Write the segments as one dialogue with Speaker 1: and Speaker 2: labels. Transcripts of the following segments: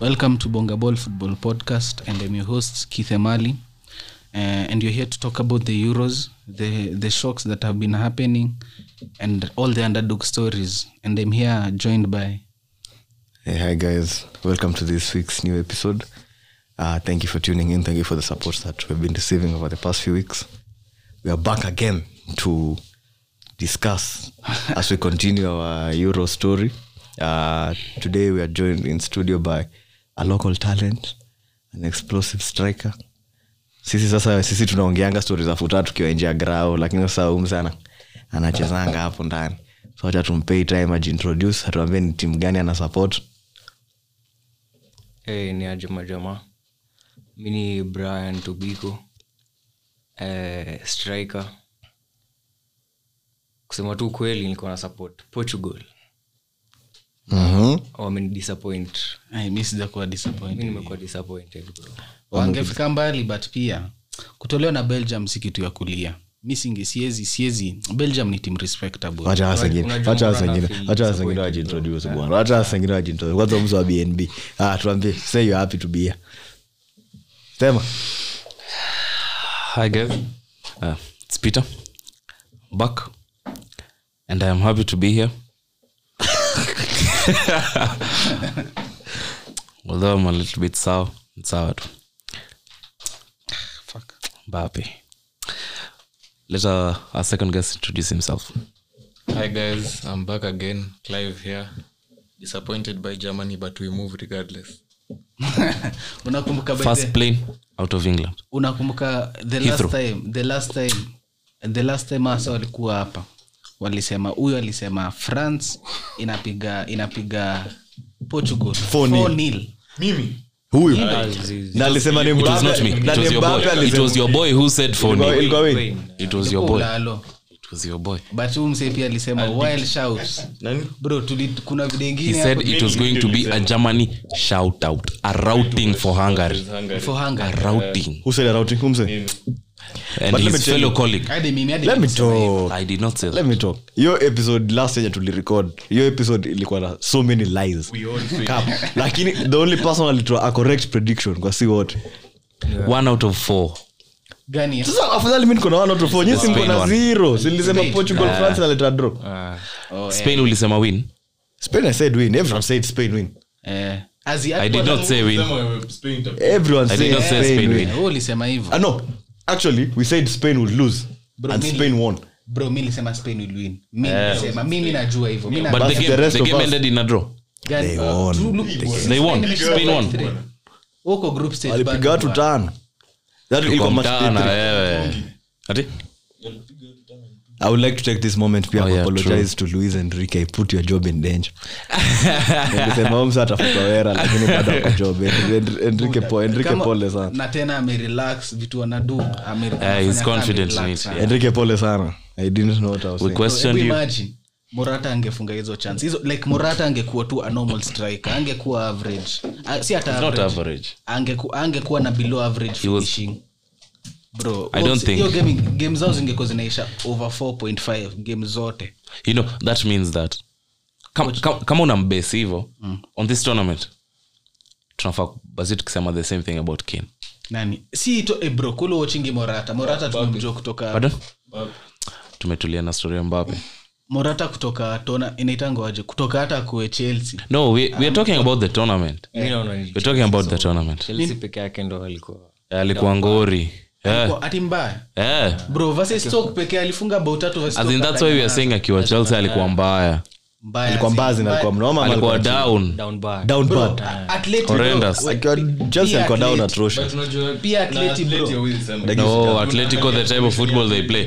Speaker 1: Welcome to Bonga Ball Football Podcast, and I'm your host Keith Emali, uh, and you're here to talk about the Euros, the the shocks that have been happening, and all the underdog stories. And I'm here joined by
Speaker 2: Hey, hi guys. Welcome to this week's new episode. Uh, thank you for tuning in. Thank you for the support that we've been receiving over the past few weeks. We are back again to discuss as we continue our Euro story. Uh, today we are joined in studio by a local talent, an explosive striker. Sisi sasa sisi tunaongeanga stori za futaa tukiwa nje ya grao, lakini sasa um sana anachezanga hapo ndani. So acha tumpei time ajiintroduce, atuambie ni timu gani ana support.
Speaker 3: Hey, Eh, ni ajamajama mi ni brian tubiko eh, striker kusema tu kweli nilikuwa na support portugal Oh,
Speaker 2: Mhm.
Speaker 3: wamenidisappoint
Speaker 1: I miss the kwa
Speaker 3: mi
Speaker 1: disappoint.
Speaker 3: nimekuwa disappointed bro
Speaker 1: Wangefika mbali but pia kutolewa na Belgium si kitu ya kulia. Missing siezi siezi Belgium ni team respectable.
Speaker 2: Wacha hasa
Speaker 3: Unajua-
Speaker 2: wengine-
Speaker 3: unajua
Speaker 2: wacha hasa
Speaker 3: mbona
Speaker 2: wengine-
Speaker 3: feel
Speaker 2: wacha hasa
Speaker 3: disappointed,
Speaker 2: wengine
Speaker 3: bro?
Speaker 2: wajiintroduce bwana. Wacha hasa wengine wajiintroduce. Kwanza mzee wa BNB. Ah, tuambie, say you're happy to be here. Sema.
Speaker 4: Hi, Gav. Uh, it's Peter. Back. And I am happy to be here. Although I'm a little bit sour. It's sour. too.
Speaker 1: Fuck.
Speaker 4: But happy. Let our, our second guest introduce himself.
Speaker 5: Hi guys, I'm back again. Clive here. Disappointed by Germany, but we move regardless.
Speaker 1: Unakumbuka by the-
Speaker 4: First plane out of England.
Speaker 1: unakumbuka the last time the last time the last time hasa walikuwa hapa walisema huyo alisema france inapiga inapiga portugal
Speaker 2: 4-0.
Speaker 1: 4-0.
Speaker 2: Huyu. Na alisema ni
Speaker 4: It was
Speaker 2: Mbappe-
Speaker 4: not me.
Speaker 2: na
Speaker 4: It
Speaker 2: ni
Speaker 4: was your
Speaker 2: Mbappe
Speaker 4: boy. It
Speaker 2: alisema-
Speaker 4: was your boy who said phone.
Speaker 2: Ilikuwa- ilikuwa win.
Speaker 4: It was your boy.
Speaker 1: Ulalo.
Speaker 4: It was your boy.
Speaker 1: but huyu msee pia alisema wild shouts bro tuli, kuna video
Speaker 4: He
Speaker 1: ingine
Speaker 4: said
Speaker 1: hapo
Speaker 4: it was going to be a Germany shout out, a routing for Hungary.
Speaker 1: for Hungary.
Speaker 4: routing
Speaker 2: Who said that out? Who said?
Speaker 4: and
Speaker 2: But let me
Speaker 4: his
Speaker 2: tell
Speaker 4: fellow
Speaker 2: you-
Speaker 4: colleague
Speaker 1: Hadi mimi, hadi
Speaker 2: Let me
Speaker 1: mimi sema hivi.
Speaker 2: talk.
Speaker 4: i did not say
Speaker 2: Let
Speaker 4: that.
Speaker 2: me talk. hiyo episode last yenye tulirecord hiyo episode ilikuwa na so many lies Come. lakini the only person alitoa a correct prediction kwa si wote
Speaker 4: one out of four
Speaker 1: Gani ya?
Speaker 2: sasa afadhali mi niko na one out of four nyinyi si mko na
Speaker 4: Spain Ah.
Speaker 2: zero silisema portugal france naleta draw
Speaker 4: spain ulisema win
Speaker 2: Spain, I said win. Everyone said Spain win.
Speaker 1: Eh, as he-
Speaker 4: i did not say win
Speaker 2: Everyone
Speaker 4: I
Speaker 2: said
Speaker 4: did not say
Speaker 2: Spain,
Speaker 4: Spain
Speaker 2: win.
Speaker 4: win.
Speaker 1: Eh, wewe ulisema hivyo
Speaker 2: Ah, no, actually, we said Spain would lose,
Speaker 1: Bro,
Speaker 2: and
Speaker 1: mimi-
Speaker 2: Spain won.
Speaker 1: bro mi nilisema spain will win mi nilisema mimi najua hivyo mi najua
Speaker 4: Eh. but the
Speaker 2: But
Speaker 4: game,
Speaker 2: the rest
Speaker 4: the
Speaker 2: of
Speaker 4: game
Speaker 2: us-
Speaker 4: ended in a draw
Speaker 1: Gani?
Speaker 2: They
Speaker 1: Uh,
Speaker 2: won.
Speaker 1: tu- look,
Speaker 4: They won. Spain won.
Speaker 1: Huko group stage
Speaker 2: Walipiga
Speaker 1: bado
Speaker 2: watu
Speaker 1: wa-
Speaker 2: tano. That ilikuwa match day
Speaker 4: Mtana,
Speaker 2: three.
Speaker 4: wewe. eh, Ati?
Speaker 2: I would like to take this moment pia
Speaker 4: Oh,
Speaker 2: oh,
Speaker 4: yeah,
Speaker 2: apologize to Luis Enrique. I put your job in danger. Nilisema huyu msa atafutwa wera lakini bado ako job. Enrique- Enrique po, Enrique
Speaker 1: Kama-
Speaker 2: pole sana.
Speaker 1: na tena amerelax vitu anadu
Speaker 4: he's confident in it, yeah.
Speaker 2: Enrique pole sana. I didn't know what I was
Speaker 4: we
Speaker 2: saying.
Speaker 4: question you
Speaker 1: morata angefunga hizo chance hizo like morata angekuwa tu a normal striker angekuwa average A- si hata
Speaker 4: not
Speaker 1: average.
Speaker 4: average
Speaker 1: Angeku- angekuwa na below average
Speaker 4: was-
Speaker 1: finishing bro
Speaker 4: I don't
Speaker 1: Wolves-
Speaker 4: think-
Speaker 1: hiyo game, game zao zingekuwa zinaisha over 4.5 game zote
Speaker 4: you know that means that kama- kama- kama una mbesi hivo on this tournament tunafaa basi tukisema the same thing about kane
Speaker 1: nani si eh, to ebro kulo watchingi morata morata tumemjua kutoka
Speaker 4: pardon tumetulia na storia mbape
Speaker 1: morata kutoka tona inaitango aje kutoka hata kue chelsea
Speaker 4: no we, we are talking about the tournament
Speaker 3: mi
Speaker 2: Eh.
Speaker 3: naona ni
Speaker 4: we're talking about the tournament
Speaker 3: chelsea peke yake ndo alikuwa
Speaker 4: Eh, alikuwa ngori eh,
Speaker 1: Kwa ati mbaya
Speaker 4: eh.
Speaker 1: bro versus stoke pekee alifunga bao tatu versus
Speaker 4: As in
Speaker 1: Stoke
Speaker 4: that's why we are
Speaker 1: akanyamaza.
Speaker 4: saying akiwa chelsea alikuwa mbaya
Speaker 1: Mbaya,
Speaker 2: Alikuwa
Speaker 1: si-
Speaker 2: mbazi na
Speaker 1: mbaya.
Speaker 2: alikuwa mnoma ama
Speaker 4: alikuwa
Speaker 2: alikuwa
Speaker 4: down
Speaker 3: down bad
Speaker 2: down
Speaker 1: Bro,
Speaker 2: bad.
Speaker 1: Atleti, bro.
Speaker 4: Horrendous.
Speaker 1: Wait,
Speaker 2: Akiwa Chelsea
Speaker 1: pia
Speaker 2: alikuwa down
Speaker 1: Atleti.
Speaker 2: atrocious.
Speaker 1: Pia Atleti, bro.
Speaker 4: no atletico the type of football they play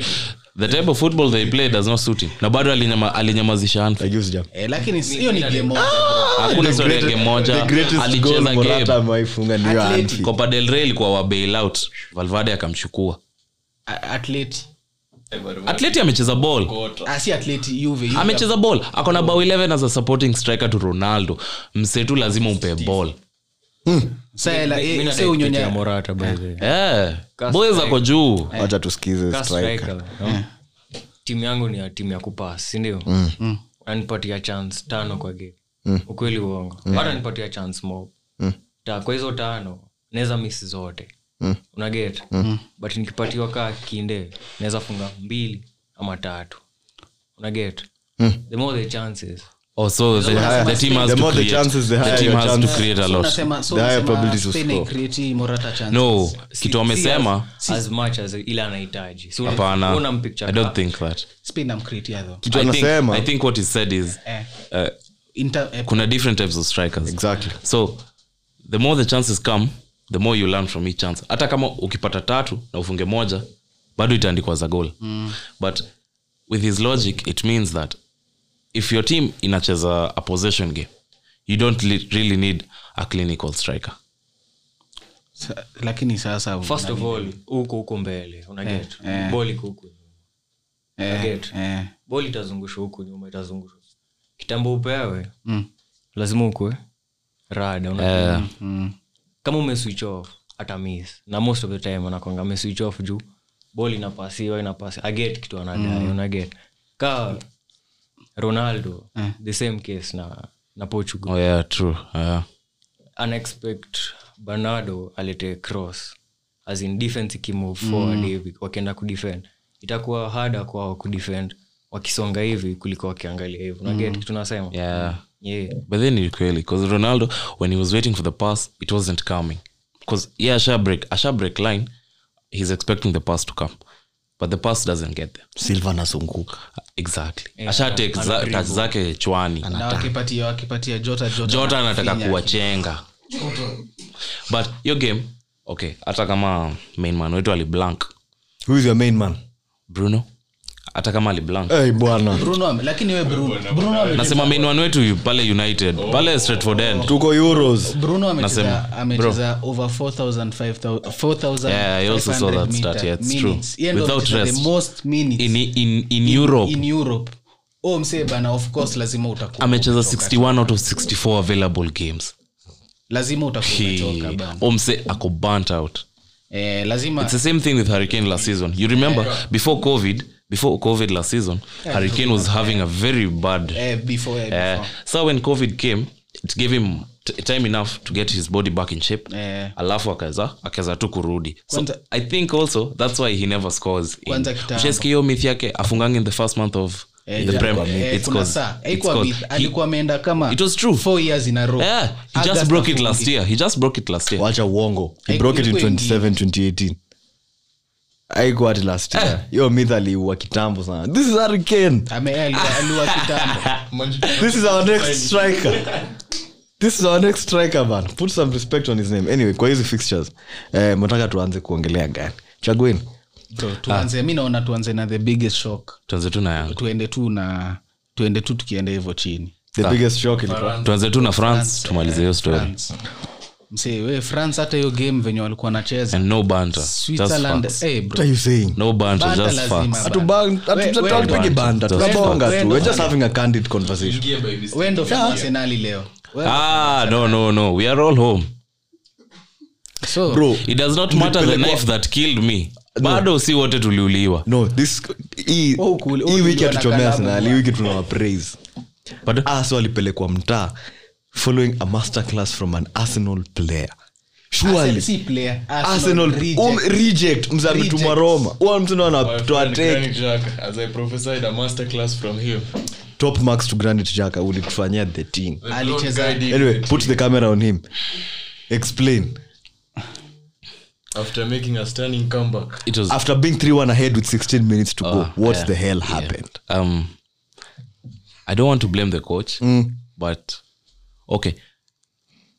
Speaker 4: the type of football they play does not suit him na bado alinyama- alinyamazisha Anfield.
Speaker 2: Like you, Sijam.
Speaker 1: Eh, lakini si- hiyo ni game moja bro.
Speaker 4: hakuna story yake moja alicheza game copa del rey ilikuwa wa bailout valvade akamchukua
Speaker 3: Ah!
Speaker 1: A- Atleti.
Speaker 4: atleti amecheza ball
Speaker 1: Ah, si Atleti, Juve, Juve.
Speaker 4: amecheza ball ako na bao 11 as a supporting striker to ronaldo msetu lazima umpe ball
Speaker 1: Sasa, la- eh,
Speaker 3: mi
Speaker 1: sasa unyonya-
Speaker 3: nadaikitia morata by the way.
Speaker 4: eh boys ako juu
Speaker 2: wacha tusikize
Speaker 3: Ka
Speaker 2: striker. Eh.
Speaker 3: striker, no? timu yangu ni ya timu ya kupas sindio
Speaker 2: Mm.
Speaker 1: Mm.
Speaker 2: Mm.
Speaker 3: unanipatia chance tano kwa game ukweli uongo hata nipatia chance mo ta kwa hizo tano naweza misi zote
Speaker 2: Mm.
Speaker 3: unaget but nikipatiwa kaa kinde naweza funga mbili ama tatu unaget
Speaker 2: Mm.
Speaker 3: the more the chances
Speaker 4: Oh, so the, the team has
Speaker 2: The
Speaker 4: to
Speaker 2: more the
Speaker 4: create-
Speaker 2: chances, the
Speaker 4: the
Speaker 2: higher
Speaker 4: team
Speaker 2: your
Speaker 4: has to
Speaker 2: chances.
Speaker 4: create a
Speaker 1: So
Speaker 4: lot.
Speaker 1: unasema- so
Speaker 2: The higher
Speaker 1: unasema
Speaker 2: probability to
Speaker 1: Spain
Speaker 2: score.
Speaker 1: haicreati Morata chances.
Speaker 4: no kitu
Speaker 3: Si
Speaker 4: amesema
Speaker 3: as, as much as ile anahitaji so
Speaker 4: hapana
Speaker 3: una
Speaker 4: i
Speaker 3: mpicture
Speaker 4: don't
Speaker 3: ka-
Speaker 4: think that
Speaker 1: Spain hamcreatia though.
Speaker 2: kitu
Speaker 4: I think,
Speaker 2: anasema
Speaker 4: I think what is said is
Speaker 1: Eh,
Speaker 4: uh,
Speaker 1: inter- eh,
Speaker 4: kuna different types of strikers
Speaker 2: exactly
Speaker 4: so the more the chances come the more you learn from each chance hata kama ukipata tatu na ufunge moja bado itaandikwa za goal mm. but with his logic it means that if your team inacheza a possession game you don't li- really need a clinical striker
Speaker 1: sa- lakini sasa
Speaker 3: first of all huko huko mbele unaget
Speaker 1: eh.
Speaker 3: ball iko huko nyuma
Speaker 1: Eh,
Speaker 3: Target.
Speaker 1: eh,
Speaker 3: ball itazungushwa huku nyuma itazungushwa kitambo upewe
Speaker 1: mm,
Speaker 3: lazima ukue rada una-
Speaker 4: Eh,
Speaker 1: mm,
Speaker 3: kama umeswitch off ata miss na most of the time anakwanga ameswitch off juu ball inapasiwa inapasi aget kitu
Speaker 4: Mm.
Speaker 3: anadai unaget ka ronaldo
Speaker 4: Eh.
Speaker 3: the same case na na portugal
Speaker 4: oh yeah true yeah.
Speaker 3: unexpect bernardo alete cross as in defense
Speaker 4: Mm.
Speaker 3: ikimove forward hivi wakienda kudefend itakuwa hada kwao kudefend wakisonga hivi kuliko wakiangalia hivi unaget kitu nasema
Speaker 4: Mm. yeah
Speaker 3: yeah.
Speaker 4: but then it really because ronaldo when he was waiting for the pass it wasn't coming because yeah asha break asha break line he's expecting the pass to come but the pass doesn't get there
Speaker 2: silva anazunguka
Speaker 4: exactly
Speaker 3: Yeah,
Speaker 4: yeah, asha take
Speaker 3: ana
Speaker 4: za,
Speaker 3: dribble.
Speaker 4: touch zake chwani
Speaker 1: na wakipatia wakipatia jota jota
Speaker 4: jota anataka
Speaker 1: anafinya.
Speaker 4: kuwachenga but your game okay hata kama main man wetu aliblank
Speaker 2: who is your main man
Speaker 4: bruno hata kama aliblank
Speaker 2: hey, bwana
Speaker 1: Bruno ame- lakini we Bruno Bruno ame-
Speaker 4: nasema main man wetu yu- pale united pale straightford end
Speaker 2: tuko euros
Speaker 1: Bruno amecheza
Speaker 4: Nasema,
Speaker 1: amecheza over 4000 5000 4500
Speaker 4: Yeah, I also saw that stat, yeah, it's true. Without
Speaker 1: the
Speaker 4: rest.
Speaker 1: most minutes
Speaker 4: in, in, in europe
Speaker 1: in Europe oh msee bana of course lazima utakuwa
Speaker 4: amecheza 61 out of 64 available games
Speaker 1: lazima utakuwa umechoka bana
Speaker 4: omse ako burnt out
Speaker 1: eh lazima
Speaker 4: Oh. it's the same thing with hurricane last season you remember before covid before covid last season hurricane was having a very bad
Speaker 1: eh before eh,
Speaker 4: Eh,
Speaker 1: before.
Speaker 4: so when covid came it gave him t- time enough to get his body back in shape
Speaker 1: Eh.
Speaker 4: alafu akaweza akaweza tu kurudi so
Speaker 1: Kwanza-
Speaker 4: i think also that's why he never scores in-
Speaker 1: Kwanza kitambo.
Speaker 4: Ushasikia hiyo myth yake afungangi in the first month of
Speaker 1: Eh,
Speaker 4: the
Speaker 1: ja-
Speaker 4: prem
Speaker 1: eh,
Speaker 4: It's
Speaker 1: kuna
Speaker 4: cause-
Speaker 1: saa.
Speaker 4: it's
Speaker 1: Haikuwa
Speaker 4: cause-
Speaker 1: myth.
Speaker 4: he-
Speaker 1: alikuwa ameenda kama
Speaker 4: It was true.
Speaker 1: four years in a row
Speaker 4: yeah, he just
Speaker 1: August
Speaker 4: broke it
Speaker 1: afungi.
Speaker 4: last year he just broke it last year
Speaker 2: wacha uongo he
Speaker 1: Hey,
Speaker 2: broke it in
Speaker 1: ilikuwa
Speaker 2: 27 2018 aiko ati last year hiyo myth aliua kitambo sana this is hurricane
Speaker 1: ame aliwa- aliwa kitambo
Speaker 2: this is our next striker this is our next striker man put some respect on his name anyway kwa hizi fixtures eh, mnataka tuanze kuongelea gani chagueni
Speaker 1: So, tuanze
Speaker 4: Ah.
Speaker 1: mi naona tuanze na the biggest shock
Speaker 4: tuanze tu na yanga
Speaker 1: tuende tu na tuende tu tukienda hivyo chini
Speaker 2: the biggest shock ilikuwa
Speaker 4: tuanze tu na france tumalize hiyo story
Speaker 1: France. Msee, we france hata hiyo game venye walikuwa nacheza
Speaker 4: and no banter just
Speaker 1: switzerland
Speaker 4: facts.
Speaker 1: eh,
Speaker 2: what
Speaker 1: bro.
Speaker 2: are you saying
Speaker 4: no banter
Speaker 1: Banter
Speaker 4: just
Speaker 1: lazima,
Speaker 4: facts
Speaker 1: bro.
Speaker 2: Hatuban-
Speaker 1: We-
Speaker 2: hatu-
Speaker 1: we-
Speaker 2: hatupigi banda tunabonga
Speaker 1: we-
Speaker 2: tu
Speaker 1: we-
Speaker 2: we're just having a candid conversation
Speaker 1: we ndo fan arsenali leo We-
Speaker 4: ah no no no we are all home
Speaker 1: so,
Speaker 2: bro
Speaker 4: it does not matter the knife that killed me bado si wote tuliuliwa
Speaker 2: no this hii
Speaker 1: Oh, cool. Oh,
Speaker 2: hii wiki
Speaker 1: niliona
Speaker 2: atuchomea
Speaker 1: kalamu
Speaker 2: sana hii
Speaker 1: bwana.
Speaker 2: wiki tunawapraise
Speaker 4: But-
Speaker 2: aso alipelekwa mtaa following a master class from an arsenal player
Speaker 1: Arsenal
Speaker 2: surely
Speaker 1: si player, Arsenal
Speaker 2: arsenal
Speaker 1: reject.
Speaker 4: oh,
Speaker 2: um, reject mze ametumwa roma huwa mtino anatoa take top marks to granit jaka ulitufanyia the team anyway put the camera on him explain
Speaker 5: after making a stunning comeback
Speaker 4: it was
Speaker 2: after being 3-1 ahead with 16 minutes to
Speaker 4: Ah,
Speaker 2: go what the hell happened
Speaker 4: um i don't want to blame the coach but okay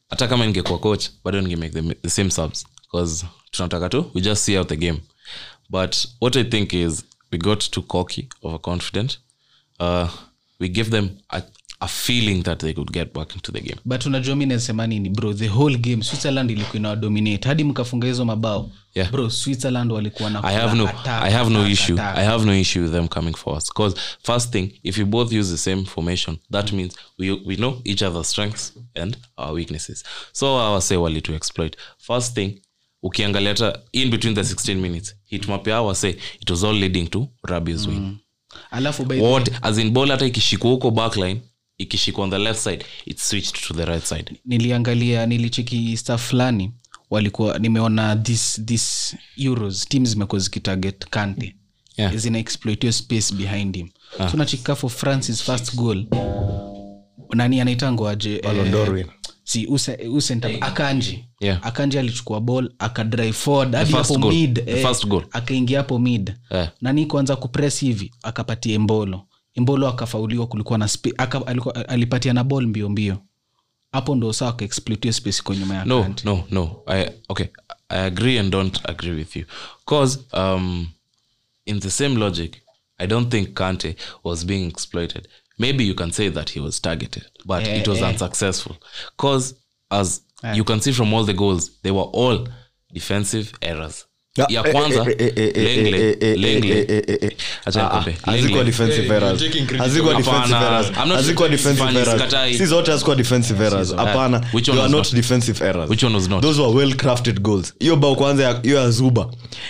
Speaker 4: hata kama ningekuwa coach bado ningemake the, the same subs because tunataka tu we just see out the game but what i think is we got too cocky overconfident uh, we gave them a, a feeling that they could get back into the game
Speaker 1: but unajua mi nasema nini bro the whole game switzerland ilikuwa inawadominate hadi mkafunga hizo mabao
Speaker 4: Yeah.
Speaker 1: bro switzerland walikuwa na
Speaker 4: I have no
Speaker 1: attack,
Speaker 4: I have no
Speaker 1: attack,
Speaker 4: issue.
Speaker 1: attack.
Speaker 4: I have no issue with them coming for us. Because first thing, if you both use the same formation, that means we we know each other's strengths and our weaknesses. So I was say wali to exploit. First thing, ukiangalia hata in between the 16 minutes, hitmap ya was say it was all leading to Rabi's win.
Speaker 1: alafu by the
Speaker 4: What as in ball hata ikishikwa huko backline ikishikwa on the left side it switched to the right side
Speaker 1: niliangalia nilicheki staff fulani walikuwa nimeona this this euros team zimekuwa zikitarget kante
Speaker 4: Yeah.
Speaker 1: zina exploit hiyo space behind him ah. so nachika for francis first goal nani anaitangwa aje Eh,
Speaker 2: Ballon d'Or
Speaker 1: si use- use center- akanji
Speaker 4: Yeah.
Speaker 1: akanji alichukua ball akadrive forward hadi
Speaker 4: first
Speaker 1: hapo
Speaker 4: goal.
Speaker 1: mid eh,
Speaker 4: The first goal.
Speaker 1: akaingia hapo mid
Speaker 4: Yeah.
Speaker 1: nani kuanza kupress hivi akapatia embolo embolo akafauliwa kulikuwa na spe, aka, alikuwa, alipatia na ball mbio mbio hapo ndo saa akaexploitio space iko nyuma ya
Speaker 4: no
Speaker 1: Kante.
Speaker 4: no no i okay i agree and don't agree with you because um in the same logic i don't think kante was being exploited maybe you can say that he was targeted but
Speaker 2: Eh,
Speaker 4: it was unsuccessful because as you can see from all the goals they were all defensive errors
Speaker 2: Yeah,
Speaker 4: ya
Speaker 2: eh,
Speaker 4: kwanza
Speaker 2: eh, eh, eh, eh, eh, eh,
Speaker 4: lengle
Speaker 2: eh, eh, eh,
Speaker 4: lengle
Speaker 2: eh, eh.
Speaker 4: Acha
Speaker 2: Ah, ah,
Speaker 4: nikwambie,
Speaker 2: hazikuwa
Speaker 4: Lenglet.
Speaker 2: defensive
Speaker 5: Yeah,
Speaker 2: errors.
Speaker 5: you're taking criticism.
Speaker 2: Hazikuwa
Speaker 4: Hapana.
Speaker 2: defensive errors.
Speaker 4: I'm not-
Speaker 2: Hazikuwa defensive
Speaker 4: Fanny
Speaker 2: errors.
Speaker 4: Skatai.
Speaker 2: Si zote hazikuwa defensive errors. Hapana.
Speaker 4: Which one
Speaker 2: They were
Speaker 4: was
Speaker 2: not
Speaker 4: not?
Speaker 2: defensive errors.
Speaker 4: Which one was not?
Speaker 2: Those were well-crafted goals. hiyo bao kwanza ya- hiyo ya zuba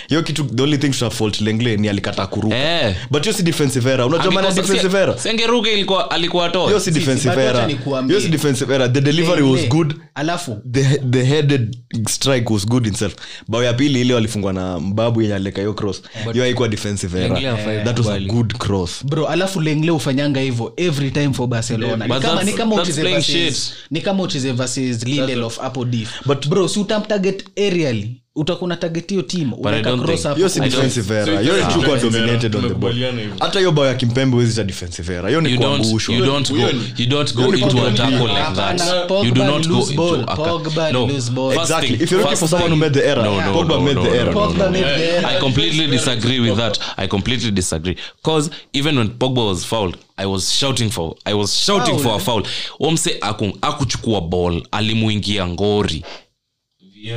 Speaker 2: hiyo kitu the only thing tuna fault lengle ni alikataa kuruka
Speaker 4: Eh.
Speaker 2: but hiyo si defensive error unajua maana ya
Speaker 4: Because
Speaker 2: defensive
Speaker 4: Se-
Speaker 2: error
Speaker 4: sengeruka ilikuwa alikuwa atoa
Speaker 2: hiyo si defensive
Speaker 1: bado
Speaker 2: error
Speaker 1: acha nikuambie.
Speaker 2: hiyo si defensive error the delivery was
Speaker 1: Lengle.
Speaker 2: good
Speaker 1: alafu
Speaker 2: the, the headed strike was good itself bao ya pili ile walifungwa na mbabu yenye aleka hiyo cross hiyo haikuwa defensive
Speaker 3: Lengle hafai
Speaker 2: error that was a
Speaker 3: kukubali.
Speaker 2: good cross
Speaker 1: bro alafu lengle ufanyanga hivyo every time for barcelona
Speaker 4: But
Speaker 1: ni kama,
Speaker 4: that's-
Speaker 1: ni kama
Speaker 4: that's
Speaker 1: ucheze
Speaker 4: playing
Speaker 1: versus,
Speaker 4: shit.
Speaker 1: ni kama ucheze versus lindelof hapo dif but bro si utamtarget aerially utakuna target hiyo team unaweka
Speaker 4: don't
Speaker 1: cross
Speaker 4: think-
Speaker 1: hapo.
Speaker 2: hiyo si
Speaker 1: I don't-
Speaker 2: defensive error
Speaker 5: so
Speaker 2: hiyo
Speaker 5: it is
Speaker 2: ilikuwa
Speaker 5: defensive
Speaker 2: dominated
Speaker 5: error.
Speaker 2: on the
Speaker 5: Tumekubaliana
Speaker 2: ball
Speaker 5: hivyo.
Speaker 2: hata hiyo bao ya kimpembe wezi ta defensive error hiyo ni
Speaker 4: you don't,
Speaker 2: kuangushwa
Speaker 4: you don't go, you don't go
Speaker 2: Yoni
Speaker 4: into a
Speaker 2: Pogba ni-
Speaker 4: tackle like that.
Speaker 1: Hapana, Pogba
Speaker 4: you do not go
Speaker 1: lose
Speaker 4: into
Speaker 1: ball.
Speaker 4: a
Speaker 1: Pogba
Speaker 4: no.
Speaker 1: lose ball.
Speaker 4: First
Speaker 2: Exactly.
Speaker 4: thing-
Speaker 2: If you're looking
Speaker 4: first
Speaker 2: for someone
Speaker 4: thing-
Speaker 2: who made the error,
Speaker 4: no, no,
Speaker 2: Pogba
Speaker 4: no,
Speaker 2: made
Speaker 4: no,
Speaker 2: the
Speaker 4: no,
Speaker 2: error.
Speaker 4: no,
Speaker 1: Pogba
Speaker 4: no,
Speaker 1: made the
Speaker 4: no.
Speaker 1: error.
Speaker 4: I completely disagree with that. I completely disagree because even when Pogba was fouled, I was shouting for I was shouting for a foul.
Speaker 1: eh?
Speaker 4: Omse aku akuchukua ball alimuingia ngori.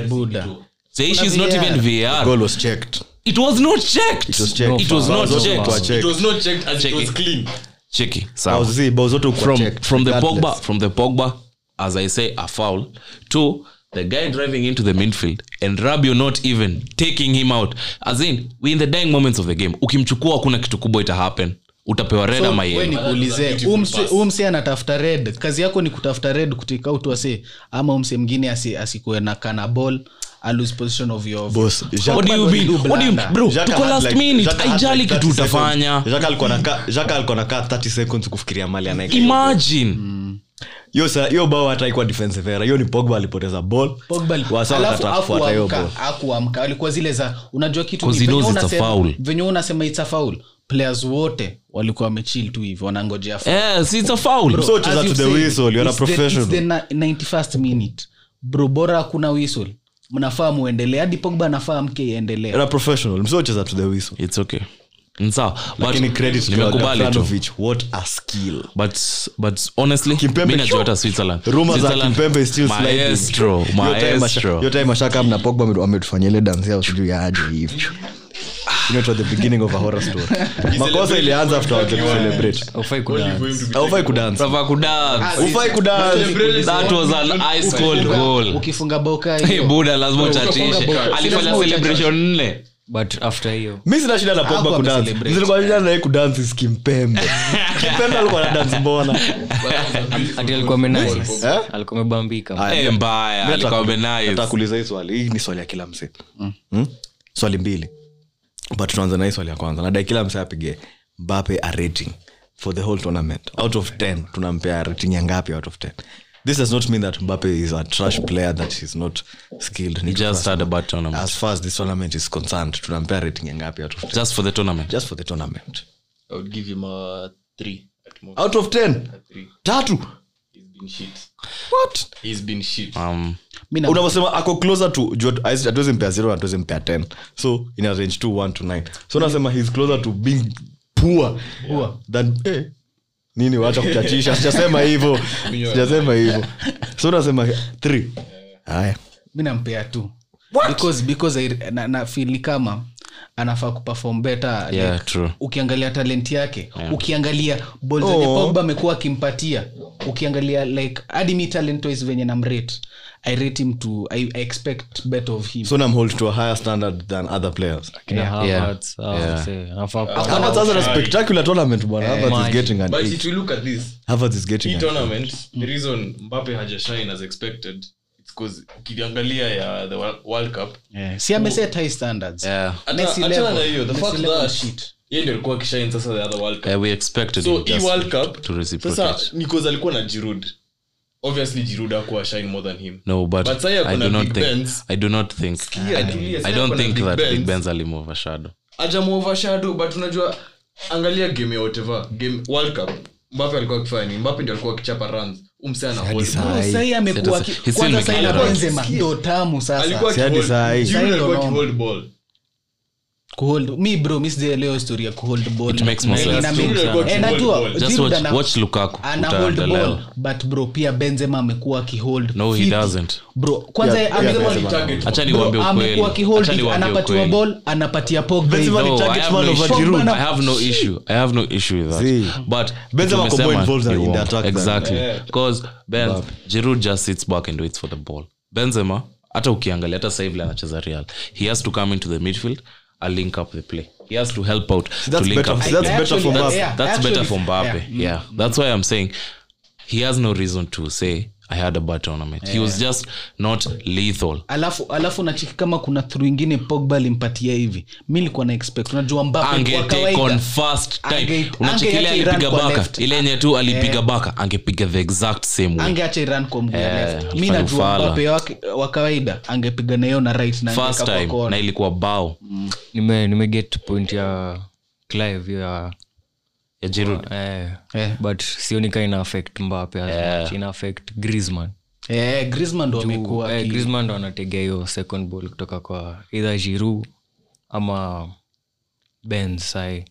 Speaker 1: Buda.
Speaker 4: Say she's not
Speaker 1: Kuna
Speaker 4: even VR.
Speaker 2: goal was checked
Speaker 4: It was not checked.
Speaker 2: It was checked.
Speaker 4: It was
Speaker 2: Bao
Speaker 4: not
Speaker 2: zote
Speaker 4: checked.
Speaker 2: kwa check.
Speaker 5: It was not checked as
Speaker 4: Check
Speaker 5: it was
Speaker 4: it.
Speaker 5: clean.
Speaker 4: Cheki,
Speaker 2: Bao
Speaker 4: sawa.
Speaker 2: zi- bao zote kwa
Speaker 4: from
Speaker 2: checked,
Speaker 4: from the
Speaker 2: regardless.
Speaker 4: Pogba from the Pogba as I say a foul to the guy driving into the midfield and Rabio not even taking him out as in we in the dying moments of the game ukimchukua hakuna kitu kubwa ita happen utapewa red ama
Speaker 1: we
Speaker 4: yellow
Speaker 1: nikuulize umse- umse anatafuta red kazi yako ni kutafuta red kutika out wase ama umse mngine asi- asikuwe na kana ball a lose position of your
Speaker 2: Boss, Jacques-
Speaker 4: what do you mean what do you bro
Speaker 2: Xhaka
Speaker 4: tuko
Speaker 2: had
Speaker 4: last
Speaker 2: like-
Speaker 4: minute
Speaker 2: Xhaka had
Speaker 4: haijali
Speaker 2: like
Speaker 4: kitu
Speaker 2: 30 seconds.
Speaker 4: utafanya
Speaker 2: Xhaka alikuwa nakaa- Xhaka alikuwa nakaa 30 seconds kufikiria mali anaeka hiyo ball.
Speaker 4: imagine
Speaker 2: Mm. Hiyo sa- hiyo bao hata haikuwa defensive error hiyo ni pogba alipoteza ball
Speaker 1: Pogba li-
Speaker 2: Wasa
Speaker 1: alafu
Speaker 2: wakataka kufuata hiyo
Speaker 1: hakuamka-
Speaker 2: ball
Speaker 1: hakuamka alikuwa zile za unajua kitu
Speaker 4: 'Cause
Speaker 1: ni
Speaker 4: he
Speaker 1: venye
Speaker 4: knows it's a
Speaker 1: unasema-
Speaker 4: foul.
Speaker 1: venye unasema it's a foul players wote walikuwa wamechill tu hivi wanangojea foul.
Speaker 4: yes it's a foul
Speaker 2: Bro, Eh, So cheza
Speaker 1: As you
Speaker 2: to the
Speaker 1: said,
Speaker 2: whistle, you're a
Speaker 1: it's the- it's
Speaker 2: professional.
Speaker 1: the na- 91st minute bro bora hakuna whistle mnafaa muendelee hadi pogba anafaa mke iendelee
Speaker 2: Era professional msiocheza to the whistle
Speaker 4: it's okay Ni sawa but
Speaker 2: lakini credit to
Speaker 4: nimekubali tu
Speaker 2: Gavranovic, what a skill
Speaker 4: but but honestly
Speaker 2: Kimpembe
Speaker 4: mi najua
Speaker 2: sure.
Speaker 4: hata switzerland
Speaker 2: Rumors are
Speaker 4: Switzerland,
Speaker 2: Kimpembe is still sliding.
Speaker 4: maestro
Speaker 2: Hiyo time asha- hiyo
Speaker 4: maestro
Speaker 2: time ashaka mna pogba ametu- ametufanyia ile dance yao sijui ya aje hivi inaitwa the beginning of a horror story makosa ilianza after waweze kucelebrate
Speaker 3: Haufai kudance.
Speaker 2: haufai kudance
Speaker 4: Brava kudance.
Speaker 2: hufai kudance
Speaker 4: that was an ice cold goal
Speaker 1: ukifunga boka
Speaker 4: Hey,
Speaker 1: hiyo
Speaker 4: buda lazima uchatishe alifanya celebration nne
Speaker 3: but after hiyo
Speaker 2: mi sina shida na pogba
Speaker 1: Hakuwa
Speaker 2: kudance
Speaker 1: amecelebrate.
Speaker 2: zilikuwa shida naye kudance is kimpembe kimpembe alikuwa na dance mbona
Speaker 3: ati alikuwa amenai
Speaker 2: Eh?
Speaker 3: alikuwa amebambika
Speaker 2: Aya,
Speaker 4: Eh, mbaya
Speaker 2: Mimi
Speaker 4: alikuwa Mm.
Speaker 2: nataka-
Speaker 4: amenize.
Speaker 2: nataka kuuliza hii swali hii ni swali ya kila msee Hmm? swali mbili but tunaanza na hii swali ya kwanza nadai kila msee apige mbape a rating for the whole tournament out of 10 tunampea rating ya ngapi out of 10 this does not mean that mbape is a trash player that is not skilled Ni
Speaker 4: just
Speaker 2: tu-
Speaker 4: had a bad tournament
Speaker 2: as far as this tournament is concerned tunampea rating ya ngapi out of 10
Speaker 4: just for the tournament
Speaker 2: just for the tournament
Speaker 5: I would give him a three at most.
Speaker 2: out of 10
Speaker 5: Three.
Speaker 2: tatu
Speaker 5: He's been shit.
Speaker 2: what
Speaker 5: He's been shit.
Speaker 4: um
Speaker 1: mi na
Speaker 2: unavyosema ako closer to juu hatuwezi- hatuwezi mpea zero hatuwezi mpea 10 so ina range to 1 to 9 so unasema he's closer to being poor than eh, nini wacha kuchachisha sijasema hivyo sijasema hivyo so unasema 3 haya
Speaker 1: mi nampea tu because, because I, na, na feel ni kama anafaa kupefom beta
Speaker 4: Yeah, true.
Speaker 1: ukiangalia talent yake ukiangalia bol zenye
Speaker 2: Oh.
Speaker 1: pogba amekuwa akimpatia ukiangalia like hadi mi talent wise venye namrate i rate him to i, I expect better of him
Speaker 2: sonam hold to a higher standard than other players
Speaker 3: Kina Havertz,
Speaker 4: yeah. Ah,
Speaker 3: Havertz, eh, anafaa ku-
Speaker 2: Havertz has a spectacular tournament bwana Havertz is
Speaker 3: man.
Speaker 2: getting an
Speaker 5: but
Speaker 2: eight.
Speaker 5: if you look at this
Speaker 2: Havertz is getting
Speaker 5: hii
Speaker 2: an eight.
Speaker 5: tournament the reason mbape hajashine as expected it's 'cause ukiangalia ya the Wor- world cup
Speaker 1: yeah. si ameset high standards
Speaker 4: Yeah.
Speaker 5: Ata-
Speaker 1: Messi
Speaker 5: achana
Speaker 1: level.
Speaker 5: na hiyo the
Speaker 1: Messi
Speaker 5: fact
Speaker 1: level
Speaker 5: that
Speaker 1: shit.
Speaker 5: yeye ndio alikuwa akishine sasa the other world cup
Speaker 4: Eh, we expected
Speaker 5: so
Speaker 4: him
Speaker 5: hii
Speaker 4: just
Speaker 5: world cup
Speaker 4: to reciprocate.
Speaker 5: sasa nikos alikuwa na jirud obviously jirud akuwa shine more than him
Speaker 4: no but,
Speaker 5: But sasa
Speaker 4: I,
Speaker 5: kuna
Speaker 4: do not
Speaker 5: Big
Speaker 4: think,
Speaker 5: Benz.
Speaker 4: I do not think
Speaker 5: Sikia, tulia,
Speaker 4: i
Speaker 5: sasa
Speaker 4: don't
Speaker 5: kuna
Speaker 4: think
Speaker 5: Big
Speaker 4: that big
Speaker 5: Benz.
Speaker 4: benz alimove a shadow
Speaker 5: ajamuova shadow but unajua angalia game ya whatever game world cup mbape alikuwa akifanya ni mbape ndio alikuwa akichapa runs umsana
Speaker 1: Bro, sahi amekuwa
Speaker 4: Sasa-
Speaker 1: ki-
Speaker 4: he's still
Speaker 1: kwanza sahi
Speaker 4: making
Speaker 1: na
Speaker 4: errors.
Speaker 1: Benzema, ndio tamu
Speaker 5: alikuwa
Speaker 1: sasa
Speaker 2: Si hadi
Speaker 5: akihold-
Speaker 2: saa hii.
Speaker 5: Giroud
Speaker 1: Saa hii ndo
Speaker 5: alikuwa akihold ball
Speaker 1: Kuhold- mi bro mi sijaelewa story ya kuhold ball. Eh,
Speaker 4: It makes more
Speaker 1: Na
Speaker 4: sense.
Speaker 1: ina
Speaker 5: Giroud
Speaker 1: make-
Speaker 5: alikuwa
Speaker 1: and
Speaker 5: akihold
Speaker 1: atua-
Speaker 5: ball.
Speaker 4: Just
Speaker 1: Giroud
Speaker 4: watch-
Speaker 1: ana-
Speaker 4: watch Lukaku,
Speaker 1: ana
Speaker 4: utaona
Speaker 1: hold ball,
Speaker 4: leo.
Speaker 1: but bro pia benzema amekuwa akihold
Speaker 4: No, he
Speaker 1: 50.
Speaker 4: doesn't.
Speaker 1: bro kwanza
Speaker 2: Yeah,
Speaker 1: amekuwa-
Speaker 2: Benzema.
Speaker 1: Bro,
Speaker 4: Acha niwaambie ukweli.
Speaker 1: amekuwa
Speaker 4: Acha
Speaker 1: akihold
Speaker 4: niwaambie
Speaker 1: anapatiwa
Speaker 4: ukweli.
Speaker 1: ball anapatia Pogba
Speaker 2: Benzema
Speaker 1: hivi.
Speaker 2: ni
Speaker 4: No, I
Speaker 2: target
Speaker 4: have
Speaker 2: man
Speaker 4: no
Speaker 2: over
Speaker 4: issue.
Speaker 2: Giroud.
Speaker 4: I have no issue. I have no issue with that.
Speaker 2: See.
Speaker 4: But
Speaker 2: Benzema
Speaker 4: tumesema
Speaker 2: ko more involved
Speaker 4: he
Speaker 2: in the
Speaker 4: won't.
Speaker 2: attack than-
Speaker 4: Exactly. Because Benz, Giroud just sits back and waits for the ball. Benzema, hata ukiangalia hata sasa hivi vile anacheza Real. He has to come into the midfield, a link up the play. He has to help out
Speaker 2: that's
Speaker 4: to link
Speaker 2: better-
Speaker 4: up.
Speaker 2: see, that's
Speaker 1: I- I
Speaker 2: better for
Speaker 1: actually-
Speaker 2: Mbappe. Mm.
Speaker 1: yeah,
Speaker 4: that's
Speaker 1: actually-
Speaker 4: better for Mbappe.
Speaker 1: yeah.
Speaker 4: Yeah, that's why I'm saying he has no reason to say I had a bad tournament. He was just not lethal.
Speaker 1: alafu alafu nachiki kama kuna thru ingine pogba alimpatia hivi mi likuwa na expect unajua Mbappe kwa
Speaker 4: angetake on
Speaker 1: kawaida
Speaker 4: first time
Speaker 1: Ange-
Speaker 4: unachekelea
Speaker 1: angeacha Iran
Speaker 4: alipiga
Speaker 1: kwa
Speaker 4: baka
Speaker 1: left.
Speaker 4: ile yenye tu alipiga baka angepiga the exact same way
Speaker 1: angeacha iran kwa mguu wa
Speaker 4: Eh,
Speaker 1: left mi najua
Speaker 4: Falufala.
Speaker 1: Mbappe wake- wa kawaida angepiga na hiyo na right na
Speaker 4: first
Speaker 1: angeweka kwa
Speaker 4: time
Speaker 1: corner.
Speaker 4: na ilikuwa bao
Speaker 3: nime nimeget point ya clive hiyo ya
Speaker 4: ya Giroud.
Speaker 3: eh,
Speaker 1: Eh.
Speaker 3: but sioni ka ina affect mbape as much. ina affect griezmann
Speaker 1: Eh, Griezmann ndo amekuwa
Speaker 3: eh,
Speaker 1: aki-
Speaker 3: griezmann ndo anategea hiyo second ball kutoka kwa either jiru ama benz sai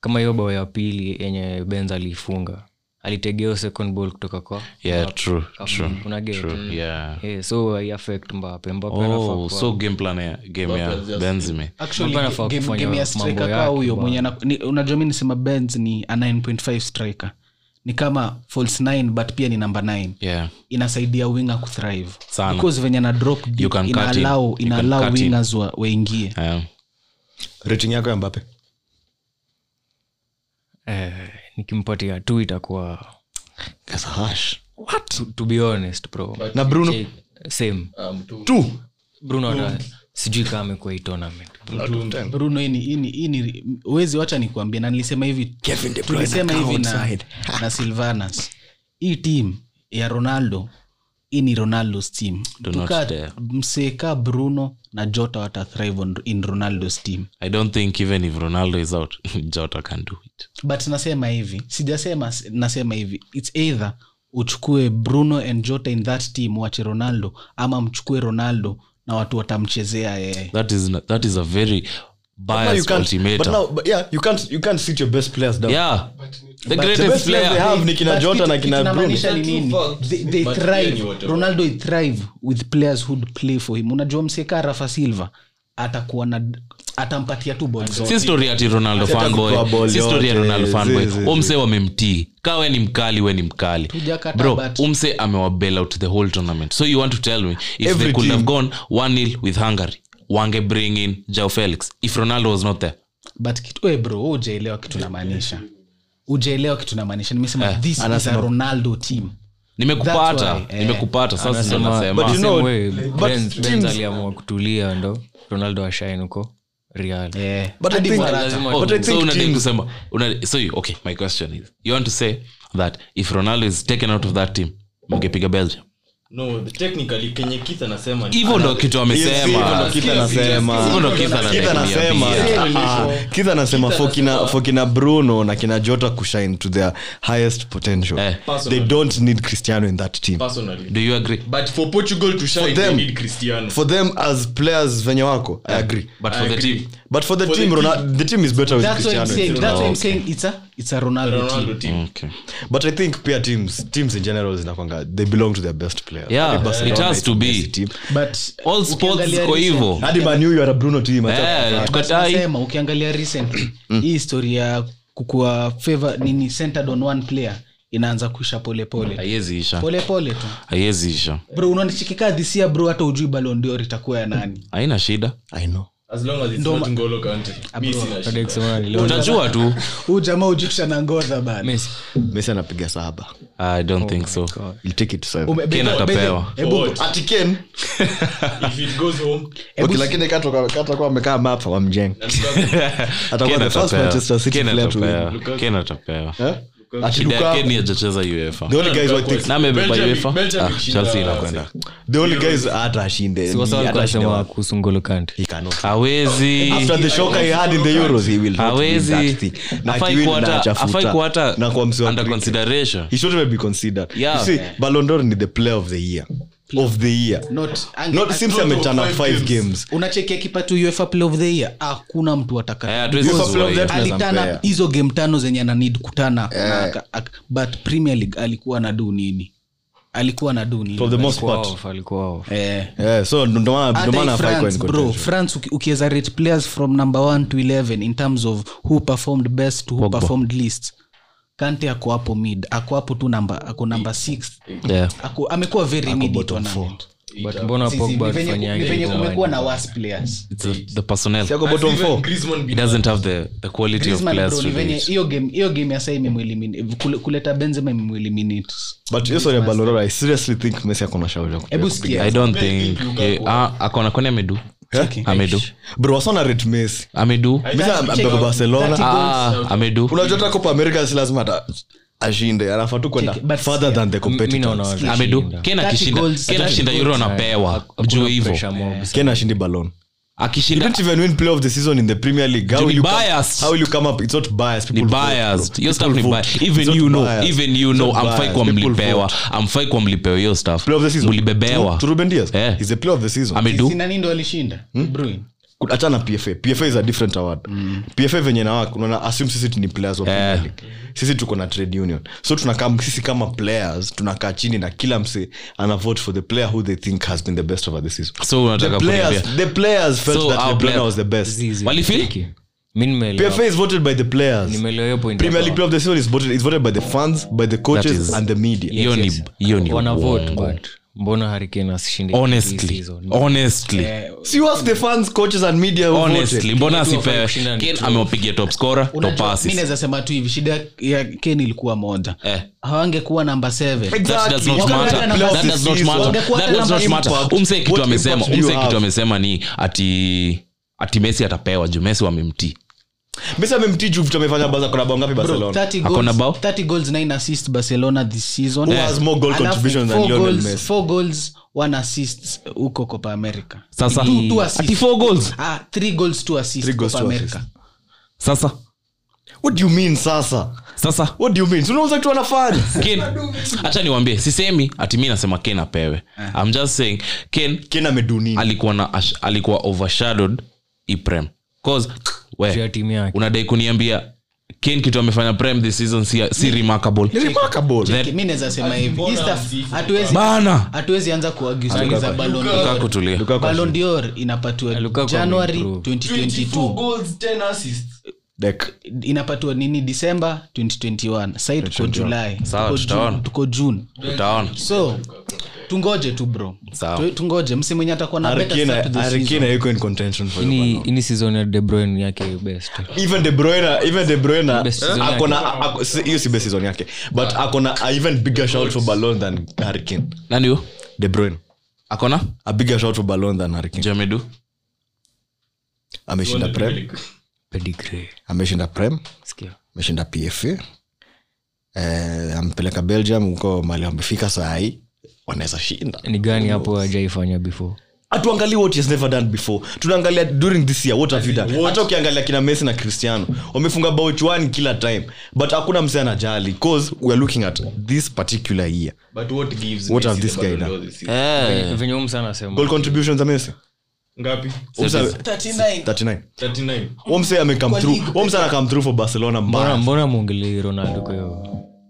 Speaker 3: kama hiyo bao ya pili yenye benz aliifunga alitegea hiyo second ball kutoka kwa
Speaker 4: yeah true true
Speaker 3: una get
Speaker 4: true yeah
Speaker 3: Eh, so iaffect mbape mbape
Speaker 4: oh so game plan ya game ya benzime
Speaker 1: Actually,
Speaker 3: Mbappe anafaa
Speaker 1: game-
Speaker 3: kufanya
Speaker 1: game ya
Speaker 3: mambo
Speaker 1: striker kaa
Speaker 3: yake
Speaker 1: huyo
Speaker 3: bwana.
Speaker 1: mwenye ana- ni- unajua mi nisema benz ni a 9.5 striker ni kama false 9 but pia ni number 9
Speaker 4: yeah
Speaker 1: inasaidia winga kuthrive
Speaker 4: Sana.
Speaker 1: because venye na drop deep,
Speaker 4: You can cut him.
Speaker 1: inaalau
Speaker 4: You can
Speaker 1: inaalau
Speaker 4: cut him.
Speaker 1: wingers wa, waingie
Speaker 4: um,
Speaker 2: rating yako ya mbape
Speaker 3: eh, nikimpatia tu itakuwa to, to be honest bro
Speaker 2: na bruno
Speaker 3: same
Speaker 2: two
Speaker 3: bruno hata sijui kama amekuwa hii tournament
Speaker 1: bruno hii ni- hii ni- hii ni uwezi wacha nikuambia na nilisema hivi
Speaker 2: Kevin De Bruyne
Speaker 1: tulisema
Speaker 2: kaa
Speaker 1: hivi na,
Speaker 2: outside.
Speaker 1: na silvanas hii tim ya ronaldo hii ni ronaldos team
Speaker 4: not
Speaker 1: Tuka-
Speaker 4: dare.
Speaker 1: mseka bruno na jota wata thrive on, in ronaldos team
Speaker 4: i don't think even if ronaldo is out jota can do it
Speaker 1: but nasema hivi sijasema nasema hivi its either uchukue bruno and jota in that team wache ronaldo ama mchukue ronaldo na watu watamchezea yeye
Speaker 4: that is not, that is a very
Speaker 2: Now you
Speaker 4: biased
Speaker 2: can't- but
Speaker 4: ultimatum
Speaker 2: now- but yeah, you can't- you can't sit your best players down.
Speaker 4: yeah the
Speaker 2: The best
Speaker 4: greatest
Speaker 2: players they
Speaker 4: player
Speaker 2: have ni kina
Speaker 1: But
Speaker 2: jota
Speaker 1: kitu-
Speaker 2: na
Speaker 1: kitu
Speaker 2: kina bruno
Speaker 1: namaanisha ni nini?
Speaker 5: Facts.
Speaker 1: They- they
Speaker 5: But
Speaker 1: thrive.
Speaker 5: yeye ni whatever.
Speaker 1: ronaldo i thrive with players who'd play for him unajua mseka rafa silva atakuwa na atampatia tu bol zote
Speaker 4: si story ati ronaldo
Speaker 2: Hata kutoa
Speaker 4: fanboy
Speaker 2: ball
Speaker 4: si story ya
Speaker 2: yote,
Speaker 4: ronaldo
Speaker 2: zi-
Speaker 4: fanboy
Speaker 2: zi- zi.
Speaker 4: umse wamemtii ka we ni mkali we ni mkali
Speaker 1: Tujakata
Speaker 4: bro
Speaker 1: but-
Speaker 4: umse amewabel out the whole tournament so you want to tell me if
Speaker 2: Every
Speaker 4: they could
Speaker 2: team-
Speaker 4: have gone one nil with hungary wange bring in jao felix if ronaldo was not there
Speaker 1: but kitu eh, bro ujaelewa kitu namaanisha ujaelewa kitu namaanisha nimesema
Speaker 2: Eh,
Speaker 1: this is a ronaldo team
Speaker 4: nimekupata
Speaker 1: That's why, eh.
Speaker 4: nimekupata sasa ndo
Speaker 3: But you
Speaker 4: nasema
Speaker 3: know,
Speaker 2: know,
Speaker 3: way,
Speaker 2: but
Speaker 3: Benz- Benz
Speaker 2: teams-
Speaker 3: aliamua kutulia ndo ronaldo ashain huko real
Speaker 1: Eh,
Speaker 2: But I
Speaker 1: hadi
Speaker 2: think-
Speaker 1: Morata.
Speaker 4: Oh,
Speaker 2: But I
Speaker 4: so
Speaker 2: think
Speaker 4: unadai
Speaker 2: teams-
Speaker 4: kusema una- so you- okay my question is you want to say that if ronaldo is taken out of that team mngepiga belgium
Speaker 5: no the- technically kenye keith anasema ni-
Speaker 4: hivyo ndo kitu amesema
Speaker 2: Yes, Keith anasema-
Speaker 4: hivyo ndo Keith
Speaker 2: Keith anasema-
Speaker 4: ananiambia.
Speaker 2: Ah, ah. Keith anasema for kina- for kina bruno na kina jota kushine to their highest potential
Speaker 4: Eh.
Speaker 2: they don't need cristiano in that team
Speaker 5: personally
Speaker 4: do you agree
Speaker 5: but for portugal to shine they
Speaker 2: them.
Speaker 5: need cristiano
Speaker 2: for them as players venye wako i agree
Speaker 4: Eh, but for the team
Speaker 2: but for the
Speaker 5: For the
Speaker 2: team
Speaker 5: team-
Speaker 2: Ronaldo- the team is better with
Speaker 1: That's why I'm
Speaker 2: cristiano
Speaker 1: saying- that's why I'm saying it's a- it's a Ronaldo team.
Speaker 5: ronaldo team
Speaker 4: okay
Speaker 2: but i think pia teams teams in general zinakwanga they belong to their best players
Speaker 4: Yeah,
Speaker 2: Hadi
Speaker 4: it
Speaker 2: Barcelona,
Speaker 4: has to
Speaker 2: it's a
Speaker 4: be.
Speaker 2: Messi team.
Speaker 1: But,
Speaker 4: all
Speaker 1: eh,
Speaker 4: sports
Speaker 1: ukiangalia
Speaker 4: ziko
Speaker 1: recent-
Speaker 4: hivyo
Speaker 2: hadi manu you are a bruno team hata-
Speaker 4: Eh,
Speaker 1: But
Speaker 4: tukatai
Speaker 1: nasema,
Speaker 4: Mm.
Speaker 1: ukiangalia recently hii historia ya kukua favor nini centered on one player inaanza kuisha polepole
Speaker 4: haiwezi isha
Speaker 1: polepole tu
Speaker 4: haiwezi isha
Speaker 1: bro unanichikikaa dhisia bro hata ujui balondior itakuwa ya nani
Speaker 4: haina shida
Speaker 2: i know
Speaker 5: as long as it's
Speaker 1: Ndo
Speaker 5: not
Speaker 1: ma-
Speaker 5: N'Golo Kante. Mi sina shida.
Speaker 4: utajua tu
Speaker 1: huu jamaa ujikusha na ngodha bana
Speaker 2: messi anapiga saba
Speaker 4: i don't think so
Speaker 2: He'll take it to seven.
Speaker 1: Ume-
Speaker 4: Ken
Speaker 1: Bezo-
Speaker 4: atapewa.
Speaker 1: Bezo- hebu-
Speaker 5: Forward.
Speaker 2: Ati Ken?
Speaker 5: If it goes home,
Speaker 1: hebu
Speaker 2: Okay,
Speaker 1: si- Eh?
Speaker 2: lakini katoka- katakuwa amekaa mapa wamjenga
Speaker 5: and Lukaku-
Speaker 2: atakuwa
Speaker 4: Ken
Speaker 2: the first
Speaker 4: atapewa.
Speaker 2: manchester city
Speaker 4: Ken
Speaker 2: player to win
Speaker 4: atapewa. Ken atapewa
Speaker 2: Eh? Ati
Speaker 4: shida
Speaker 2: Lukaku.
Speaker 4: ya Ken ni hajacheza uefa
Speaker 2: the only guys who I think
Speaker 5: Lukaku-
Speaker 4: na amebeba
Speaker 5: Belgium-
Speaker 4: UEFA.
Speaker 5: Belgium
Speaker 4: Ah,
Speaker 5: ikishinda-
Speaker 4: Chelsea inakwenda.
Speaker 2: the only guys hata ashinde hata ashinde
Speaker 3: siwasawasema
Speaker 2: wako.
Speaker 3: kuhusu ngolokant
Speaker 2: He cannot.
Speaker 4: hawezi
Speaker 2: after the shock I had in the Euros, he will not
Speaker 4: hawezi
Speaker 2: win that thing. Na
Speaker 4: afai
Speaker 2: akiwin, na
Speaker 4: kuata
Speaker 2: achafuta.
Speaker 4: afai kuata
Speaker 2: Na kwa msi wa
Speaker 4: under
Speaker 2: cricket.
Speaker 4: consideration
Speaker 2: He shouldn't even be considered. You
Speaker 4: Yeah.
Speaker 2: see, Ballon d'Or ni the player of the year. Of the year.
Speaker 1: not ange-
Speaker 2: Not- Simsi amechana
Speaker 5: five
Speaker 2: five
Speaker 5: games.
Speaker 2: games.
Speaker 1: unachekia kipa tu uefa play of the year hakuna mtu
Speaker 4: Eh,
Speaker 1: ataka
Speaker 4: hatuwezi
Speaker 2: UEFA
Speaker 4: kuzuia
Speaker 2: playoff
Speaker 4: hiyo.
Speaker 2: that- tunaweza
Speaker 1: alitana
Speaker 2: mpea.
Speaker 1: hizo game tano zenye ananid kutana
Speaker 2: Eh.
Speaker 1: na aka- ak- but premier league alikuwa na du nini alikuwa na du
Speaker 2: For the
Speaker 1: nini
Speaker 2: most part.
Speaker 3: alikuwa off.
Speaker 1: Eh.
Speaker 2: Yeah, so ndo- ndo maana- ndo
Speaker 1: Hata
Speaker 2: maana
Speaker 1: hii
Speaker 2: hafai kuwa in
Speaker 1: France, bro
Speaker 2: contention.
Speaker 1: france uki- ukiweza rate players from number 1 to 11 in terms of who performed best to who performed least kante ako hapo mid ako hapo tu namba ako namba 6
Speaker 4: Yeah.
Speaker 1: ako amekuwa very mid in tournament
Speaker 3: but mbona
Speaker 1: Sisi, ni
Speaker 3: pogba
Speaker 1: venye- ni
Speaker 3: alifanyaje
Speaker 1: venye
Speaker 3: hivyo
Speaker 1: kumekuwa
Speaker 3: man?
Speaker 1: na worse players
Speaker 4: It's the- the personnel.
Speaker 2: Siako bottom
Speaker 5: Even
Speaker 2: four.
Speaker 5: Griezmann
Speaker 4: He
Speaker 5: beat-
Speaker 4: doesn't have the- the quality of
Speaker 1: Griezmann,
Speaker 4: players
Speaker 1: bro, ni
Speaker 4: to
Speaker 1: venye-
Speaker 4: reach.
Speaker 1: hiyo game hiyo game ya saa imemweliminate kule- kuleta benzema imemweliminate
Speaker 2: But hiyo story ya Ballon d'Or, I seriously think Messi ako na shauri ya kupewa.
Speaker 1: hebu sikia
Speaker 4: I don't think- eh, ah, akona kwani amedu amedu
Speaker 2: Bro, wasona rate Messi.
Speaker 4: amedu
Speaker 2: Messi ame- ametoka Barcelona.
Speaker 1: Thirty-
Speaker 4: Ah, amedu
Speaker 2: Unajua hata Copa America si lazima ata- ashinde anafaa tu kwenda
Speaker 1: Check, but
Speaker 2: further than the
Speaker 3: mi
Speaker 2: competitors.
Speaker 3: naona wazi.
Speaker 4: amedu
Speaker 3: Shinda.
Speaker 4: ken akishinda
Speaker 1: goals,
Speaker 4: Ken
Speaker 1: 30
Speaker 4: akishinda euro anapewa mjue
Speaker 3: Pressure
Speaker 4: hivo
Speaker 3: mob.
Speaker 2: Ken ashindi Ballon. You
Speaker 4: akishinda
Speaker 2: didn't even win play of the season in the Premier League. How
Speaker 4: Juu
Speaker 2: will
Speaker 4: ni
Speaker 2: you come-
Speaker 4: biased.
Speaker 2: how will you come up? It's not biased.
Speaker 4: ni
Speaker 2: People vote,
Speaker 4: biased
Speaker 2: bro.
Speaker 4: hiyo stuff
Speaker 2: People
Speaker 4: ni
Speaker 2: vote.
Speaker 4: biased even
Speaker 2: It's
Speaker 4: you
Speaker 2: not
Speaker 4: know
Speaker 2: biased.
Speaker 4: even you
Speaker 2: It's
Speaker 4: know
Speaker 2: not
Speaker 4: amfai
Speaker 2: biased.
Speaker 4: kwa
Speaker 2: People
Speaker 4: mlipewa
Speaker 2: vote.
Speaker 4: amfai kwa mlipewa hiyo stuff
Speaker 2: Play of the season.
Speaker 4: mlibebewa
Speaker 2: To- to Ruben Dias.
Speaker 4: Eh.
Speaker 2: He's the player of the season.
Speaker 4: amedu
Speaker 1: Si nani ndo alishinda Bruyne.
Speaker 2: Ku- achana pfa pfa is a different award
Speaker 4: Mm.
Speaker 2: pfa venye nawak unaona assume sisi tu ni players wa Premier
Speaker 4: Eh.
Speaker 2: League. sisi tuko na trade union so tunakaa sisi kama players tunakaa chini na kila mse ana vote for the player who they think has been the best over the season
Speaker 4: So unataka
Speaker 2: the players, the
Speaker 4: kuniambia.
Speaker 2: players felt
Speaker 4: So
Speaker 2: that
Speaker 4: our
Speaker 2: the player
Speaker 4: player-
Speaker 2: was the best
Speaker 3: Zizi,
Speaker 4: Walifeel?
Speaker 3: fake. mi nimeelewa.
Speaker 2: pfa is voted by the players
Speaker 3: Nimeelewa hiyo point
Speaker 2: Premier
Speaker 3: yako.
Speaker 2: League player of the season is voted, is voted by the fans by the coaches
Speaker 4: is-
Speaker 2: and the media
Speaker 4: hiyo ni hiyo ni
Speaker 3: Wana vote,
Speaker 4: uongo.
Speaker 3: but mbona Harry Kane asishinde hii
Speaker 4: honestly
Speaker 3: season?
Speaker 4: honestly
Speaker 2: si was the fans coaches and media who
Speaker 4: honestly
Speaker 2: voted.
Speaker 4: mbona
Speaker 3: Watu wafai
Speaker 4: asipewe
Speaker 3: kushinda ni
Speaker 4: ken
Speaker 3: true.
Speaker 4: amewapigia top scorer top
Speaker 1: Unajua, mi
Speaker 4: passes
Speaker 1: naweza sema tu hivi shida ya ken ilikuwa moja
Speaker 4: Eh.
Speaker 1: hawangekuwa namba 7
Speaker 4: That does not
Speaker 2: Exactly.
Speaker 4: matter.
Speaker 1: Wangekuwa number
Speaker 4: That does
Speaker 1: six.
Speaker 4: not matter.
Speaker 1: Wangekuwa
Speaker 4: That does
Speaker 1: number
Speaker 4: not matter.
Speaker 2: impact.
Speaker 4: umse kitu
Speaker 2: What
Speaker 4: amesema
Speaker 2: impact do
Speaker 4: umse
Speaker 2: you
Speaker 4: kitu
Speaker 2: have?
Speaker 4: amesema ni ati ati mesi atapewa juu mesi wamemtii
Speaker 2: Messi amemtii juu vitu amefanya Barca, kuna bao ngapi Barcelona?
Speaker 1: 30
Speaker 4: Ako na
Speaker 1: goals-
Speaker 4: bao?
Speaker 1: 30 goals 9 assists barcelona this season Eh.
Speaker 2: Who has more goal
Speaker 1: Alafu
Speaker 2: contribution than
Speaker 1: four
Speaker 2: Lionel
Speaker 1: goals-
Speaker 2: Messi?
Speaker 1: four goals one assist huko copa america
Speaker 4: Sasa-
Speaker 1: Two- two assists.
Speaker 4: Ati four goals?
Speaker 1: ah, three goals two assists
Speaker 2: Three goals,
Speaker 1: copa
Speaker 2: two
Speaker 1: america
Speaker 4: sasa
Speaker 2: What do you mean sasa?
Speaker 4: sasa
Speaker 2: What do you mean? Si unauza kitu anafanya.
Speaker 4: ken hacha niwambie sisemi ati mi nasema ken apewe I'm just saying ken
Speaker 2: Ken ameduni.
Speaker 4: alikuwa na ash- alikuwa overshadowed iprem cause
Speaker 3: Juu ya
Speaker 4: we
Speaker 3: timu yake.
Speaker 4: unadai kuniambia ken kitu amefanya prem this season si, si remarkable
Speaker 2: Ni remarkable.
Speaker 4: That-
Speaker 1: mi naweza sema hivi
Speaker 5: mbona
Speaker 1: Hii stuff
Speaker 5: msifu?
Speaker 1: hatuwezi-
Speaker 4: bana
Speaker 1: hatuwezi anza kuagiza
Speaker 4: kaku tulia
Speaker 1: ballon d'or inapatiwa
Speaker 3: Lukaku
Speaker 1: january
Speaker 3: ameimprove.
Speaker 5: 24
Speaker 1: 2022
Speaker 5: goals, 10 assists.
Speaker 2: Dek.
Speaker 1: inapatiwa nini disemba 2021 sahii tuko julai
Speaker 4: Sawa,
Speaker 1: Tuko
Speaker 4: tutaona.
Speaker 1: June- tuko june
Speaker 4: utaona
Speaker 1: so tungoje tu bro
Speaker 4: Sawa.
Speaker 1: Tu- tungoje msimwenye atakuwa na
Speaker 2: Harry
Speaker 1: better
Speaker 2: Kane-
Speaker 1: start to the
Speaker 2: Harry
Speaker 1: season.
Speaker 2: Kane hayuko in contention for
Speaker 3: Ini-
Speaker 2: Ballon d'Or.
Speaker 3: ini season ya De Bruyne yake best
Speaker 2: Even De Bruyne- even De Bruyne,
Speaker 3: Best season yake.
Speaker 2: ako na- ako- si- hiyo si best season yake but ako na a even bigger shout for Ballon than Harry Kane.
Speaker 4: nani huyo
Speaker 2: De Bruyne.
Speaker 4: akona
Speaker 2: A bigger shout for Ballon than Harry Kane.
Speaker 4: jamedu
Speaker 2: ameshinda prem
Speaker 3: Pedigree.
Speaker 2: ameshinda prem
Speaker 3: Sikia.
Speaker 2: ameshinda pfa eh, ampeleka belgium huko mali wamefika sahii wanaweza shinda
Speaker 3: ni gani hapo ajaifanya before
Speaker 2: hatuangalie what he has never done before tunaangalia during this year what have you done hata ukiangalia kina messi na cristiano wamefunga bao chwani kila time but hakuna msee anajali cause we are looking at this particular year
Speaker 5: But what gives
Speaker 2: What
Speaker 5: Messi
Speaker 2: have this
Speaker 5: the
Speaker 2: guy
Speaker 5: Ballon
Speaker 2: done?
Speaker 5: d'Or this season?
Speaker 4: eh.
Speaker 3: venye huyu msana anasema
Speaker 2: goal contribution za messi
Speaker 5: Ngapi?
Speaker 2: Omsa-
Speaker 1: 39.
Speaker 2: 39
Speaker 5: 39.
Speaker 2: omse amekam through omse anakam through for barcelona
Speaker 3: mbona
Speaker 2: mbaya
Speaker 3: mbona mwongelei ronaldo kwa hiyo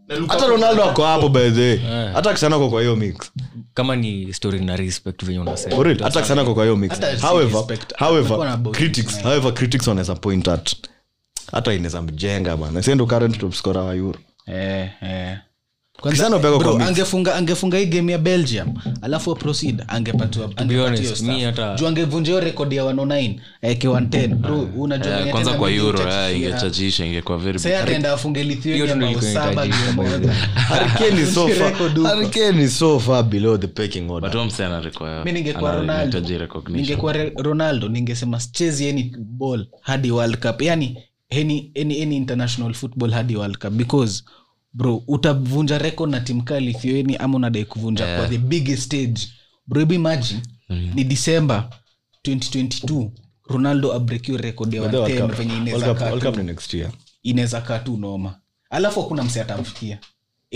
Speaker 5: Na Lukaku-
Speaker 2: hata ronaldo ako hapo by the way hata Cristiano ako kwa hiyo mix
Speaker 3: kama ni story na respect venye unasema
Speaker 2: For real, hata sana kwa kwa hiyo mix
Speaker 1: Hata si
Speaker 2: however
Speaker 1: respect. Kulikuwa na
Speaker 2: however
Speaker 1: about
Speaker 2: critics however critics wanaweza point at hata inaweza mjenga bana sendo current top scorer wa euro
Speaker 1: Eh, eh. Kwanza-
Speaker 2: Cristiano Bego
Speaker 1: bro,
Speaker 2: kwa mix.
Speaker 1: angefunga angefunga hii game ya belgium alafu proceed angepatiwa
Speaker 3: honest,
Speaker 1: angepatiwa
Speaker 3: mi
Speaker 1: staff.
Speaker 3: hata- Ah,
Speaker 1: juu angevunja hiyo rekodi ya 109 eke 110 bro unajua
Speaker 4: Eh,
Speaker 1: venye
Speaker 4: kwanza
Speaker 1: tena
Speaker 4: kwa
Speaker 1: mimi
Speaker 4: euro
Speaker 1: nitachifia.
Speaker 4: eh, ingechachisha ingekuwa very
Speaker 1: Sasa ataenda afunge
Speaker 3: Hiyo
Speaker 1: Lithuania
Speaker 3: tu ndio
Speaker 1: mabao
Speaker 3: ilikuwa
Speaker 1: saba
Speaker 3: inahitajika,
Speaker 1: game
Speaker 3: by the
Speaker 1: moja.
Speaker 2: Hurricane is so far-
Speaker 1: Record huko.
Speaker 2: Hurricane is so far below the pecking order.
Speaker 4: but huyo msee anarequire-
Speaker 1: mi ningekuwa
Speaker 4: ana-
Speaker 1: ronaldo
Speaker 4: anahitaji recognition
Speaker 1: ningekuwa Re- ronaldo ningesema chezi any ball hadi world cup yani any, any, any international football hadi world cup because bro utavunja record na timu kaa lithuani ama unadai kuvunja kwa the biggest stage bro hebu imagine
Speaker 4: Mm.
Speaker 1: ni december 2022 ronaldo abrekio rekod ya
Speaker 2: But the World
Speaker 1: 110
Speaker 2: Cup-
Speaker 1: venye
Speaker 2: World
Speaker 1: inaweza
Speaker 2: Cup-
Speaker 1: kaa
Speaker 2: World
Speaker 1: tu-
Speaker 2: Cup ni next year.
Speaker 1: inaweza kaa tu noma alafu hakuna mse atamfikia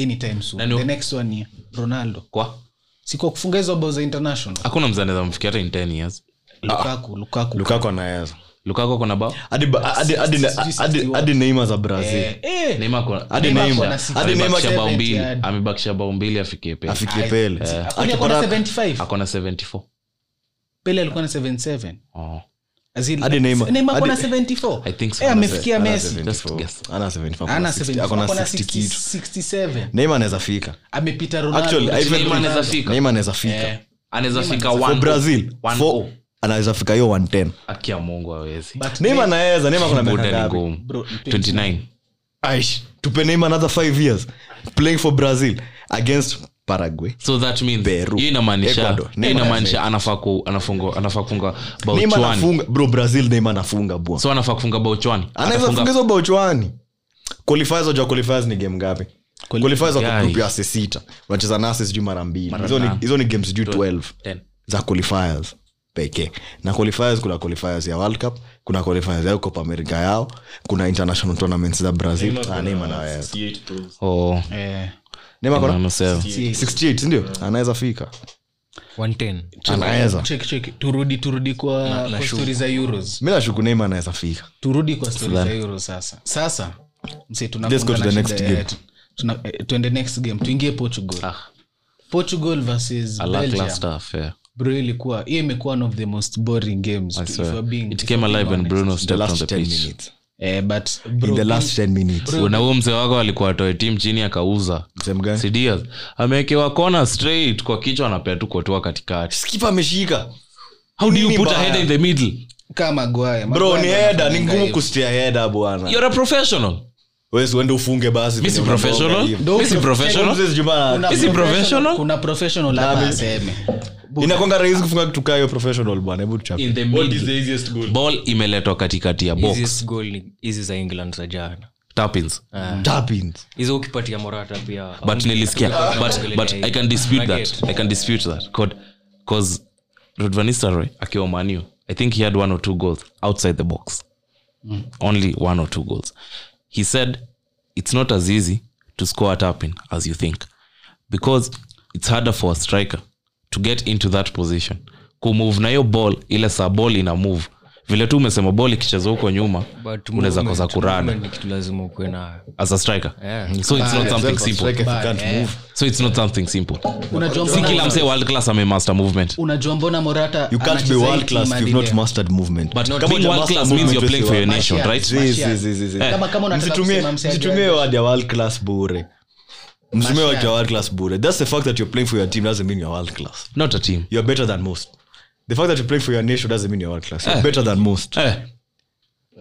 Speaker 1: anytime soon
Speaker 4: Nani-
Speaker 1: the next one year ronaldo
Speaker 4: kwa
Speaker 1: si kwa kufunga hizo bao za international
Speaker 4: hakuna mzee anaweza mfikia hata in 10 years
Speaker 1: lukaku lukaku
Speaker 2: Lukaku anaweza.
Speaker 4: lukaku kuna bao
Speaker 2: Hadi ba- hadi- hadi- hadi- hadi- hadi Neymar za Brazil.
Speaker 1: Eh,
Speaker 2: eh,
Speaker 4: Neymar kuna-
Speaker 2: Hadi
Speaker 1: Neymar
Speaker 2: Neymar.
Speaker 1: kuna six-
Speaker 2: Hadi Neymar
Speaker 4: amebakisha
Speaker 1: seven,
Speaker 4: bao mbili
Speaker 1: yeah.
Speaker 4: amebakisha bao mbili afikie pe
Speaker 2: afikie Pele.
Speaker 1: Eh,
Speaker 2: Akipata-
Speaker 1: akona
Speaker 4: ako na 74
Speaker 1: alikuwa na 77
Speaker 4: oh.
Speaker 1: Azil-
Speaker 2: Hadi Neymar.
Speaker 1: Neymar ako na
Speaker 2: Hadi-
Speaker 1: 74.
Speaker 4: I think so,
Speaker 1: Eh,
Speaker 4: ana
Speaker 1: amefikia
Speaker 2: Ana
Speaker 1: messi
Speaker 2: 74.
Speaker 4: guess.
Speaker 2: Ana 74,
Speaker 1: ana
Speaker 2: akona 60,
Speaker 1: 74,
Speaker 2: akona
Speaker 1: ako na
Speaker 2: 60 kitu.
Speaker 1: 67
Speaker 2: Neymar anaweza fika.
Speaker 1: amepita Eh,
Speaker 2: Actually, I
Speaker 4: Neymar
Speaker 2: even-
Speaker 4: anaweza fika. oh.
Speaker 2: Neymar anaweza fika.
Speaker 4: anaweza fika
Speaker 2: For
Speaker 4: 1-0.
Speaker 2: Brazil,
Speaker 4: 1-0.
Speaker 2: for- anaweza fika hiyo 110.
Speaker 4: aki ya mungu awezi
Speaker 2: Neymar anaweza, Neymar kuna miaka
Speaker 4: buda ni
Speaker 2: ngapi?
Speaker 4: ngumu
Speaker 1: Bro,
Speaker 4: 29
Speaker 2: Aish, tupe Neymar another five years playing for Brazil against Paraguay.
Speaker 4: so that means
Speaker 2: Peru,
Speaker 4: hiyo inamaanisha
Speaker 2: Ecuador,
Speaker 4: hiyo
Speaker 2: Neymar
Speaker 4: inamaanisha anafaa ku- anafunga anafaa kufunga bao
Speaker 2: Neymar
Speaker 4: chwani
Speaker 2: anafunga- bro, Brazil Neymar anafunga bwana.
Speaker 4: so anafaa kufunga bao chwani
Speaker 2: anaweza
Speaker 4: Atafunga-
Speaker 2: funga hizo bao chwani qualifiers wajua qualifiers ni game ngapi qualifiers wako
Speaker 4: Guy.
Speaker 2: group ya ase sita unacheza nase sijui mara mbili
Speaker 4: Mara
Speaker 2: hizo ni,
Speaker 4: tano.
Speaker 2: hizo ni game sijui 12
Speaker 4: Ten.
Speaker 2: za qualifiers pekee na qualifiers kuna qualifiers ya world cup kuna qualifiers ya copa america yao kuna international tournaments za brazil Ah, Neymar anaweza
Speaker 4: Oh,
Speaker 1: Eh,
Speaker 2: Neymar
Speaker 4: Neymar
Speaker 2: kuna
Speaker 4: amesema.
Speaker 2: 68 sindio anaweza fika
Speaker 3: 110
Speaker 2: anaweza
Speaker 1: turudi turudi kwa, kwa stori za euros
Speaker 2: mi nashuku Neymar anaweza fika
Speaker 1: turudi kwa stori za euros sasa sasa mse
Speaker 2: Let's go to the next game.
Speaker 1: tuende eh, next game tuingie portugal
Speaker 4: Ah.
Speaker 1: portugal versus
Speaker 4: I like
Speaker 1: Belgium.
Speaker 4: class stuff, yeah.
Speaker 1: bro ilikuwa hiyo imekuwa one of the most boring games
Speaker 4: I
Speaker 1: if
Speaker 4: swear.
Speaker 1: we're being-
Speaker 4: It
Speaker 1: if
Speaker 4: came
Speaker 1: we're being
Speaker 4: alive when
Speaker 1: honest.
Speaker 4: Bruno
Speaker 2: the
Speaker 4: stepped on
Speaker 2: last
Speaker 4: the
Speaker 2: 10
Speaker 4: pitch.
Speaker 2: minutes
Speaker 1: eh, but
Speaker 2: in
Speaker 1: bro,
Speaker 2: the last 10 minutes
Speaker 4: na huo mzee wako alikuwa atoe tim chini akauza
Speaker 2: Msemo gani?
Speaker 4: Si Diaz. amewekewa kona straight kwa kichwa anapea tu kuotoa katikati
Speaker 2: skipa ameshika
Speaker 4: how do you
Speaker 2: Nini
Speaker 4: put a
Speaker 2: mbaya?
Speaker 4: header in the middle
Speaker 1: kama Maguire,
Speaker 2: bro
Speaker 1: Maguire
Speaker 2: ni
Speaker 1: anafanya
Speaker 2: heda ni ngumu
Speaker 1: hivyo.
Speaker 2: kustia heda bwana
Speaker 4: you're a professional
Speaker 2: wesi uende ufunge basi
Speaker 4: mi si professional mi si professional
Speaker 1: Kuna
Speaker 4: Is he professional?
Speaker 1: kuna professional hapa aseme
Speaker 2: inakwanga rahisi kufunga kitu kaa hiyo professional bwana hebu tuchape
Speaker 4: in the
Speaker 5: What is
Speaker 4: middle
Speaker 5: the easiest goal?
Speaker 4: ball imeletwa katikati ya box
Speaker 3: Easiest goal ni hizi za england za jana
Speaker 4: tapins
Speaker 2: Tap in.
Speaker 3: hizo ukipatia morata pia
Speaker 4: but nilisikia but, but i can dispute that i can dispute that because rod van Nistelrooy akiwa manu i think he had one or two goals outside the box
Speaker 3: Mm.
Speaker 4: only one or two goals he said it's not as easy to score a tapping as you think because it's harder for a striker to get into that position kumove na hiyo ball ile saa ball ina move vile tu umesema ball ikichezwa huko nyuma
Speaker 3: But
Speaker 4: unaweza kosa
Speaker 3: movement-
Speaker 4: kurada
Speaker 3: movement ni kitu lazima ukuwe nayo
Speaker 4: as a striker
Speaker 3: Yeah.
Speaker 4: so it's not something simple
Speaker 2: Strike if you can't
Speaker 1: eh?
Speaker 2: move.
Speaker 4: so it's not something simple
Speaker 1: Unajua
Speaker 4: si
Speaker 1: mbona-
Speaker 4: kila msee world class amemaster movement
Speaker 1: unajua mbona morata
Speaker 2: You can't be
Speaker 1: anacheza hii
Speaker 2: world
Speaker 1: team
Speaker 2: class if
Speaker 1: hadi
Speaker 2: you've not
Speaker 1: leo?
Speaker 2: mastered movement.
Speaker 4: but
Speaker 2: Kama
Speaker 4: being
Speaker 2: huja
Speaker 4: world
Speaker 2: master
Speaker 4: class
Speaker 2: movement
Speaker 4: means you're
Speaker 2: wesi
Speaker 4: playing
Speaker 2: wa-
Speaker 4: for your
Speaker 1: Martial.
Speaker 4: nation right
Speaker 1: Martial.
Speaker 2: Zi- zi- zi- zi- zi.
Speaker 1: Kama- kama unataka
Speaker 2: Msitumie-
Speaker 1: kusema msee
Speaker 2: msitumie
Speaker 1: ajue-
Speaker 2: word ya world class bure msitumie word ya world class bure that's the fact that you're playing for your team doesn't mean you're world class
Speaker 4: not a team
Speaker 2: you're better than most the fact that you're playing for your nation doesn't mean you're world class you're better than most
Speaker 4: eh,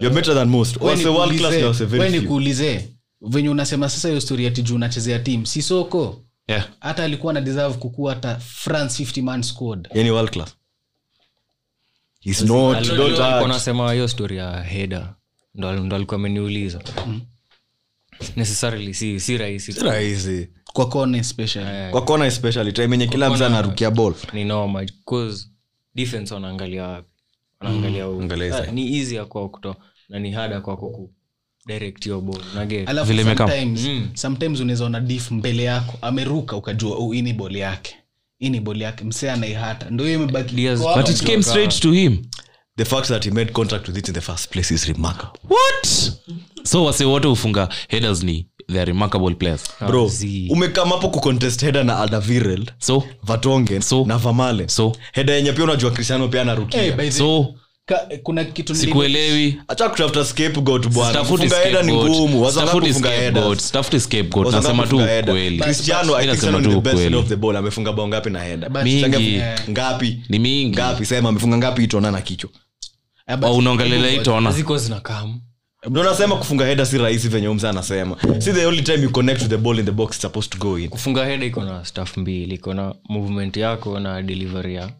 Speaker 2: you're better than most
Speaker 1: We
Speaker 2: once you're world class
Speaker 1: nikuulize-
Speaker 2: you're
Speaker 1: we
Speaker 2: very few
Speaker 1: nikuulize venye unasema sasa hiyo story ati juu unachezea tim si soko
Speaker 4: yeah
Speaker 1: hata alikuwa na deserve kukua hata france 50 man squad
Speaker 2: yani world class he's not don't
Speaker 3: alikuwa
Speaker 2: touch
Speaker 3: nasema hiyo story ya heda ndo ndo alikuwa ameniuliza necessarily si si rahisi
Speaker 2: Si rahisi
Speaker 1: kwa kone special
Speaker 4: Eh.
Speaker 2: kwa kona especially time yenye kila mzee anarukia ball
Speaker 3: ni noma cause defense wanaangalia wapi wanaangalia
Speaker 2: Mm.
Speaker 3: huko. Ah, ni easy ya kwao kutoa na ni hada kwako ku direct your ball na get
Speaker 1: alafu
Speaker 4: Vile imekaa.
Speaker 1: sometimes, sometimes unaweza ona dif mbele yako ameruka ukajua oh, hii ni bol yake hii ni bol yake msee anaihata ndo hiyo imebaki
Speaker 3: Diaz-
Speaker 1: kwa
Speaker 4: but
Speaker 1: hapo.
Speaker 4: it came straight to him
Speaker 2: the fact that he made contact with it in the first place is remarkable
Speaker 4: what so wase wote hufunga headers ni they are remarkable players
Speaker 2: bro
Speaker 3: Kazi.
Speaker 2: umekama hapo kucontest heda na aldavirel
Speaker 4: so
Speaker 2: vatongen
Speaker 4: So.
Speaker 2: na vamale
Speaker 4: So.
Speaker 2: heda yenye pia unajua cristiano pia
Speaker 1: Eh,
Speaker 2: anarukia
Speaker 1: by the-
Speaker 4: so
Speaker 1: ka, kuna kitu nili-
Speaker 4: sikuelewi
Speaker 2: acha kutafuta scapegoat bwana
Speaker 4: Sitafuti
Speaker 2: kufunga heda ni
Speaker 4: scapegoat.
Speaker 2: ngumu wasanga
Speaker 4: Sitafuti
Speaker 2: kufunga heda
Speaker 4: scapegoat. Sitafuti scapegoat.
Speaker 2: Wasanga
Speaker 4: nasema tu
Speaker 2: kufunga heda.
Speaker 4: ukweli
Speaker 2: Cristiano, I
Speaker 4: Mi
Speaker 2: think
Speaker 4: nasema
Speaker 2: Cristiano
Speaker 4: tu
Speaker 2: ni the best
Speaker 4: ukweli.
Speaker 2: head of the ball amefunga bao ngapi na heda
Speaker 4: Mingi.
Speaker 2: Changia- ngapi
Speaker 4: ni mingi
Speaker 2: ngapi sema amefunga ngapi itaona na kichwa
Speaker 1: Ah, but-
Speaker 4: Au unaongelelea itona
Speaker 3: ziko zinakam
Speaker 2: mnasema kufunga heda si rahisi venye umza anasema si the only time you connect with the ball in the box it's supposed to go in
Speaker 3: kufunga heda iko na staff mbili iko na movement yako na delivery ya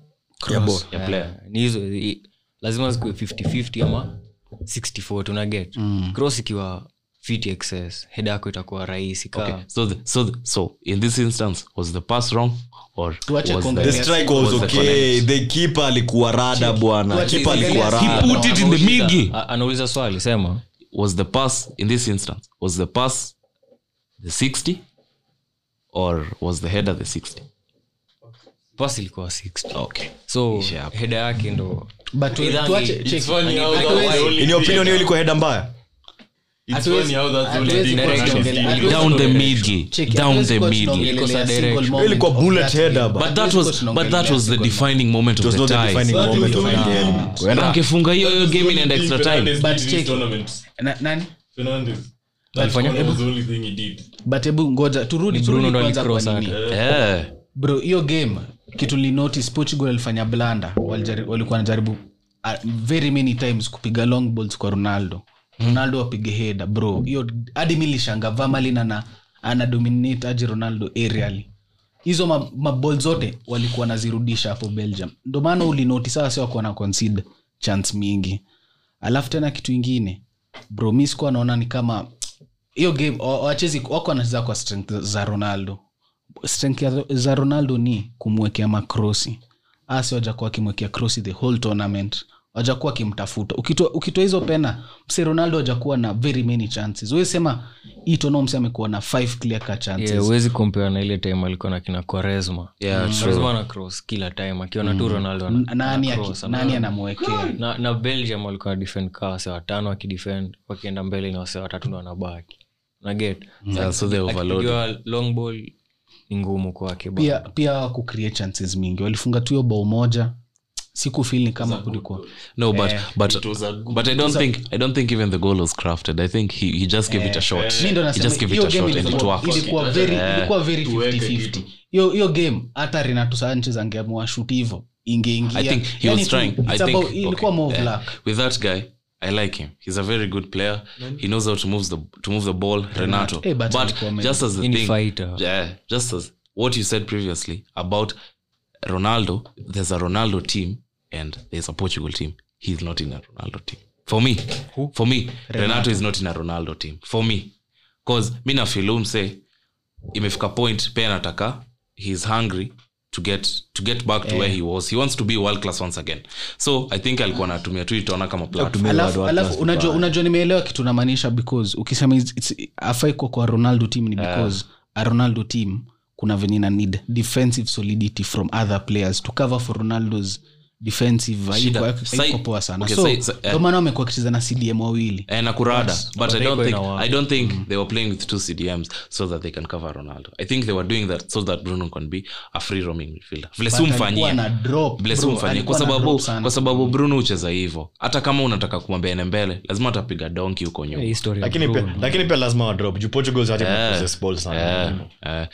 Speaker 2: ya ball
Speaker 3: ya player Eh, ni hizo i- lazima zikuwe 5050 ama 64 tunaget mm. cross ikiwa fit excess heda yako itakuwa rahisi ka okay.
Speaker 4: so the, so the, so in this instance was the pass wrong or
Speaker 1: Tuache
Speaker 4: was
Speaker 1: kuongelea
Speaker 2: the
Speaker 4: the,
Speaker 2: strike was
Speaker 4: Was the
Speaker 2: okay the keeper alikuwa rada bwana keeper alikuwa
Speaker 4: He
Speaker 2: rada
Speaker 4: put it in the middle.
Speaker 3: anauliza swali sema
Speaker 4: was the pass in this instance was the pass the 60 or was the header the 60
Speaker 3: pas ilikuwa 60
Speaker 4: okay
Speaker 3: so heda yake ndo
Speaker 1: but tu-
Speaker 3: Irangi,
Speaker 1: tuache-
Speaker 3: it's
Speaker 1: check.
Speaker 5: funny how
Speaker 1: Hatuwezi-
Speaker 5: that was only-
Speaker 2: in your opinion hiyo ilikuwa heda mbaya
Speaker 1: hatuwezi-
Speaker 5: funny how that's the only
Speaker 1: hatuwezi
Speaker 5: thing
Speaker 1: kuwa
Speaker 5: that is
Speaker 1: tunaongelea-
Speaker 5: leading.
Speaker 1: hatuwezi
Speaker 4: down the
Speaker 1: kuongelea-
Speaker 4: middle
Speaker 1: check,
Speaker 4: down
Speaker 1: hatuwezi
Speaker 4: the
Speaker 1: kuwa
Speaker 4: middle
Speaker 1: tunaongelea
Speaker 3: Ikosa
Speaker 1: single
Speaker 3: direction.
Speaker 1: moment
Speaker 2: Ilikuwa
Speaker 1: of
Speaker 2: bullet
Speaker 1: that
Speaker 2: header,
Speaker 1: game.
Speaker 2: but
Speaker 4: but that
Speaker 1: Hatuwezi
Speaker 4: was
Speaker 1: kuwa
Speaker 4: but that was the
Speaker 1: tunaongelea single moment.
Speaker 4: defining moment
Speaker 2: it
Speaker 4: of
Speaker 2: was
Speaker 4: the
Speaker 2: not the defining
Speaker 4: tie
Speaker 2: moment of the game Wenda-
Speaker 4: angefunga hiyo hiyo game inaenda extra time
Speaker 1: But
Speaker 5: But
Speaker 1: check.
Speaker 5: check. Tournament.
Speaker 1: Na- nani
Speaker 5: Fernandes.
Speaker 3: Alifanya-
Speaker 5: That was the only thing he did.
Speaker 1: but hebu ngoja turudi
Speaker 3: Ni Bruno
Speaker 1: turudi
Speaker 3: ndo
Speaker 1: kwanza
Speaker 3: alicross
Speaker 1: kwa nini.
Speaker 4: yeah
Speaker 1: bro hiyo game kitu linotice portugal walifanya blanda Walijari- walikuwa wanajaribu uh, very many times kupiga long balls kwa ronaldo ronaldo apige heda bro hiyo hadi milishanga vamalin ana anadominate aji ronaldo aerially hizo mabol ma balls zote walikuwa wanazirudisha hapo belgium ndio maana ulinoti sasa si wakuwa na concede chance mingi alafu tena kitu ingine bro mi sikuwa naona ni kama hiyo game wa- wachezi wako wanacheza kwa strength za ronaldo strength ya- za ronaldo ni kumwekea makrosi asi wajakuwa wakimwekea krosi the whole tournament wajakuwa wakimtafuta ukitoa ukitoa hizo pena mse ronaldo wajakuwa na very many chances Huwezi sema hii tono mse amekuwa na five clear cut chances
Speaker 3: yeah, huwezi kompea na ile time alikuwa na kina kwaresma
Speaker 4: Yeah,
Speaker 3: kwaresma ana cross kila time akiona tu ronaldo ana-
Speaker 1: N- nani,
Speaker 3: ana
Speaker 1: aki-
Speaker 3: cross, ana-
Speaker 1: nani anamwekea
Speaker 3: na, na belgium walikuwa na defend kaa wase watano wakidefend wakienda mbele ni wase watatu ndo wanabaki naget
Speaker 4: Mm, yeah so they overload
Speaker 3: long ball ni ngumu kwake bwana.
Speaker 1: pia pia hawakucreate chances mingi walifunga tu hiyo bao moja siku feel ni kama kulikuwa
Speaker 4: No, but
Speaker 1: Eh.
Speaker 4: but but I don't think I don't think even the goal was crafted. I think he, he just gave it
Speaker 2: Eh.
Speaker 4: a shot.
Speaker 1: mi ndo
Speaker 4: he
Speaker 1: nasema
Speaker 4: just gave it
Speaker 1: hiyo
Speaker 4: a shot
Speaker 1: game
Speaker 4: and it
Speaker 1: ilikuwa
Speaker 4: worked.
Speaker 1: ilikuwa very ilikuwa very
Speaker 5: Tuweke
Speaker 1: 50-50 hiyo hiyo game hata renato sanchez angeamua shut hivo ingeingia
Speaker 4: I think he
Speaker 1: Yaani
Speaker 4: was
Speaker 1: tu,
Speaker 4: trying. I
Speaker 1: it's
Speaker 4: think
Speaker 1: about- ilikuwa
Speaker 4: okay, Eh.
Speaker 1: more of
Speaker 4: yeah.
Speaker 1: luck.
Speaker 4: with that guy. I like him. He's a very good player. He knows how to move the to move the ball, Renato.
Speaker 1: Mm. Eh, but
Speaker 4: but
Speaker 1: alikuwa amazing.
Speaker 4: just as the
Speaker 3: Yeye ni
Speaker 4: thing,
Speaker 3: fighter.
Speaker 4: yeah, just as what you said previously about Ronaldo, there's a Ronaldo team and there's a Portugal team. He's not in a Ronaldo team. For me, for me, Renato, is not in a Ronaldo team. For me, because mi nafilum say imefika point pe anataka heis hungry to get, to get back to where he was he wants to be world class once again so i think alikuwa anatumia tu itaona kama platform.
Speaker 2: Tumia
Speaker 1: Alafu-
Speaker 2: watu- watu
Speaker 1: alafu
Speaker 2: wasi-
Speaker 1: unajua unajua nimeelewa kitu namaanisha because ukisema it's- it's- afai kwa kwa ronaldo team ni because a ronaldo team kuna venye na need defensive solidity from other players to cover for ronaldos defensive
Speaker 4: Shida.
Speaker 1: haiko- haiko-
Speaker 4: Sai-
Speaker 1: haiko poa sana
Speaker 4: okay,
Speaker 1: so
Speaker 4: sai- sai-
Speaker 1: ndio maana wamekuwa wakicheza na cdm wawili
Speaker 4: Eh, na kurada but i don't
Speaker 3: iko
Speaker 4: think,
Speaker 3: inawa-
Speaker 4: I don't think
Speaker 1: Mm.
Speaker 4: they were playing with two cdms so that they can cover ronaldo i think they were doing that so that bruno can be a free roaming midfielder vile si
Speaker 1: Alikuwa
Speaker 4: umfanyie
Speaker 1: na drop,
Speaker 4: Bless
Speaker 1: bro,
Speaker 4: umfanyie.
Speaker 1: alikuwa
Speaker 4: kwa
Speaker 1: na
Speaker 4: sababu
Speaker 1: drop sana.
Speaker 4: kwa sababu bruno hucheza hivyo hata kama unataka kuambene mbele lazima atapiga donki huko nyuma
Speaker 3: Hii story ya
Speaker 2: lakini
Speaker 3: Bruno.
Speaker 2: pia lakini pia lazima wadrop juu portugal hata possess ball sana
Speaker 4: Eh,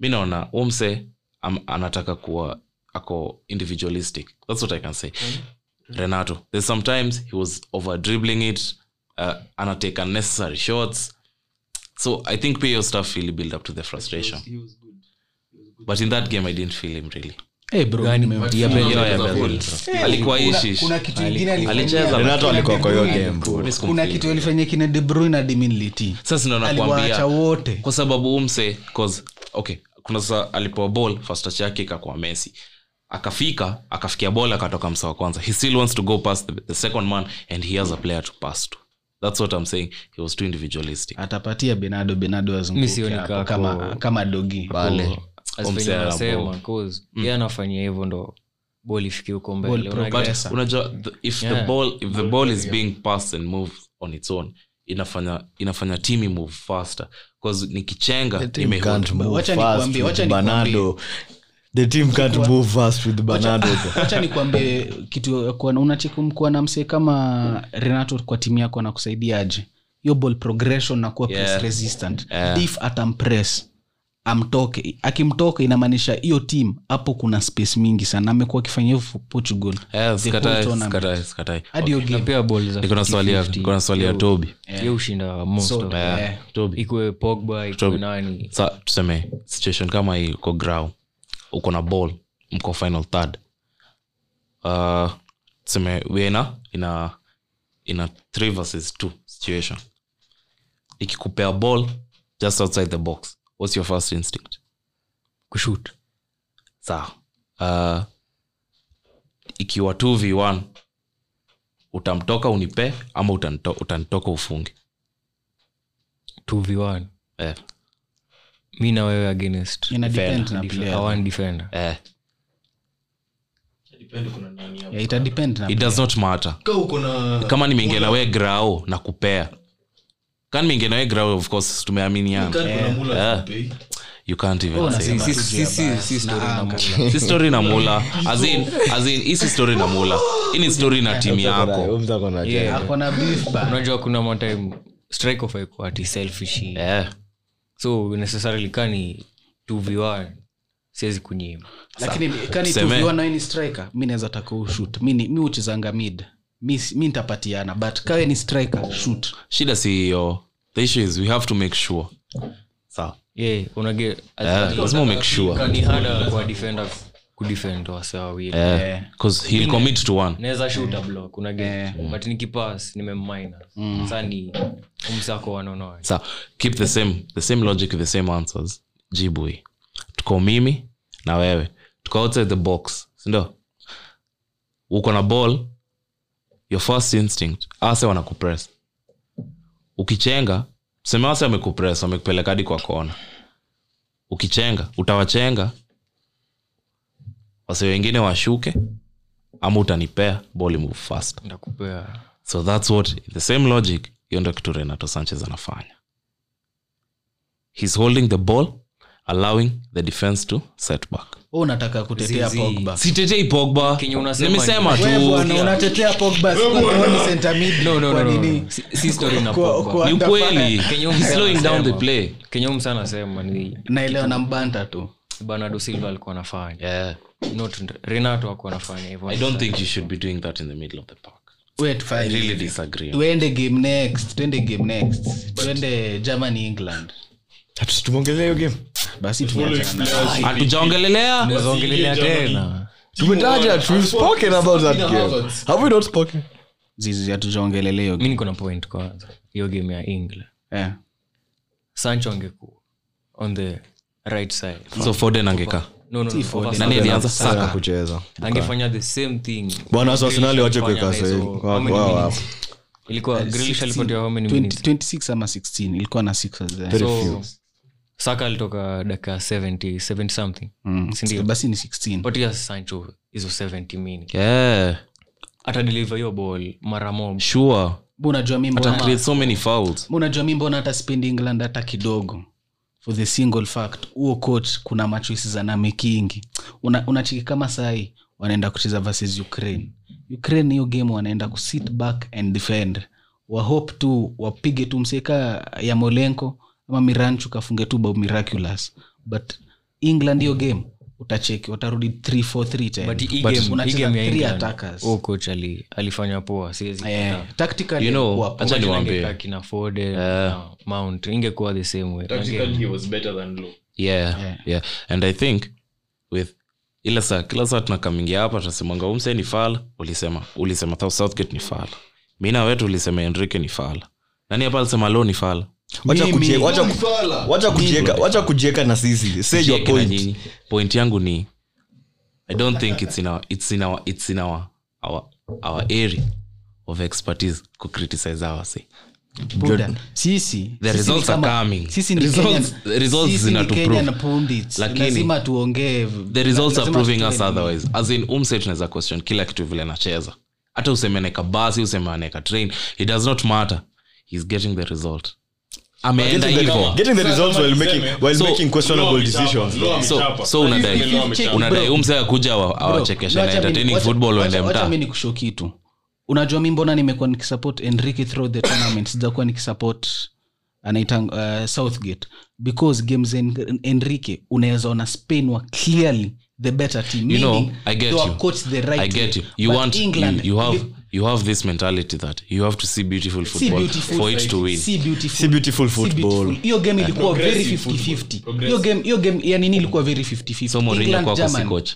Speaker 4: mi naona umse am, anataka kuwa ako individualistic thats what i can say
Speaker 1: Mm-hmm.
Speaker 4: renato there's sometimes he was over dribbling it uh, anatake unnecessary shots so i think pia hiyo stuff really build up to the frustration but in that game i didn't feel him really
Speaker 1: Eh, bro,
Speaker 4: Yaani,
Speaker 1: nime-
Speaker 5: But Fernandes
Speaker 4: Yeah, yeah,
Speaker 5: was a
Speaker 4: yeah.
Speaker 5: fool.
Speaker 4: Eh, alikuwa ishish
Speaker 1: kuna kitu ingine alifanyia-
Speaker 4: alicheza
Speaker 2: renato alikuwa kwa hiyo game bro.
Speaker 1: kuna kitu alifanyia kina de bruyne hadi Min Liti.
Speaker 4: sasa ndo
Speaker 1: aliwaacha
Speaker 4: nakwambia
Speaker 1: wote
Speaker 4: kwa sababu umse cause okay kuna sasa alipewa ball first touch yake ikakuwa messi akafika akafikia ball akatoka msa wa kwanza he still wants to go past the, the second man and he has a player to pass to that's what i'm saying he was too individualistic
Speaker 3: Oh,
Speaker 1: atapatia benado benado
Speaker 3: Mi sioni
Speaker 1: azunguke hapo
Speaker 3: kako.
Speaker 1: kama, kama dogi
Speaker 4: pale
Speaker 3: As
Speaker 4: Omse
Speaker 3: venye
Speaker 4: ana
Speaker 3: wanasema,
Speaker 4: ball.
Speaker 3: 'cause
Speaker 4: Mm.
Speaker 3: yeye anafanyia hivyo ndo ball ifike huko mbele
Speaker 1: Ball
Speaker 3: Unajua-
Speaker 1: progress.
Speaker 4: but unajua the- if the
Speaker 3: Yeah.
Speaker 4: ball if the ball is being passed and moved on its own inafanya inafanya timu move faster 'Cause nikichenga ime
Speaker 2: Can't move
Speaker 1: Wacha
Speaker 2: fast
Speaker 1: nikwambie,
Speaker 2: with
Speaker 1: wacha
Speaker 2: Bernardo. the team can't move fast with Bernardo.
Speaker 1: hacha nikwambie kitu ya kuwa na- unacheki mkuwa na msee kama renato kwa timu yako anakusaidia aje hiyo ball progression na kuwa press resistant if atampress amtoke akimtoka inamaanisha hiyo team hapo kuna space mingi sana amekua akifanya hivyo for portugal
Speaker 4: Eh, sikatai,
Speaker 1: whole tournament.
Speaker 4: sikatai, sikatai.
Speaker 1: hadi hiyo game
Speaker 3: pia bol za
Speaker 4: Niko na swali ya-
Speaker 3: 50-50.
Speaker 4: niko na swali ya tobi
Speaker 3: Ye hushinda most
Speaker 1: So,
Speaker 3: of
Speaker 1: eh,
Speaker 3: them.
Speaker 4: tobi
Speaker 3: ikuwe pogba ikuwe nani
Speaker 4: sa tuseme situation kama hii uko grau uko na ball mko final third uh, tuseme we are in a- in a- in a three versus two situation ikikupea ball just outside the box what's your first instinct
Speaker 3: kushut
Speaker 4: sawa uh, ikiwa 2v1 utamtoka unipe ama utanto, utantoka ufunge
Speaker 3: 2v1
Speaker 4: eh,
Speaker 3: mi na wewe against
Speaker 1: ina depend na
Speaker 3: def-
Speaker 1: player.
Speaker 3: uh, one defender
Speaker 4: eh.
Speaker 1: Yeah, ita depend na
Speaker 4: it does not matter
Speaker 5: ka uko na
Speaker 4: kama nimeingia na we grao na kupea kama nimeingia na we grao of course tumeaminiana eh.
Speaker 5: mula
Speaker 4: you can't even
Speaker 1: Wewe
Speaker 4: say
Speaker 1: unasema
Speaker 4: that.
Speaker 1: tu juu
Speaker 3: Si-
Speaker 1: ya Bayern.
Speaker 3: si- si story
Speaker 1: Na
Speaker 3: na
Speaker 1: anga.
Speaker 3: Mula.
Speaker 4: si story na mula As in- as in, hii si story na mula hii ni story na timu yako
Speaker 2: Mtako na
Speaker 3: Yeah.
Speaker 1: Ako na beef ba.
Speaker 3: unajua kuna matime strike of iko ati selfish
Speaker 4: Eh,
Speaker 3: so necessarily kani 2v1 siwezi kunyima
Speaker 1: lakini kani
Speaker 4: Tuseme.
Speaker 1: tuviwa na wewe ni striker mi naweza taka ushut mi ni- mi huchezanga mid mi si- mi nitapatiana but kawe ni striker shoot
Speaker 4: shida si hiyo the issue is we have to make sure sawa
Speaker 3: yeah unage
Speaker 4: Eh, lazima make sure
Speaker 3: ni hada kwa defender kudefend wase wawili
Speaker 4: Eh, 'cause he'll commit to one
Speaker 3: naweza shoot a block unage but nikipass nimemmina sasa ni umsako wanaonoa
Speaker 4: sawa keep the same the same logic the same answers jibu hii tuko mimi na wewe tuko outside the box sindo uko na ball your first instinct ase wanakupress ukichenga seme ase wamekupress wamekupeleka hadi kwa kona ukichenga utawachenga wase wengine washuke ama utanipea ball move fast
Speaker 3: ndakupea
Speaker 4: so thats what the same logic hiyo ndo kitu renato sanchez anafanya he's holding the ball allowing the defense to set back
Speaker 1: Wewe unataka kutetea
Speaker 3: Zizi.
Speaker 1: pogba
Speaker 4: sitetei pogba
Speaker 3: Kenye unasema
Speaker 4: nimesema
Speaker 3: ni-
Speaker 4: tu
Speaker 1: unatetea pogba
Speaker 3: no, no, no, no, no. Si- si story na Pogba.
Speaker 4: ni ukweli
Speaker 3: Kenye
Speaker 4: He's slowing down the
Speaker 3: unasema.
Speaker 4: play
Speaker 3: kenye umsa anasema ni
Speaker 1: naelewa na mbanta tu
Speaker 3: bernardo silva alikuwa anafanya
Speaker 4: yeah.
Speaker 3: not renato akuwa anafanya hivyo
Speaker 4: i don't think you should be doing that in the middle of the park
Speaker 1: Wait, fine.
Speaker 4: i really disagree
Speaker 1: tuende game next tuende game next tuende germany england
Speaker 2: Tumongelea hiyo game.
Speaker 1: basi tuachana.
Speaker 4: hatujaongelelea
Speaker 3: tunaongelelea
Speaker 5: Germany.
Speaker 3: tena
Speaker 2: Tumetaja, we've spoken about that game. Have we not spoken?
Speaker 1: zizi hatujaongelelea hiyo
Speaker 3: mi niko na point kwanza hiyo game ya england
Speaker 1: Eh.
Speaker 3: sancho angekuwa on the right side
Speaker 4: so foden angekaa
Speaker 3: no, no, no, over-
Speaker 4: nani alianza
Speaker 2: Sana
Speaker 4: saka
Speaker 2: kucheza.
Speaker 3: angefanya the same thing
Speaker 2: Bwana wa Arsenali wache
Speaker 3: Alifanya
Speaker 2: kuweka
Speaker 3: na hizo-
Speaker 2: sahihi. Wao-
Speaker 3: how many
Speaker 2: wao
Speaker 3: minutes? ilikuwa Grealish alipatia how many
Speaker 1: 20
Speaker 3: minutes
Speaker 1: 26 ama 16 ilikuwa na eh. six as there.
Speaker 3: so saka alitoka dakika 70 70 something
Speaker 1: Mm.
Speaker 3: sindio
Speaker 1: basi ni 16
Speaker 3: patia sancho hizo 70 minutes
Speaker 4: yeah
Speaker 3: atadeliver hiyo ball mara mob
Speaker 4: sure
Speaker 1: Mbona unajua mi mbona-
Speaker 4: Ata create so many fouls
Speaker 1: Mbona unajua mi mbona hata spendi england hata kidogo for the single fact huo coach kuna machoisi za namekingi unachiki una unacheki kama sahi wanaenda kucheza versus ukraine ukraine hiyo game wanaenda kusit back and defend wahope tu wapige tu mseka ya molenko ama miranchu kafunge tu bao miraculous but england hiyo game utacheki watarudi 343 tena
Speaker 3: but hii
Speaker 1: But
Speaker 3: game hii
Speaker 1: unacheza
Speaker 3: game ya
Speaker 1: three
Speaker 3: England, Oh.
Speaker 1: attackers.
Speaker 3: huo coach ali- alifanya poa siwezi
Speaker 1: Eh,
Speaker 3: kataa.
Speaker 1: tactically
Speaker 4: You know,
Speaker 1: wapo.
Speaker 4: acha
Speaker 3: Imagine
Speaker 4: niwaambie.
Speaker 3: angekaa kina
Speaker 2: Eh.
Speaker 3: Foden na mount ingekuwa the same way Ange-
Speaker 4: yeah, yeah. and i think with ila saa kila saa tunakamingia hapa tunasemanga umse ni fala ulisema ulisema Thou- southgate ni fala mi na wetu ulisema enrique ni fala nani hapa alisema lo ni fala
Speaker 2: Wacha kucheka- wacha ku-
Speaker 5: Fala.
Speaker 2: wacha kujieka wacha kujieka na sisi Say your
Speaker 4: Jieke na
Speaker 2: point
Speaker 4: nyinyi. point yangu ni i don't think it's in our, it's in our, it's in our, our, our area of expertise kucriticize awasi
Speaker 1: Buda. sisi
Speaker 4: The
Speaker 1: sisi
Speaker 4: results
Speaker 1: ni
Speaker 4: are
Speaker 1: kama-
Speaker 4: coming.
Speaker 1: sisi ni
Speaker 4: Results-
Speaker 1: Kenyan-
Speaker 4: results
Speaker 1: sisi ni
Speaker 4: zinatuprove.
Speaker 1: Kenyan pundits.
Speaker 4: Lakini-
Speaker 1: lazima tuongee
Speaker 4: the results are
Speaker 1: lazima
Speaker 4: proving
Speaker 1: tuwe
Speaker 4: us
Speaker 1: na-
Speaker 4: otherwise as in umse tunaweza question kila kitu vile anacheza hata useme anaeka basi useme anaeka train it does not matter he's getting the result ameenda hivo
Speaker 2: getting the results while making while
Speaker 4: So-
Speaker 2: making questionable decisions
Speaker 4: so, so unadai
Speaker 1: If you check-
Speaker 4: unadai
Speaker 1: bro.
Speaker 4: umse akuja wa- awachekesha na entertaining football uende mtaa
Speaker 1: mi nikusho kitu unajua mi mbona nimekuwa nikisupport enrique through the tournament sijakuwa nikisupport anaitang uh, southgate because games en enrique unaweza ona spain wa clearly the better team
Speaker 4: you know
Speaker 1: Meaning,
Speaker 4: i get
Speaker 1: they were
Speaker 4: you
Speaker 1: coached the right
Speaker 4: i get you
Speaker 1: way.
Speaker 4: you
Speaker 1: But
Speaker 4: want you,
Speaker 1: England,
Speaker 4: you have
Speaker 1: if-
Speaker 4: you have this mentality that you have to see beautiful
Speaker 1: see
Speaker 4: football
Speaker 1: beautiful
Speaker 4: for it to win
Speaker 1: see beautiful
Speaker 2: See beautiful
Speaker 1: See beautiful.
Speaker 2: football.
Speaker 1: hiyo game ilikuwa very
Speaker 5: Progressive
Speaker 1: 50-50
Speaker 5: football.
Speaker 1: hiyo game hiyo game ya nini ilikuwa very 50-50
Speaker 4: so Mourinho
Speaker 1: England,
Speaker 4: kwako si
Speaker 1: Germany.
Speaker 4: coach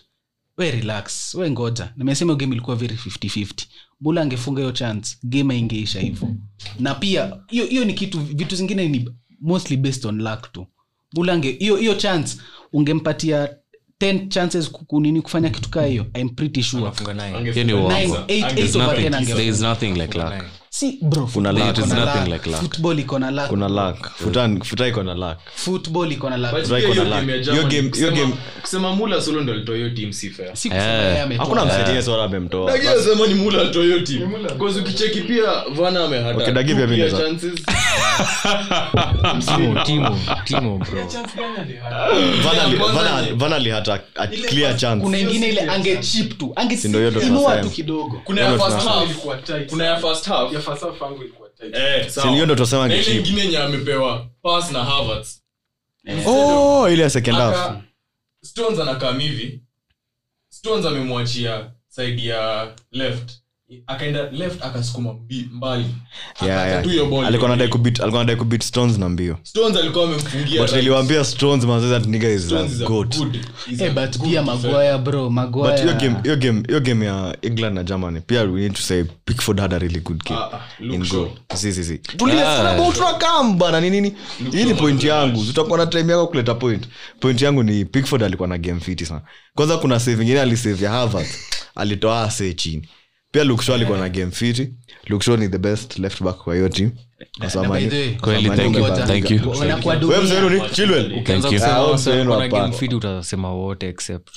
Speaker 1: we relax we ngoja nimesema hiyo game ilikuwa very 50-50 mula angefunga hiyo chance game aingeisha hivyo na pia hiyo hiyo ni kitu vitu zingine ni mostly based on luck tu mula ange hiyo hiyo chance ungempatia 10 chances ku- kunini kufanya kitu kaa hiyo i'm pretty sure
Speaker 3: Funga nine.
Speaker 4: Hiyo ni uongo.
Speaker 1: Nine, eight, eight
Speaker 4: There's
Speaker 1: over
Speaker 4: nothing-
Speaker 1: ten angefanya.
Speaker 4: there is nothing like luck
Speaker 1: si bro football
Speaker 2: luck.
Speaker 1: iko
Speaker 4: It is
Speaker 1: na
Speaker 4: nothing
Speaker 1: luck.
Speaker 4: like luck.
Speaker 1: Football iko na luck
Speaker 2: kuna luck futa futa iko na luck
Speaker 1: football iko na luck
Speaker 5: But
Speaker 2: Strike
Speaker 5: pia
Speaker 2: on
Speaker 5: hiyo
Speaker 2: a lag.
Speaker 5: game ya
Speaker 2: Hiyo
Speaker 5: Germany,
Speaker 2: game- hiyo
Speaker 5: kusema-
Speaker 2: game-
Speaker 5: kusema mula solo ndo alitoa hiyo team si fair
Speaker 1: si kusema
Speaker 4: Eh.
Speaker 1: yeye ametoa.
Speaker 2: hakuna msaidiezi wala amemtoa
Speaker 5: Lakini nasema ni mula alitoa hiyo team. Because ukicheki pia vana amehata
Speaker 2: Okay, Dagi pia
Speaker 5: two clear
Speaker 2: ameingiza.
Speaker 5: chances.
Speaker 3: Timo, Timo, Timo, bro.
Speaker 2: Vana ali-
Speaker 5: Kwanza
Speaker 2: Vana-
Speaker 5: ni-
Speaker 2: Vana ali had a- a clear
Speaker 1: kuna
Speaker 2: chance
Speaker 1: ingine ile angechip tu
Speaker 2: Ndio hiyo ndo
Speaker 1: angeinua tu
Speaker 2: tunasema.
Speaker 1: kidogo
Speaker 5: Kuna ya
Speaker 2: Yellow
Speaker 5: first
Speaker 2: flag.
Speaker 5: half. Kuna ya first half. Eh, sawa.
Speaker 2: Si hiyo ndo tunasema
Speaker 5: Na ile
Speaker 2: angecheat.
Speaker 5: ingine yenye amepewa pass na Havertz.
Speaker 2: oh ile ya second half
Speaker 5: Aka- stones anakam hivi stones amemwachia side ya left akaenda left akasukuma mbi- mbali
Speaker 2: Yeah, yeah.
Speaker 5: Akakata tu hiyo ball.
Speaker 2: alikuwa anadai kubit alikuwa anadai kubit stones na mbio
Speaker 5: stones alikuwa amemfungia
Speaker 2: but niliwaambia stones manzee that nigga is a
Speaker 5: Stones is a
Speaker 2: goat
Speaker 5: good- is
Speaker 1: Eh,
Speaker 5: a
Speaker 1: but
Speaker 5: good
Speaker 1: pia
Speaker 5: defender.
Speaker 1: magwaya bro
Speaker 2: but hiyo game
Speaker 1: magwaya
Speaker 2: hiyo game hiyo game ya england na germany pia we need to say pickford had a really good game
Speaker 5: Ah, ah, Luke
Speaker 2: in goal
Speaker 5: Shaw.
Speaker 2: si si Ah. si tunakam bana ni nini hii ni
Speaker 5: Shaw
Speaker 2: point yangu tutakuwa na time yako kuleta point point yangu ni pickford alikuwa na game fiti sana kwanza kuna save ingine alisave ya harvard alitoa ase chini pia luksho alikuwa na game fiti luksho ni the best left back kwa hiyo team Kwa
Speaker 1: by
Speaker 2: Samani-
Speaker 1: the way,
Speaker 4: Kweli,
Speaker 2: Samani
Speaker 4: thank you,
Speaker 2: Kibanda.
Speaker 4: thank you.
Speaker 1: Wanakuwa
Speaker 2: Wewe
Speaker 1: dunia.
Speaker 2: mzee wenu ni Chilwell.
Speaker 4: Thank you.
Speaker 2: Ah,
Speaker 3: Sasa,
Speaker 2: wewe mzee wenu
Speaker 3: kuna game
Speaker 2: hapana.
Speaker 3: fit utasema wote except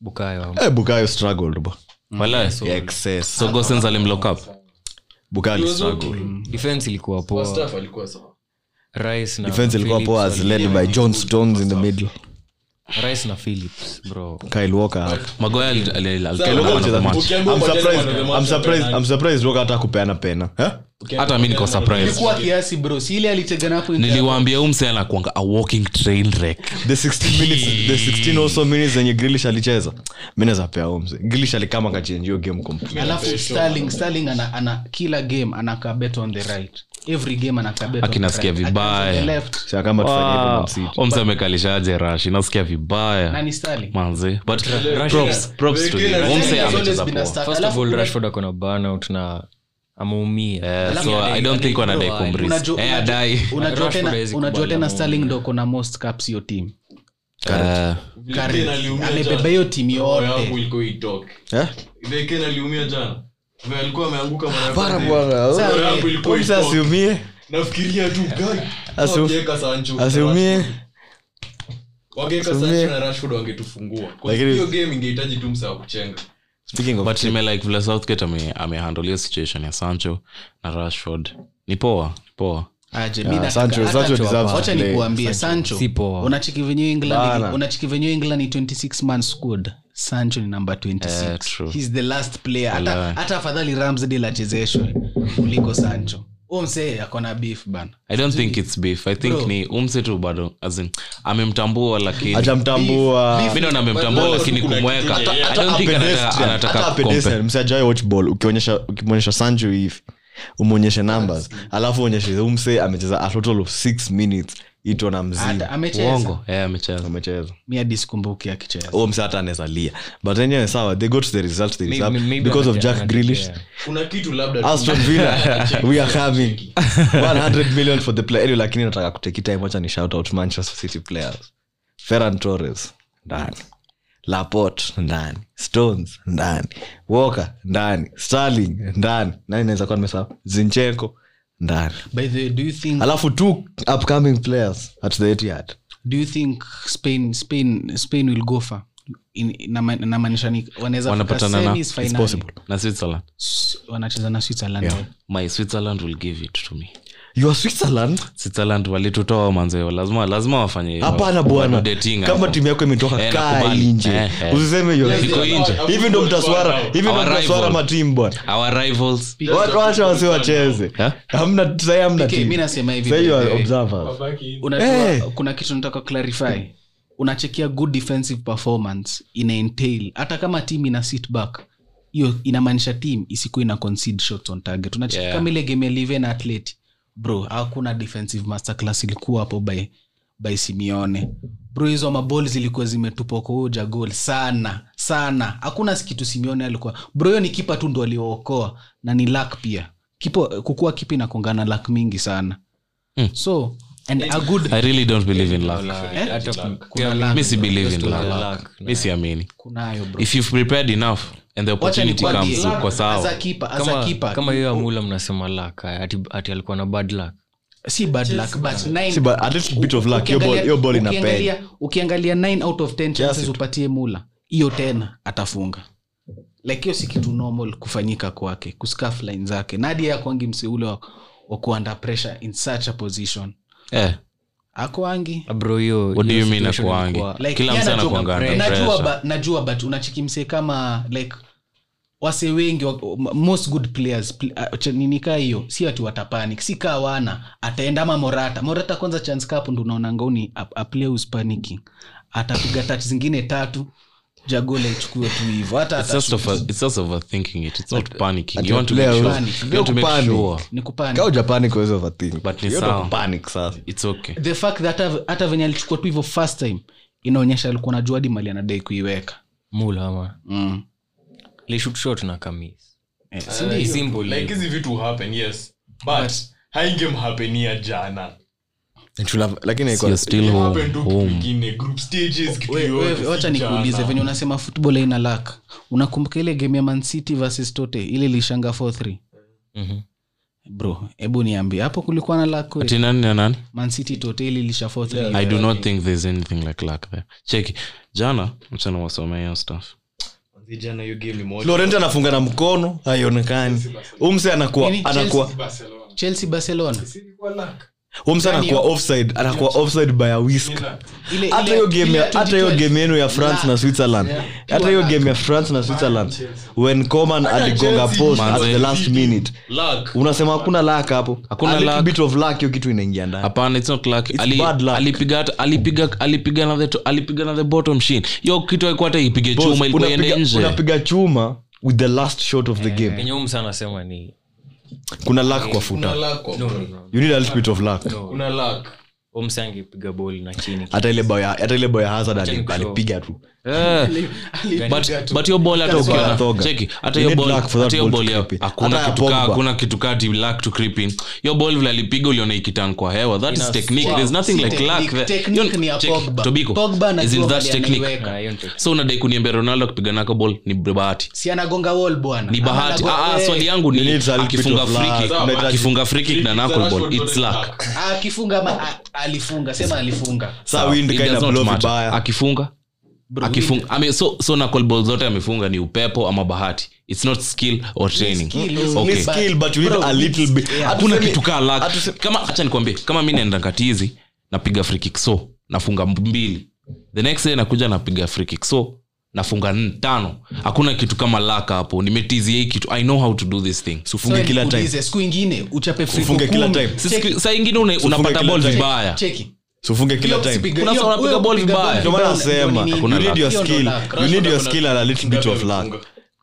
Speaker 3: bukayo
Speaker 2: Eh, bukayo struggled ba
Speaker 4: Walahi.
Speaker 2: excess
Speaker 4: so Gosens alimlock up
Speaker 2: bukayo
Speaker 5: He was okay.
Speaker 2: struggled
Speaker 3: defense ilikuwa
Speaker 5: First
Speaker 3: poa
Speaker 5: half alikuwa sawa.
Speaker 3: rice na
Speaker 2: defense ilikuwa
Speaker 3: Phillips
Speaker 2: poor as
Speaker 3: wali-
Speaker 2: led by john stones in the middle
Speaker 3: rice na philips bro
Speaker 2: kyle walker
Speaker 4: magoya ali- ali-
Speaker 5: Sawa,
Speaker 4: alitolewa man of the match.
Speaker 5: ukiambiwa
Speaker 2: I'm
Speaker 5: ngoja
Speaker 2: surprised-
Speaker 5: ni man of the
Speaker 2: I'm
Speaker 5: match ya
Speaker 2: surprised- I'm
Speaker 5: penalty.
Speaker 2: surprised walker hata kupeana pena Eh?
Speaker 5: Ukiambiwa
Speaker 4: hata mi niko
Speaker 5: ngoja ni man of the match.
Speaker 4: surprised
Speaker 1: Ilikuwa kiasi bro si ile alitegana hapo nje.
Speaker 4: niliwaambia umse anakuanga a walking train wreck
Speaker 2: the 16 minutes the 16 also minutes zenye grilish alicheza mi naweza pea omse grilish alikama kachenjio game complete
Speaker 1: alafu Sterling Sterling ana, ana kila game anakaa bet on the right every game anakaa bet on the
Speaker 4: Akinasikia
Speaker 1: right. Akianza on the
Speaker 4: vibaya.
Speaker 1: left
Speaker 2: Sasa kama tufanye hivyo na
Speaker 4: Ah,
Speaker 2: City.
Speaker 4: omse amekalishaje rash inasikia vibaya
Speaker 1: nani Sterling
Speaker 4: manze but props, props to him.
Speaker 1: Sterling
Speaker 4: Omse
Speaker 1: has always
Speaker 4: amecheza
Speaker 1: been a
Speaker 4: poa
Speaker 1: star.
Speaker 3: first of
Speaker 1: Alafu
Speaker 3: all
Speaker 1: kuna-
Speaker 3: rashford akona burnout na ameumia
Speaker 4: Eh, so i don't think wanadai kumrisk
Speaker 1: unajua-
Speaker 4: Eh,
Speaker 1: unajua-
Speaker 4: adai
Speaker 1: unajua tena-
Speaker 3: hawezi
Speaker 1: unajua
Speaker 3: kubali
Speaker 1: tena
Speaker 3: na
Speaker 1: Sterling ndo kuna most caps hiyo team
Speaker 4: Eh,
Speaker 1: Current.
Speaker 5: Kane aliumia
Speaker 1: amebeba
Speaker 5: jana.
Speaker 1: hiyo timu
Speaker 5: Roho yangu
Speaker 1: yote
Speaker 5: ilikuwa itoke.
Speaker 2: Eh?
Speaker 5: Ile Kane aliumia jana. Vile alikuwa ameanguka mara ya
Speaker 2: Bara
Speaker 5: kwanza.
Speaker 2: bwana,
Speaker 1: Sasa,
Speaker 5: Roho yangu ilikuwa
Speaker 2: Omse
Speaker 5: itoke.
Speaker 2: asiumie
Speaker 5: nafikiria tu guy,
Speaker 2: Asi-
Speaker 5: wangeweka Sancho.
Speaker 2: asiumie
Speaker 5: Wangeweka
Speaker 2: asiumie.
Speaker 5: Sancho na Rashford wangetufungua. Kwa
Speaker 2: Lakini-
Speaker 5: hiyo game ingehitaji tu msaa wa kuchenga.
Speaker 2: speaking of
Speaker 4: but nimelike vile southgate ame- amehandle hiyo situation ya sancho na rashford ni poa ni poa
Speaker 1: aje
Speaker 2: Yeah, Sancho- Sancho deserves to
Speaker 1: wacha
Speaker 2: play.
Speaker 1: nikuambie sancho
Speaker 3: Si poa.
Speaker 1: unachiki venye england
Speaker 2: Bana.
Speaker 1: unachiki venye england ni 26 man squad sancho ni number 26
Speaker 4: Eh, true.
Speaker 1: he's the last player hata
Speaker 4: Wallahi.
Speaker 1: hata afadhali ramsdale achezeshwe kuliko sancho huyo msee ako na beef bana
Speaker 4: i don't think its beef i think
Speaker 1: Bro.
Speaker 4: ni umse tu bado as in amemtambua lakini
Speaker 2: hajamtambua
Speaker 4: mi naona amemtambua lakini kumweka I don't think anataka- anataka kukompe-
Speaker 2: msajai watch ball ukionyesha ukimwonyesha sancho hivi umwonyeshe numbers alafu uonyeshe umse amecheza a total of 6 minutes itwa na
Speaker 1: hata
Speaker 2: mzima
Speaker 1: amecheza
Speaker 4: uongo Eh, amecheza
Speaker 2: amecheza
Speaker 1: mia diskumbuki akicheza
Speaker 2: huo mse hata anaweza lia but anyway sawa they got the result they
Speaker 3: Maybe-
Speaker 2: deserve
Speaker 3: maybe
Speaker 2: because of
Speaker 3: anate-
Speaker 2: jack grilish
Speaker 3: anatekea.
Speaker 5: kuna kitu labda tu-
Speaker 2: aston villa we are coming 100 million for the player anyway, lakini nataka kuteki time wacha ni shout out manchester city players ferran torres ndani laport ndani stones ndani walker ndani starling ndani nani naweza kuwa nimesahau zinchenko ndani
Speaker 1: by the way, do you think
Speaker 2: alafu two upcoming players at the etihad
Speaker 1: do you think spain spain spain will go far In- nama- namaanisha ni wanaweza fika
Speaker 4: Wanapatana na-
Speaker 1: semis, finali.
Speaker 2: possible.
Speaker 4: na switzerland
Speaker 1: S- wanacheza na switzerland
Speaker 4: my switzerland will give it to me
Speaker 2: you are switzerland
Speaker 4: switzerland walitutoa manzeo lazima lazima wafanye hivyo.
Speaker 2: hapana bwana
Speaker 4: Wadetinga hapo.
Speaker 2: kama timu yako imetoka
Speaker 4: Eh,
Speaker 2: kaa
Speaker 4: nakubali.
Speaker 2: nje
Speaker 4: Eh, eh.
Speaker 2: usiseme you are
Speaker 4: Yes,
Speaker 2: Switzerland.
Speaker 4: yes, yes.
Speaker 2: hivi ndo mtaswara hivi ndo
Speaker 4: Our
Speaker 2: mtaswara
Speaker 4: rival.
Speaker 2: matimu bwana
Speaker 4: our rivals
Speaker 2: Watu wacha wasi wacheze
Speaker 4: Yeah.
Speaker 2: hamna sai hamna
Speaker 1: Okay, mi
Speaker 2: timu
Speaker 1: nasema hivi
Speaker 2: sai
Speaker 1: by
Speaker 2: you
Speaker 1: the
Speaker 2: are
Speaker 1: way.
Speaker 2: observers
Speaker 5: Wabaki-
Speaker 1: Unajua,
Speaker 2: Eh.
Speaker 1: kuna kitu nataka clarify unachekia good defensive performance ina entail hata kama team ina sit back hiyo inamaanisha team isikuwa ina concede shots on target unachekia
Speaker 4: Yeah.
Speaker 1: kama ile game ya live na atleti bro hakuna defensive masterclass ilikuwa hapo by, by simione bro hizo mabol zilikuwa zimetupwa kwa huyo jagol sana sana hakuna kitu simione alikuwa bro hiyo ni kipa tu ndo aliookoa na ni lak pia kipo kukua kipa inakongana lak mingi sana
Speaker 4: Mm.
Speaker 1: so and a good
Speaker 4: i really don't believe in luck
Speaker 1: Eh? Kuna
Speaker 4: Yeah,
Speaker 1: luck.
Speaker 4: mi si believe in
Speaker 1: Just kuna
Speaker 4: luck.
Speaker 1: luck.
Speaker 4: mi siamini
Speaker 1: Kunayo, bro.
Speaker 4: if you've prepared enough and the
Speaker 1: Wacha
Speaker 4: opportunity
Speaker 1: nikwambie,
Speaker 4: comes uko
Speaker 1: as a
Speaker 4: sawa
Speaker 1: keeper- as a
Speaker 3: kama,
Speaker 1: keeper,
Speaker 3: kama hiyo amula mnasema lak ati, ati alikuwa na bad luck
Speaker 1: si bad luck, but nine-
Speaker 2: See, but a little bit of luck, your ball- your ball ina
Speaker 1: ukiangalia- ukiangalia 9 out of 10 chances
Speaker 2: Kiasi tu.
Speaker 1: upatie mula hiyo tena atafunga like hiyo si kitu normal kufanyika kwake kuscaf line zake nadi ye akwangi mseule wa, wa kuwa under pressure in such a position
Speaker 4: Eh,
Speaker 1: akwangi
Speaker 3: bro hiyo
Speaker 4: what do
Speaker 3: hiyo
Speaker 4: you mean
Speaker 3: situation
Speaker 4: akuangi
Speaker 3: ilikuwa-
Speaker 1: Like,
Speaker 4: kila
Speaker 1: yeye
Speaker 4: msana
Speaker 1: anajua-
Speaker 4: kuanga under
Speaker 1: najua
Speaker 4: pressure
Speaker 1: ba- najua but unacheki msee kama like wase wengi wa- m- most good players pl- ah, ch- nini kaa hiyo si ati watapanic si kaa wana ataenda ama morata morata kwanza chance cup ndo unaona ngauni aplay uspaniki atapiga tach zingine tatu jagola ichukue tu hivo hata
Speaker 4: It's just
Speaker 1: atashoot.
Speaker 4: over- it's just overthinking it. It's not panicking.
Speaker 2: at
Speaker 4: You want to
Speaker 2: your
Speaker 4: make sure-
Speaker 2: players-
Speaker 4: you want to make
Speaker 2: Panic.
Speaker 4: sure.
Speaker 1: ni kupanic.
Speaker 2: kaa ujapani kuweza overthink
Speaker 4: But ni
Speaker 2: You don't
Speaker 4: sawa.
Speaker 2: panic sasa
Speaker 4: It's okay.
Speaker 1: the fact that hata- hata venye alichukua tu hivo first time inaonyesha alikuwa najua hadi mali anadai kuiweka
Speaker 3: mula ama
Speaker 1: mm.
Speaker 3: lishut shot na kamis
Speaker 1: eh, si
Speaker 5: Uh,
Speaker 1: ndio?
Speaker 5: hiyo,
Speaker 3: simple,
Speaker 5: like, hizi vitu happen yes but haingemhapenia jana
Speaker 2: It should have- lakini haikuwa-
Speaker 4: You're still
Speaker 5: Happen
Speaker 4: home.
Speaker 5: tu kitu
Speaker 4: Home.
Speaker 5: kingine, group stages, kitu
Speaker 1: We-
Speaker 5: yote,
Speaker 1: we- wacha
Speaker 5: si
Speaker 1: nikuulize
Speaker 5: jana.
Speaker 1: venye unasema football aina lak unakumbuka ile game ya mancity versus tote ile ilishanga 43
Speaker 3: Mhm.
Speaker 1: bro hebu niambie hapo kulikuwa na lak
Speaker 4: Ati nani na nani?
Speaker 1: mancity tote ile ilisha 43
Speaker 4: I do not think there's anything like luck there. Cheki. Jana mchana wasomea hiyo stuff.
Speaker 5: Manzi jana hiyo game ni moja.
Speaker 2: Laurent anafunga na mkono haionekani umse anakuwa
Speaker 1: Nini?
Speaker 2: anakuwa
Speaker 5: Barcelona.
Speaker 1: chelsea barcelona
Speaker 5: Si ilikuwa luck.
Speaker 2: umse anakuwa offside anakuwa offside by a whisk
Speaker 1: Ile-
Speaker 2: hata
Speaker 1: ile-
Speaker 2: hiyo game
Speaker 1: ile
Speaker 2: ya-
Speaker 1: ya
Speaker 2: hata hiyo
Speaker 1: 2012.
Speaker 2: game yenu ya france na switzerland hata hiyo game ya france na switzerland when coman aligonga
Speaker 5: Chelsea,
Speaker 2: post at
Speaker 4: Man,
Speaker 2: the last minute
Speaker 5: Luck.
Speaker 2: unasema hakuna lak hapo
Speaker 4: Hakuna
Speaker 2: A little
Speaker 4: luck.
Speaker 2: bit of luck hiyo kitu inaingia ndani
Speaker 4: hapana it's not luck
Speaker 2: It's
Speaker 4: Ali-
Speaker 2: bad luck.
Speaker 4: alipiga hata- alipiga alipiga na the to- alipiga na the bottom shin yo kitu alikuwa hata ipige
Speaker 2: Boss,
Speaker 4: chuma ilikuwa iende
Speaker 2: unapiga-
Speaker 4: nje
Speaker 2: unapiga chuma with the last shot
Speaker 1: Eh.
Speaker 2: of the game
Speaker 3: kenye umsa anasema ni
Speaker 2: kuna luck kwa
Speaker 5: Kuna
Speaker 2: futa
Speaker 5: luck kwa-
Speaker 2: you need a little bit of luck
Speaker 5: kuna luck.
Speaker 3: umsa angepiga boli na chini
Speaker 2: hata ile bao ya- hata ile bao ya hazard ali-
Speaker 3: nikushow.
Speaker 2: alipiga tu
Speaker 4: Eh, but but hiyo ball hata
Speaker 2: That's why
Speaker 4: ukiona
Speaker 2: Athoga.
Speaker 4: cheki hata
Speaker 2: You
Speaker 4: hiyo
Speaker 2: need
Speaker 4: ball
Speaker 2: luck for that
Speaker 4: hata hiyo
Speaker 2: ball to
Speaker 4: ball ya-
Speaker 2: creep in.
Speaker 4: hakuna
Speaker 2: Hata ya
Speaker 4: kitu kaa
Speaker 2: Pogba.
Speaker 4: hakuna kitu kaa ati luck to creep in hiyo ball vile alipiga uliona ikitan kwa hewa that is technique there's nothing
Speaker 1: Si
Speaker 4: like luck
Speaker 1: technique.
Speaker 4: there.
Speaker 1: Technique
Speaker 4: You-
Speaker 1: ni ya
Speaker 4: check,
Speaker 1: Pogba.
Speaker 4: Tobiko,
Speaker 1: Pogba anajua
Speaker 4: is it that
Speaker 1: vile
Speaker 4: technique?
Speaker 1: anaiweka.
Speaker 3: Na hiyo ndio-
Speaker 4: so unadai kuniambia ronaldo akipiga nako ball ni bahati
Speaker 1: si anagonga wall bwana
Speaker 4: ni
Speaker 1: Ama
Speaker 4: bahati
Speaker 1: anagonga-
Speaker 4: Ah, ah,
Speaker 1: eh,
Speaker 4: swali yangu
Speaker 2: You
Speaker 4: ni
Speaker 2: need a little bit
Speaker 4: akifunga
Speaker 2: of luck.
Speaker 4: free kick
Speaker 5: Sawa, but-
Speaker 4: akifunga free kick na nako ball
Speaker 5: Rashford
Speaker 4: it's
Speaker 5: not
Speaker 4: luck
Speaker 5: luck.
Speaker 1: ah, akifunga ama ah, alifunga sema alifunga
Speaker 2: saa wind
Speaker 4: It
Speaker 2: kind
Speaker 4: does
Speaker 2: of
Speaker 4: not
Speaker 2: blow
Speaker 4: matter. Ah,
Speaker 2: vibaya
Speaker 4: akifunga akifunga I mean, so, so na kolbol zote amefunga ni upepo ama bahati its not skill or training
Speaker 1: skill,
Speaker 4: Mm,
Speaker 1: ni
Speaker 4: okay.
Speaker 1: skill.
Speaker 2: Skill, but you need
Speaker 1: Bro,
Speaker 2: a little bit.
Speaker 1: yeah.
Speaker 4: hakuna
Speaker 2: Hatusemi-
Speaker 4: kitu kaa luck. kama hacha nikwambie kama mi naenda katizi napiga free kick so nafunga mbili the next day nakuja napiga free kick so nafunga n- tano hakuna kitu kama laka hapo nimetizia hii kitu i know how to do this thing
Speaker 2: So ufunge
Speaker 1: So,
Speaker 2: kila time.
Speaker 1: nikuulize, siku ingine uchape free
Speaker 2: Ufunge
Speaker 1: kick
Speaker 2: kila
Speaker 1: kumi.
Speaker 2: time.
Speaker 4: Sisi-
Speaker 1: Cheki,
Speaker 4: saa ingine una- unapata
Speaker 2: kila
Speaker 4: ball
Speaker 2: time.
Speaker 4: vibaya
Speaker 1: cheki
Speaker 2: So ufunge kila
Speaker 1: Hiyo
Speaker 2: time
Speaker 1: kusipiga-
Speaker 4: Kuna
Speaker 1: hiyo-
Speaker 4: sawa anapiga
Speaker 1: hiyo
Speaker 4: ball
Speaker 1: kupiga
Speaker 4: vibaya.
Speaker 1: ball
Speaker 2: Ndio maana
Speaker 1: vibaya ndio
Speaker 2: nasema,
Speaker 1: ni nini?
Speaker 2: you need
Speaker 1: Hiyo
Speaker 2: your
Speaker 1: ndio
Speaker 2: skill.
Speaker 1: luck.
Speaker 2: You need your skill and a little bit of luck.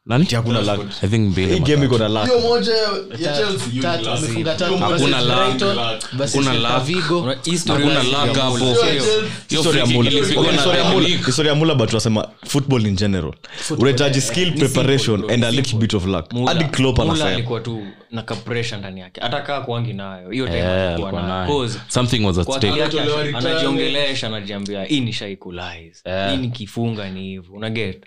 Speaker 4: nani
Speaker 2: Ati hakuna luck.
Speaker 4: i think mbili
Speaker 2: Hii
Speaker 4: ama
Speaker 2: game
Speaker 4: tatu.
Speaker 2: iko na luck.
Speaker 5: Hiyo moja ya Chelsea, hiyo
Speaker 1: Tatu,
Speaker 5: ni luck.
Speaker 1: amefunga tatu
Speaker 5: Hiyo moja
Speaker 1: versus
Speaker 4: Hakuna
Speaker 5: ni
Speaker 4: luck.
Speaker 1: Brighton
Speaker 5: luck.
Speaker 1: versus
Speaker 4: Hakuna luck.
Speaker 1: Vigo.
Speaker 3: Una- hii story
Speaker 4: Oh, hakuna
Speaker 3: line
Speaker 4: laka
Speaker 3: ya
Speaker 4: hapo
Speaker 3: Mula.
Speaker 5: Sio Chelsea.
Speaker 4: hiyo
Speaker 2: Story
Speaker 4: free
Speaker 2: ya
Speaker 4: kick
Speaker 2: Muller.
Speaker 4: ilipigwa
Speaker 2: Okay,
Speaker 4: na
Speaker 2: story ya Muller.
Speaker 4: League.
Speaker 2: Ni story ya Muller, but tunasema football in general unahitaji
Speaker 1: eh,
Speaker 2: skill preparation and a little bit of luck
Speaker 3: Mula-
Speaker 2: hadi Klopp
Speaker 3: Mula
Speaker 2: anasema
Speaker 3: alikuwa tu na kapresha ndani yake hata kaa kuangi nayo hiyo time
Speaker 4: Yeah,
Speaker 3: alikuwa
Speaker 4: Eh, alikuwa
Speaker 3: nayo.
Speaker 4: naye.
Speaker 3: Cause
Speaker 4: something was at
Speaker 3: kwa
Speaker 4: stake.
Speaker 3: akili yake
Speaker 5: Anatolewa
Speaker 3: ana-
Speaker 5: retirement.
Speaker 3: anajiongelesha anajiambia hii nishaikulize
Speaker 4: Eh.
Speaker 3: hii nikifunga ni hivo unaget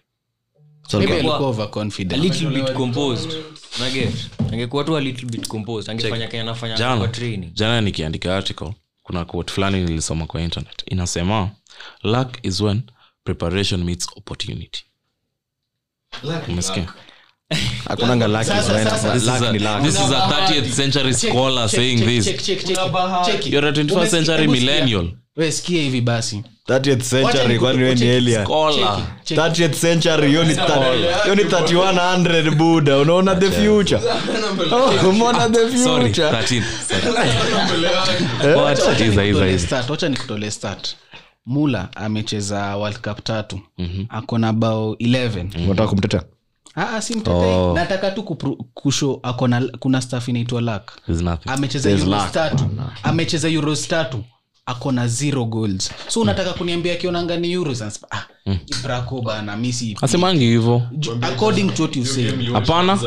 Speaker 2: So,
Speaker 1: Maybe
Speaker 2: okay.
Speaker 1: alikuwa
Speaker 3: a
Speaker 1: overconfident.
Speaker 3: little bit composed unaget angekuwa tu a little bit composed angefanya kenye anafanya kwa
Speaker 4: jana
Speaker 3: training
Speaker 4: jana nikiandika article kuna quote fulani nilisoma kwa internet inasema luck is when preparation meets opportunity
Speaker 5: Luck ni
Speaker 4: umesikia
Speaker 2: hakunanga luck is rent,
Speaker 4: This is
Speaker 2: luck
Speaker 4: a-
Speaker 2: ni luck.
Speaker 4: this is a 30th century scholar saying this you're a 21st century millennial
Speaker 1: weskie hivi basi
Speaker 2: 30th century
Speaker 1: Wacha
Speaker 2: kwani wewe ni
Speaker 1: nikupe-
Speaker 2: alien
Speaker 4: scholar
Speaker 2: 30th century hiyo ni thir- hiyo ni 3100 buda unaona the future Oh, umeona the
Speaker 4: sorry
Speaker 2: future Eh?
Speaker 4: 13 Sorry. What? Iza, iza, iza.
Speaker 1: wacha nikutole stat mula amecheza world cup tatu mm-hmm. akona bao 11
Speaker 2: unataka kumtetea
Speaker 1: Ah, ah, si mtetei
Speaker 2: Oh.
Speaker 1: nataka tu kupro- kusho akona kuna staff inaitwa lak
Speaker 4: There's nothing.
Speaker 1: amecheza
Speaker 2: There's
Speaker 1: euros
Speaker 2: luck, Ah,
Speaker 1: tatu amecheza euros tatu akona zero goals so
Speaker 2: Hmm.
Speaker 1: unataka kuniambia akionanga ni euros anasema, ah, ibrako bana misi
Speaker 4: asemangi hivo
Speaker 1: according to what you say
Speaker 4: Hapana.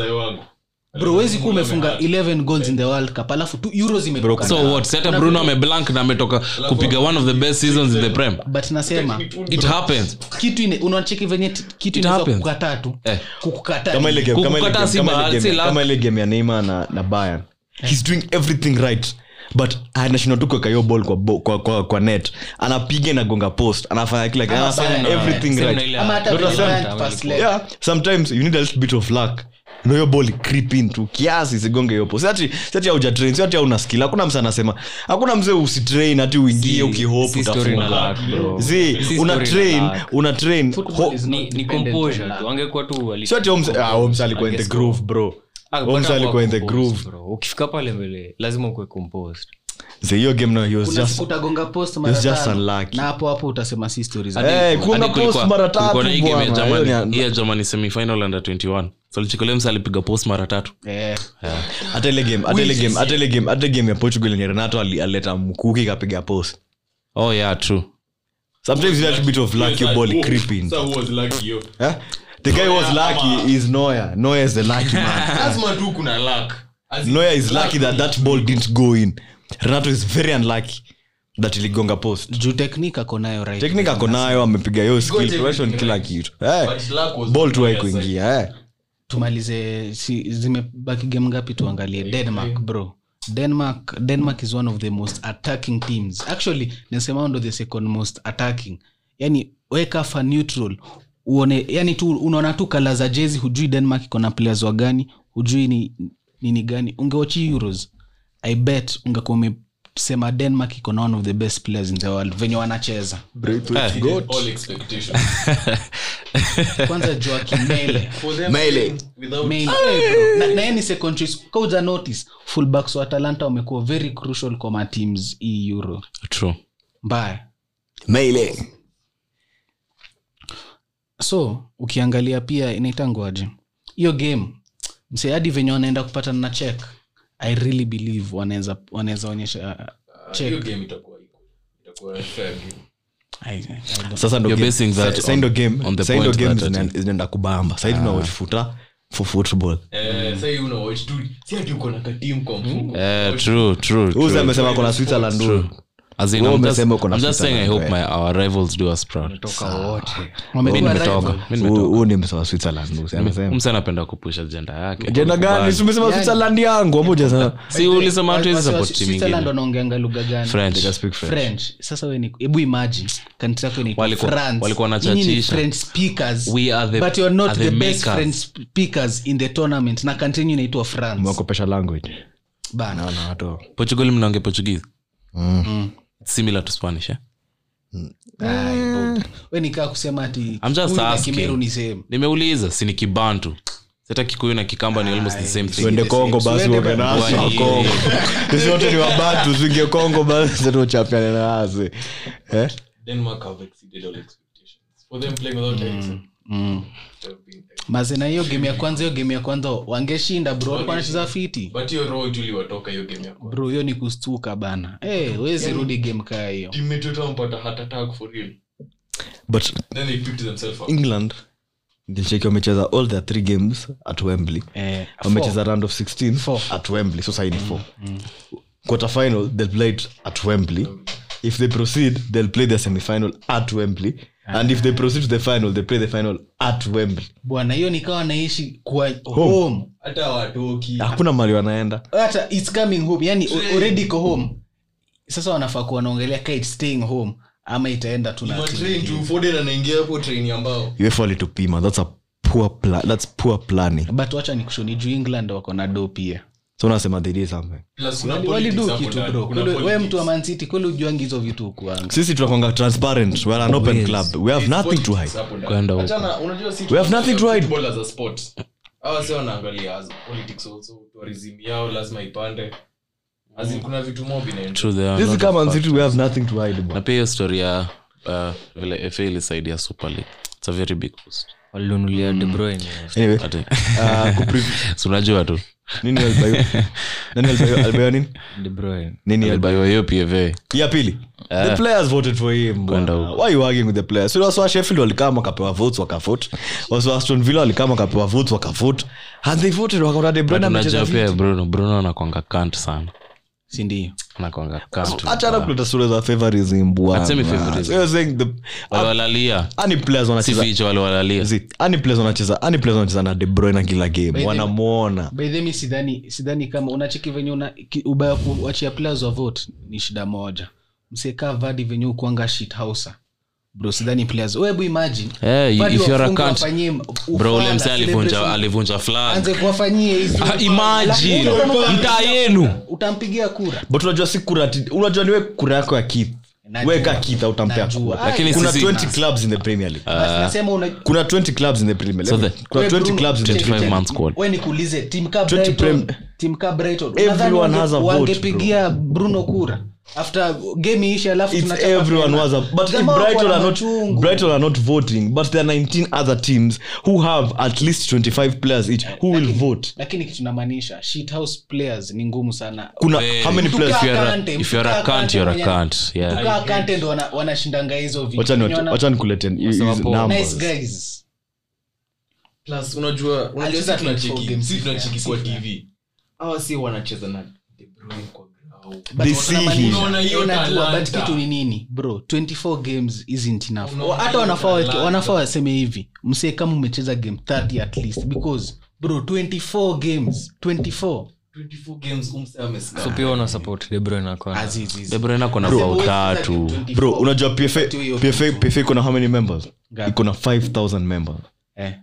Speaker 1: bro wezi kuwa umefunga 11 goals in the world cup alafu tu euros imetoka
Speaker 4: so what seta bruno ameblank na ametoka kupiga one of the best seasons in the prem
Speaker 1: but nasema
Speaker 4: it happens
Speaker 1: kitu ine- unacheki venye t- kitu
Speaker 4: It
Speaker 1: inaweza
Speaker 4: happens.
Speaker 1: kukataa tu
Speaker 4: Eh.
Speaker 1: kukukataa
Speaker 2: kama ile game kama ile
Speaker 4: Kukukata
Speaker 2: game-
Speaker 4: si
Speaker 2: kama
Speaker 4: bahati,
Speaker 2: ile game
Speaker 4: si luck.
Speaker 2: kama ile game ya Neymar na na Bayern he's doing everything right but anashindwa tu kuweka hiyo ball kwa, bo- kwa, kwa, kwa net anapiga inagonga post anafanya kila kitu anafanya everything right
Speaker 1: Ama hata
Speaker 3: Dota
Speaker 1: venye
Speaker 3: Sam-
Speaker 1: Bayern pass left.
Speaker 2: yeah sometimes you need a little bit of luck na hiyo ball creep in tu kiasi isigonge hiyo post ati ati hauja train si ati hauna skill hakuna mzee anasema hakuna mzee usitrain ati uingie ukihope
Speaker 3: si story na
Speaker 2: utafunga
Speaker 3: luck, bro.
Speaker 2: zi
Speaker 3: Si story
Speaker 2: una
Speaker 3: na
Speaker 2: train
Speaker 3: luck.
Speaker 2: una train ho-
Speaker 1: is
Speaker 3: Ni- ni composure tu angekuwa tu wali-
Speaker 2: sio ati omsa ah omsa alikuwa in the
Speaker 3: Angescore.
Speaker 2: groove bro
Speaker 3: Ah,
Speaker 2: omsa
Speaker 3: but
Speaker 2: alikuwa in the
Speaker 3: composed,
Speaker 2: groove
Speaker 3: bro. ukifika pale mbele lazima ukuwe composed
Speaker 2: Zee, hiyo game nayo he was
Speaker 1: Kuna
Speaker 2: just
Speaker 1: siku utagonga post mara
Speaker 2: it's just
Speaker 1: tano,
Speaker 2: unlucky.
Speaker 1: na hapo hapo utasema si stories.
Speaker 2: Eh, kuunga
Speaker 4: Hadi kulikuwa-
Speaker 2: post mara
Speaker 4: kulikuwa
Speaker 2: tatu
Speaker 4: na hii game ya
Speaker 2: bwana,
Speaker 4: Germany.
Speaker 2: hiyo ni-
Speaker 4: Hii ya germany semifinal under 21 solchikolems alipiga post mara tatu
Speaker 1: Eh,
Speaker 2: hata ile game hata ile game hata ile game hata game ya portugal yenye renato ali- alileta mkuki kapiga post
Speaker 4: oh yeah true
Speaker 2: sometimes you have a bit of luck your
Speaker 5: oh,
Speaker 2: ball creeping eh? the guy was lucky is noya noya is the lucky man
Speaker 5: lazima tu kuna luck. As in,
Speaker 2: noya is lucky that that ball didn't go in renato is very unlucky that iligonga post
Speaker 1: juu technique ako nayo right.
Speaker 2: technique ako nayo amepiga hiyo skill
Speaker 5: technique
Speaker 2: prevention kila kitu eh
Speaker 5: but luck was
Speaker 2: ball
Speaker 5: not
Speaker 2: tu
Speaker 5: on your side.
Speaker 2: haikuingia eh
Speaker 1: tumalize si, zimebaki game ngapi tuangalie denmark bro denmark denmark is one of the most attacking teams actually nasema ndo the second most attacking yani weka fa neutral uone yani tu unaona tu kala za jezi hujui denmark iko na players wa gani hujui ni nini gani ungewachi euros i bet ungekuwa umesema denmark iko na one of the best players in the world venye wanacheza
Speaker 5: All expectations.
Speaker 1: kwanza joakim mele
Speaker 2: mele
Speaker 1: Mail. Eh, bro. Na- na yeye ni secondary school. Kauja notice fullbacks wa atalanta wamekuwa very crucial kwa mateams hii euro
Speaker 4: true
Speaker 1: mbaya
Speaker 2: mele
Speaker 1: so ukiangalia pia inaitangwaje hiyo game mse hadi venye wanaenda kupata na chek i really believe wanaweza wanaweza onyesha uh,
Speaker 5: Hiyo
Speaker 1: check
Speaker 5: game itakuwa equal. Itakuwa fair game.
Speaker 1: I- I don't-
Speaker 2: sasa ndo
Speaker 4: You're
Speaker 2: game-
Speaker 4: basing that
Speaker 2: sa- sa ndo
Speaker 4: on-
Speaker 2: game-
Speaker 4: on the
Speaker 2: sa ndo
Speaker 4: point
Speaker 2: game
Speaker 4: that Ah. I
Speaker 2: zina-
Speaker 4: think.
Speaker 2: zinaenda kubamba sahii tunawafuta for football
Speaker 5: Eh, sasa hii una watch tu. Si ati uko na ka team kwa
Speaker 1: Hmm.
Speaker 5: mfuko.
Speaker 4: eh true true,
Speaker 2: Uzi
Speaker 4: true.
Speaker 2: amesema kuna switzerland huyu.
Speaker 4: As in,
Speaker 2: Wewe
Speaker 4: I'm just-
Speaker 2: umesema uko na
Speaker 4: I'm just saying i
Speaker 2: Switzerland,
Speaker 4: hope my our rivals do us proud
Speaker 3: toka wote
Speaker 4: mi
Speaker 1: wamekuwa
Speaker 4: nimetoka
Speaker 1: rival.
Speaker 4: mi
Speaker 2: Huyu-
Speaker 4: nimetoka
Speaker 2: huyu ni msa wa switzerland uzi amesema
Speaker 4: msa anapenda kupusha jenda yake
Speaker 2: jenda gani Si umesema switzerland yangu amoja sana
Speaker 4: si ulisema
Speaker 1: Wasi-
Speaker 4: hatuwezi
Speaker 1: wasi-
Speaker 4: support team
Speaker 1: Switzerland
Speaker 4: ingine
Speaker 1: wanaongeanga lugha gani
Speaker 4: French.
Speaker 1: french sasa we ni hebu imagine kanisa yako ni
Speaker 4: Walikuwa-
Speaker 1: france
Speaker 4: walikuwa
Speaker 1: Nyinyi ni
Speaker 4: wanachachisha.
Speaker 1: french speakers
Speaker 4: We are the-
Speaker 1: but you're not
Speaker 4: are
Speaker 1: the,
Speaker 4: the
Speaker 1: best
Speaker 4: makers.
Speaker 1: french speakers in the tournament na continue inaitwa france
Speaker 2: mwakopesha language
Speaker 1: bana
Speaker 2: Naona watu-
Speaker 4: portugal mnaonge portuguese
Speaker 2: Mm.
Speaker 4: similar to spanish eh?
Speaker 1: we nikaa kusema ati
Speaker 4: I'm just
Speaker 1: Kikuyu na
Speaker 4: asking.
Speaker 1: kimeru ni sehemu
Speaker 4: nimeuliza si ni kibantu seta kikuyu na kikamba ni almost the same thing
Speaker 2: tuende kongo basi
Speaker 1: Tuende
Speaker 2: uoge nazo
Speaker 4: Bwana,
Speaker 2: wa
Speaker 4: yeah.
Speaker 2: Kongo. sisi wote ni wabatu tuingie kongo basi tuchapiane nazi Eh?
Speaker 5: Denmark have exceeded all expectations. For them playing
Speaker 1: Hmm.
Speaker 5: without Eriksen, it would have been-
Speaker 1: mazena hiyo game ya kwanza hiyo game ya kwanza wangeshinda bro walikuwa wanacheza fiti
Speaker 5: But hiyo roho tu iliwatoka hiyo game ya kwanza.
Speaker 1: bro hiyo ni kustuka bana hey, wezi rudi game kaa hiyo
Speaker 5: Teammate wetu wamepata heart attack for real.
Speaker 2: but
Speaker 5: Then they picked themselves up.
Speaker 2: england nilisheki wamecheza all their three games at wembley
Speaker 1: eh,
Speaker 2: wamecheza round of 16
Speaker 1: Four.
Speaker 2: at wembley so saini four quarter final they'll play it at wembley if they proceed they'll play the semifinal at wembley and if they proceed to the final they play the final at wembley
Speaker 1: bwana hiyo nikawa naishi kwa home
Speaker 5: Hata hawatoki.
Speaker 1: Ah,
Speaker 2: hakuna mali wanaenda
Speaker 1: hata its coming home yani o- already iko home sasa wanafaa kuwa wanaongelea ka its staying home ama itaenda tu na
Speaker 5: Matrain
Speaker 1: team.
Speaker 5: tu, Foden anaingia hapo train ya mbao.
Speaker 2: uefa walitupima thats a poor pla- that's poor planning
Speaker 1: but wacha nikushoni juu england wako na do pia
Speaker 2: so unasema they did something
Speaker 5: Plus kuna
Speaker 1: Wali-
Speaker 5: politics
Speaker 1: walidu
Speaker 5: hapo
Speaker 1: kitu
Speaker 5: ndani,
Speaker 1: bro
Speaker 5: kuna
Speaker 1: Kweli we
Speaker 5: politics.
Speaker 1: mtu wa mancity kweli ujuangi hizo vitu ukuanga
Speaker 2: sisi tunakwanga transparent we're an open club we have nothing to
Speaker 5: Politics
Speaker 2: hide
Speaker 5: hapo ndani.
Speaker 4: Kwenda huko.
Speaker 5: Achana, unajua si
Speaker 2: We have nothing to hide.
Speaker 5: football as a sport. Hawa sio wanaangalia as politics also, tourism yao lazima ipande As in kuna vitu mob inaenda.
Speaker 4: True, there are
Speaker 2: this
Speaker 4: a
Speaker 2: is
Speaker 4: lot of
Speaker 2: kama
Speaker 4: facts.
Speaker 2: city we have nothing to hide bro.
Speaker 4: na pia hiyo story ya uh, vile fa ilisaidia super league its a very big boost
Speaker 3: walinunulia De Bruyne.
Speaker 2: anyway
Speaker 4: Ati,
Speaker 2: uh, kuprev-
Speaker 4: si unajua tu
Speaker 2: nini albayo nani albayo albayo nini
Speaker 3: De Bruyne.
Speaker 2: nini albayo
Speaker 4: alibaiwa hiyo pfa
Speaker 2: ya pili the players voted for him
Speaker 4: Uh, Kwenda
Speaker 2: bwana. why you arguing with the players so waswa sheffield walikama wakapewa votes wakavote waswa aston villa walikama wakapewa votes wakavote and they voted wakaona de bruyne amecheza
Speaker 4: unajua
Speaker 2: vizuri.
Speaker 4: pia bruno bruno anakwanga kant sana
Speaker 1: sindio
Speaker 4: anakwanga kant
Speaker 2: hata hata kuleta sura za favorism bwana
Speaker 4: Hata mi favorism.
Speaker 2: So you're saying the
Speaker 4: waliwalalia
Speaker 2: any players
Speaker 4: si
Speaker 2: wanacheza
Speaker 4: ficho waliwalalia
Speaker 2: See, any players wanacheza any players wanacheza na de bruyne kila game
Speaker 1: the-
Speaker 2: wanamuona
Speaker 1: baidhemi sidhani sidhani kama unacheki venye una ki- ubaya kuwachia players wa vote ni shida moja msiekaa vadi venye ukuanga shithausa bro sidhani players webu imagine
Speaker 4: Eh,
Speaker 1: Vardy
Speaker 4: if you're a
Speaker 1: wafunge
Speaker 4: cunt.
Speaker 1: wafanyie m-
Speaker 4: bro ule
Speaker 1: ufala,
Speaker 4: msee alivunja
Speaker 1: celebration,
Speaker 4: alivunja flag
Speaker 1: anze kuwafanyie hizi
Speaker 4: Ah, imagine
Speaker 1: Lakini kama utampigia-
Speaker 4: mtaa yenu
Speaker 1: utampigia kura
Speaker 2: but unajua si kura ati- unajua niwe kura yako ya kith
Speaker 1: Najua.
Speaker 2: weka kith utampea
Speaker 1: Najua.
Speaker 2: kura
Speaker 4: Lakini
Speaker 2: kuna
Speaker 4: sisi-
Speaker 2: 20 clubs in the premier league
Speaker 1: Basi nasema una-
Speaker 2: Ah. kuna 20 clubs in the premier league
Speaker 4: Ah. the-
Speaker 2: kuna
Speaker 1: we
Speaker 2: 20
Speaker 1: Bruno,
Speaker 2: clubs in the
Speaker 1: check,
Speaker 2: premier
Speaker 1: check.
Speaker 2: league
Speaker 4: 25 months squad.
Speaker 1: We nikuulize, team ka
Speaker 2: 20
Speaker 1: Brighton-
Speaker 2: prem-
Speaker 1: team ka Brighton,
Speaker 2: Everyone
Speaker 1: unadhani wange-
Speaker 2: has a vote,
Speaker 1: wangepigia bruno kura after game iishe alafu
Speaker 2: It's
Speaker 1: tunachapa
Speaker 2: everyone
Speaker 1: tena.
Speaker 2: was a, but if
Speaker 1: Jamaa wako
Speaker 2: Brighton
Speaker 1: na
Speaker 2: are not
Speaker 1: machungu.
Speaker 2: Brighton are not voting, but there are 19 other teams who have at least 25 players each who will vote.
Speaker 1: lakini kitu namaanisha shithouse players ni ngumu sana
Speaker 2: Kuna
Speaker 4: Very
Speaker 2: how many
Speaker 4: good.
Speaker 2: players?
Speaker 4: If you're a-
Speaker 1: Kante,
Speaker 4: if you're a
Speaker 1: mkaa
Speaker 4: cunt,
Speaker 1: Kante
Speaker 4: you're a
Speaker 1: mwenye-
Speaker 4: cunt. Yeah.
Speaker 1: tukaa kante ndo wana- wanashindanga hizo vitu.
Speaker 2: Wacha ni
Speaker 1: Wenye wana-
Speaker 2: wacha nikuleteni hizi
Speaker 3: Wasema poa.
Speaker 1: nice
Speaker 2: numbers.
Speaker 1: guys
Speaker 5: plus unajua unajua
Speaker 1: Alicheza
Speaker 5: sisi tunacheki-
Speaker 1: 24 games.
Speaker 5: sisi tunacheki kwa
Speaker 1: Yeah.
Speaker 5: tv hawa si wanacheza na De Bruyne kwa ground.
Speaker 1: But
Speaker 2: They
Speaker 1: wana
Speaker 2: see
Speaker 1: maneno-
Speaker 2: him.
Speaker 5: Unaona hiyo
Speaker 1: Unatua, but
Speaker 5: talanta.
Speaker 1: kitu ni nini bro 24 games isn't enough
Speaker 5: Unaona
Speaker 1: hata
Speaker 5: hiyo
Speaker 1: wanafaa wake-
Speaker 5: talanta.
Speaker 1: wanafaa waseme hivi msee kama umecheza game 30 at least because bro 24 games 24
Speaker 5: 24 games umse amesema.
Speaker 3: So pia wana support De Bruyne akona.
Speaker 1: azizi
Speaker 4: De Bruyne ako na bao tatu
Speaker 2: Bro, unajua PFA
Speaker 1: Two hiyo
Speaker 2: PFA PFA kuna how many members?
Speaker 1: Ngapi?
Speaker 2: Iko na 5000 members.
Speaker 1: eh,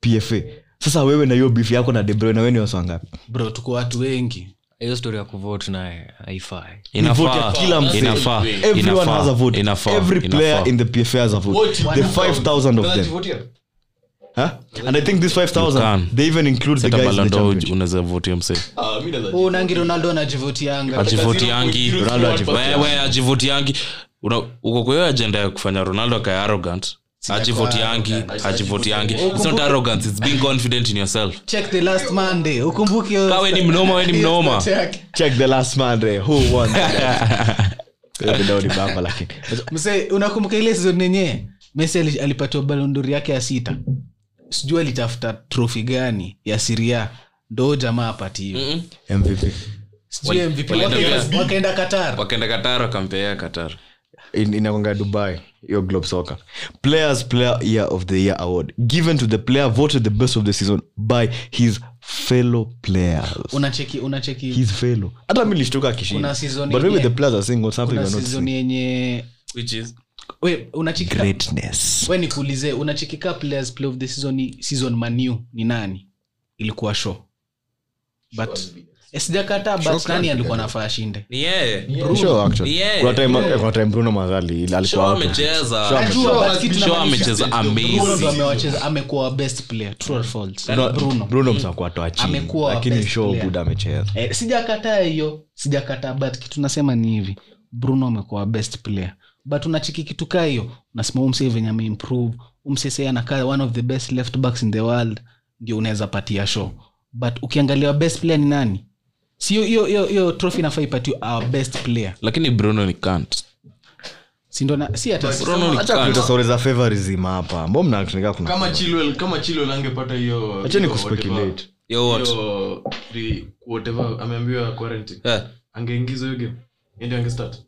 Speaker 2: PFA. Sasa wewe na hiyo beef yako na De Bruyne wewe ni wasa ngapi?
Speaker 1: bro tuko watu wengi
Speaker 3: hiyo story ya kuvote naye haifai
Speaker 2: Vote ya
Speaker 4: inafaa
Speaker 2: kila msee.
Speaker 4: inafaa
Speaker 2: Everyone
Speaker 4: inafaa,
Speaker 2: has a vote.
Speaker 4: inafaa,
Speaker 2: Every player
Speaker 4: inafaa.
Speaker 2: in the PFA has a vote.
Speaker 5: What?
Speaker 2: The 5000 of them.
Speaker 5: Wanajivutia?
Speaker 2: Huh? And I think this 5,000,
Speaker 4: can.
Speaker 2: they even include the
Speaker 4: Hata
Speaker 2: guys in the
Speaker 4: Ballon d'Or
Speaker 2: championship.
Speaker 4: unaweza votia msee
Speaker 5: Ah, mi naweza-
Speaker 1: huu nangi ronaldo anajivutianga
Speaker 4: ajivutiangi
Speaker 5: Ronaldo ajivutiangi.
Speaker 4: wewe ajivutiangi Una- uko kwa hiyo ajenda ya kufanya ronaldo akae arrogant ajivutiangi ajivutiangi It's not arrogance, it's being confident in yourself
Speaker 1: check the last monday ukumbuke hiyo-
Speaker 4: Ka we ni mnoma we ni
Speaker 1: hiyo
Speaker 4: mnoma
Speaker 1: stat yake.
Speaker 2: check the last man there who won Hiyo video ni bamba lakini
Speaker 1: mse unakumbuka ile season yenyewe messi ali- alipatiwa balondori yake ya sita sijui alitafuta trofi gani ya siria ndo jamaa apati
Speaker 4: Mm.
Speaker 1: hiyo
Speaker 2: mvp
Speaker 1: sijui MVP.
Speaker 4: walienda
Speaker 1: Wakaenda-
Speaker 4: pia-
Speaker 1: wakaenda qatar
Speaker 4: wakaenda katara wakampea katara
Speaker 2: In- inakwanga dubai your globe soccer players player year of the year award given to the player voted the best of the season by his fellow players
Speaker 1: unacheki unacheki
Speaker 2: his fellow hata mi lishtuka
Speaker 1: Kuna season
Speaker 2: but maybe
Speaker 1: yenyewe.
Speaker 2: the players are saying what something
Speaker 1: kuna
Speaker 2: you're not
Speaker 1: season
Speaker 2: seeing
Speaker 1: yenye
Speaker 4: which is
Speaker 1: we unacheki ka-
Speaker 2: greatness
Speaker 1: we nikuulize unachekika players play of the season ni- season manu ni nani ilikuwa show but Eh, sijakataa but nani alikuwa nafaa ashinde
Speaker 4: ni yeye
Speaker 2: sure actually
Speaker 4: Yeah.
Speaker 2: Kuna time- kuna time bruno mazali
Speaker 4: Shaw
Speaker 2: alikuwa hapo.
Speaker 4: amecheza
Speaker 1: Najua, but kitu
Speaker 4: Shaw
Speaker 1: namaanisha-
Speaker 4: amecheza
Speaker 1: Bruno ndo
Speaker 4: amazing
Speaker 1: amewacheza amekuwa best player true or false
Speaker 2: No,
Speaker 1: bruno
Speaker 2: bruno msakuwa toa chini
Speaker 1: Amekuwa
Speaker 2: lakini
Speaker 1: best
Speaker 2: show
Speaker 1: player.
Speaker 2: buda amecheza
Speaker 1: eh, sijakataa hiyo sijakataa but kitu nasema ni hivi bruno amekuwa best player but unachiki kitu kaa hiyo unasema umsee venye ameimprove umsese anakaa one of the best left backs in the world ndio unaweza patia show but ukiangalia best player ni nani sio hiyo hiyo hiyo trophy inafaa ipatiwe our best player
Speaker 4: lakini bruno ni kant
Speaker 1: sindo na si hata
Speaker 4: bruno ni
Speaker 2: acha kuleta
Speaker 4: kant
Speaker 2: stori za favorism hapa mbona mnatumika kuna
Speaker 5: kama Chilwell- kama Chilwell angepata hiyo
Speaker 2: acheni
Speaker 5: hiyo
Speaker 2: kuspeculate
Speaker 5: whatever-
Speaker 4: Yo, what?
Speaker 5: hiyo three- whatever, ameambiwa quarantine
Speaker 4: Eh,
Speaker 5: angeingizwa hiyo game Yeye ndiye angestart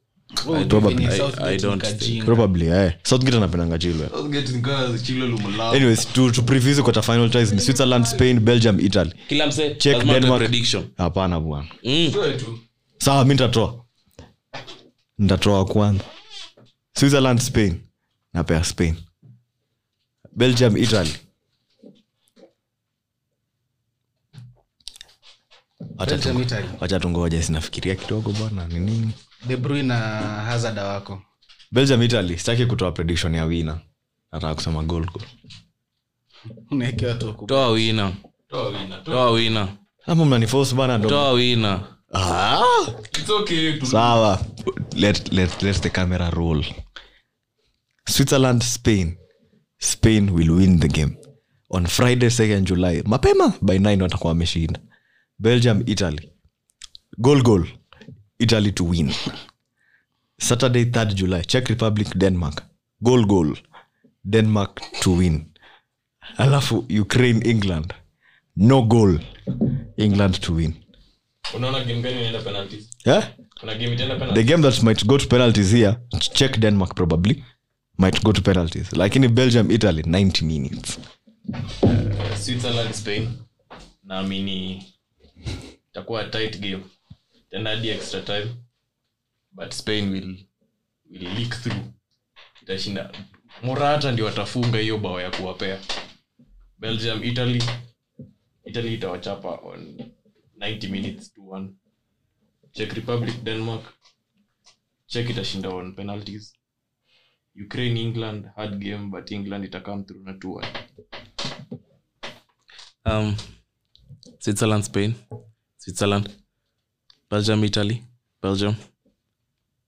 Speaker 2: probably,
Speaker 4: I- I don't think.
Speaker 2: probably eh southgate anapendanga jilwe
Speaker 5: Southgate ni kama Chilwell umelawa.
Speaker 2: anyways to, to preview hizo quarter final ties ni switzerland spain belgium italy
Speaker 4: kila msee
Speaker 2: Check
Speaker 4: lazima atoe
Speaker 2: Denmark.
Speaker 4: prediction
Speaker 2: hapana bwana
Speaker 4: Mm.
Speaker 5: Toe tu.
Speaker 2: sawa mi ntatoa ntatoa wa kwanza switzerland spain napea spain belgium italy Wacha tu-
Speaker 1: Belgium, Italy.
Speaker 2: wacha tungoja sinafikiria kidogo bwana ni nini
Speaker 1: De Bruyne na Hazard wako
Speaker 2: belgium italy sitaki kutoa prediction ya wina nataka kusema goal goal
Speaker 1: unaeke watu wakubwa
Speaker 4: toa wina
Speaker 5: Toa wina, toa-
Speaker 4: toa wina
Speaker 2: ama mnaniforce bana ndo
Speaker 4: toa wina
Speaker 2: ah!
Speaker 5: it's okay to-
Speaker 2: sawa let, let, let the camera roll switzerland spain spain will win the game on friday 2nd july mapema by 9 watakuwa wameshinda belgium italy goal goal italy to win saturday 3rd july czech republic denmark goal goal denmark to win alafu ukraine england no goal england to win Eh?
Speaker 5: unaona game gani inaenda penalties
Speaker 2: yeah?
Speaker 5: kuna game itaenda
Speaker 2: the
Speaker 5: penalties
Speaker 2: game that might go to penalties here check denmark probably might go to penalties lakini belgium italy 90 minutes
Speaker 5: switzerland spain naamini itakuwa a tight game tena hadi extra time but spain will, will leak through itashinda morata ndio watafunga hiyo bao ya kuwapea belgium italy italy itawachapa on 90 minutes to one czech republic denmark czech itashinda on penalties ukraine england hard game but england itakam through na 2-1
Speaker 4: um, switzerland spain switzerland belgium italy belgium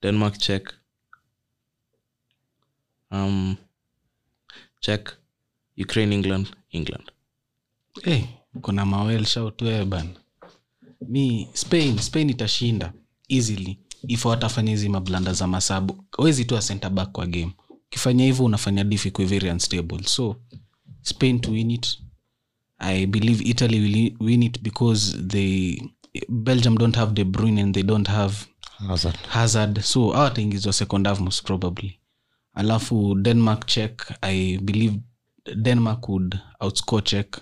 Speaker 4: denmark czech um, czech ukraine england england
Speaker 1: hey, kuna mawel shautue bana mi spain spain itashinda easily if watafanya hizi mablanda za masabu wezi tu center back kwa game ukifanya hivyo unafanya diff ikuwe very unstable so spain to win it i believe italy will win it because they belgium don't have de bruin and they don't have hazard so hawa wataingizwa second half most probably alafu denmark check i believe denmark would outscore check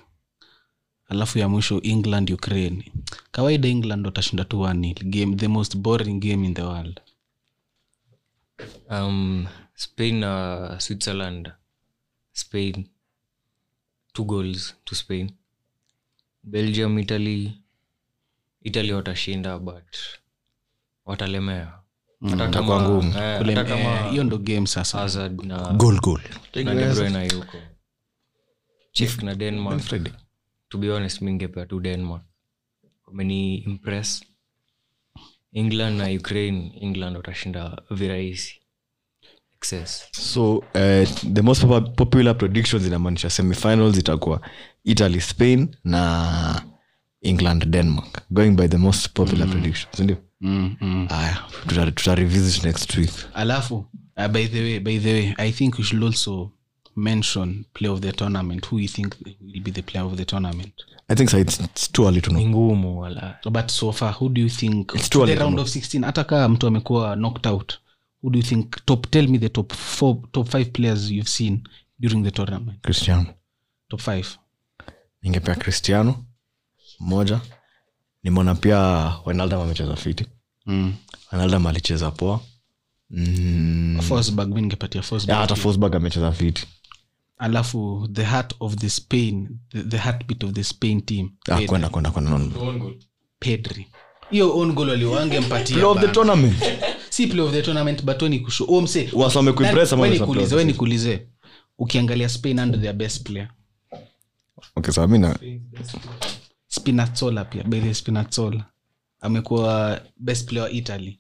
Speaker 1: alafu ya mwisho england ukraine kawaida england watashinda tu one game the most boring game in the world
Speaker 3: um, spain na uh, switzerland spain two goals to spain belgium italy italy watashinda but watalemea
Speaker 1: Mm,
Speaker 3: Hata kama- eh,
Speaker 1: Ule-
Speaker 3: hata kama
Speaker 1: eh, hiyo ndo game sasa
Speaker 3: Hazard na-
Speaker 2: goal goal
Speaker 3: na De Bruyne hayuko. Czech na denmark to be honest mi ningepea tu denmark wameni impress england na ukraine england watashinda virahisi excess
Speaker 2: so uh, the most popu- popular predictions inamaanisha semifinals itakuwa italy spain na england denmark going by the most popular predictions sindio
Speaker 1: mm, mm.
Speaker 2: aya tuta- tutarevisit next week
Speaker 1: alafu uh, by the way by the way i think we should also mention play of the tournament who you think will be the player of the tournament
Speaker 2: i think so it's, it's too early to know
Speaker 3: ni ngumu wala
Speaker 1: but so far who do you think
Speaker 2: It's
Speaker 1: the
Speaker 2: too early to
Speaker 1: round
Speaker 2: know.
Speaker 1: of 16 hata kaa mtu amekuwa knocked out who do you think top tell me the top four, top five players you've seen during the tournament
Speaker 2: cristiano
Speaker 1: top five
Speaker 2: ningepea cristiano mmoja nimeona pia wenaldam amecheza fiti
Speaker 1: mm.
Speaker 2: wenaldam alicheza poa mm.
Speaker 1: Forsberg, mi ningepatia Forsberg.
Speaker 2: yeah, hata fosbag amecheza fiti
Speaker 1: alafu the heart of the spain the, the heartbeat of the spain team
Speaker 2: Ah, kwenda kwenda kwenda no, no.
Speaker 5: One goal.
Speaker 1: pedri hiyo own goal
Speaker 2: Player of the
Speaker 1: waliwangempatia
Speaker 2: tournament
Speaker 1: si play of the tournament but weni kusho oh, mse
Speaker 2: Wasa wamekuimpress ama
Speaker 1: we
Speaker 2: wasa
Speaker 1: nikuulize,
Speaker 2: play
Speaker 1: we
Speaker 2: of the
Speaker 1: nikuulize ukiangalia spain under their best player
Speaker 2: okay sawa mimi na
Speaker 1: spinazzola pia bele spinazzola amekuwa best player wa italy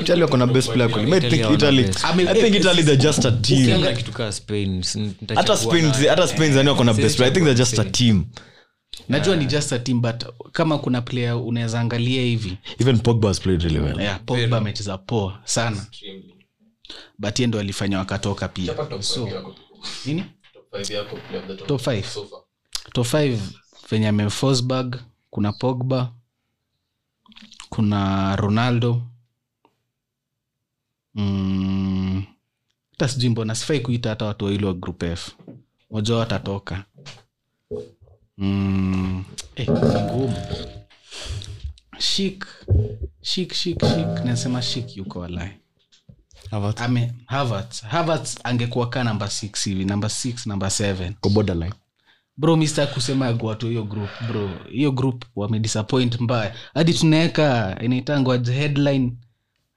Speaker 2: italy wako na best player kweli Mimi I think
Speaker 3: Italy wana
Speaker 2: italy
Speaker 3: best.
Speaker 1: Ame-
Speaker 2: i think italy they're just a team
Speaker 3: Ukiangalia kitu kaa spain s- nitachagua
Speaker 2: hata spain
Speaker 3: na-
Speaker 2: hata spain zani wako na best player i think they're just a team
Speaker 1: najua ni just a team but kama kuna player unaweza angalia hivi
Speaker 2: even pogba has played really well
Speaker 1: yeah, pogba amecheza poa sana but ye ndo alifanya wakatoka pia so nini top 5 top 5 venye ame Forsberg, kuna pogba kuna ronaldo Mm, hata sijui mbona sifai kuita hata watu wawili wa group f moja wao atatoka mm. eh, ni ngumu shik shik shik shik nasema shik yuko walai
Speaker 2: Havertz.
Speaker 1: ame Havertz. Havertz angekuwa kaa namba 6 hivi namba 6 namba 7
Speaker 2: Kwa borderline
Speaker 1: bro mista kusema ya kuwatu hiyo group bro hiyo group wamedisappoint mbaya hadi tunaweka inaitangwa aje headline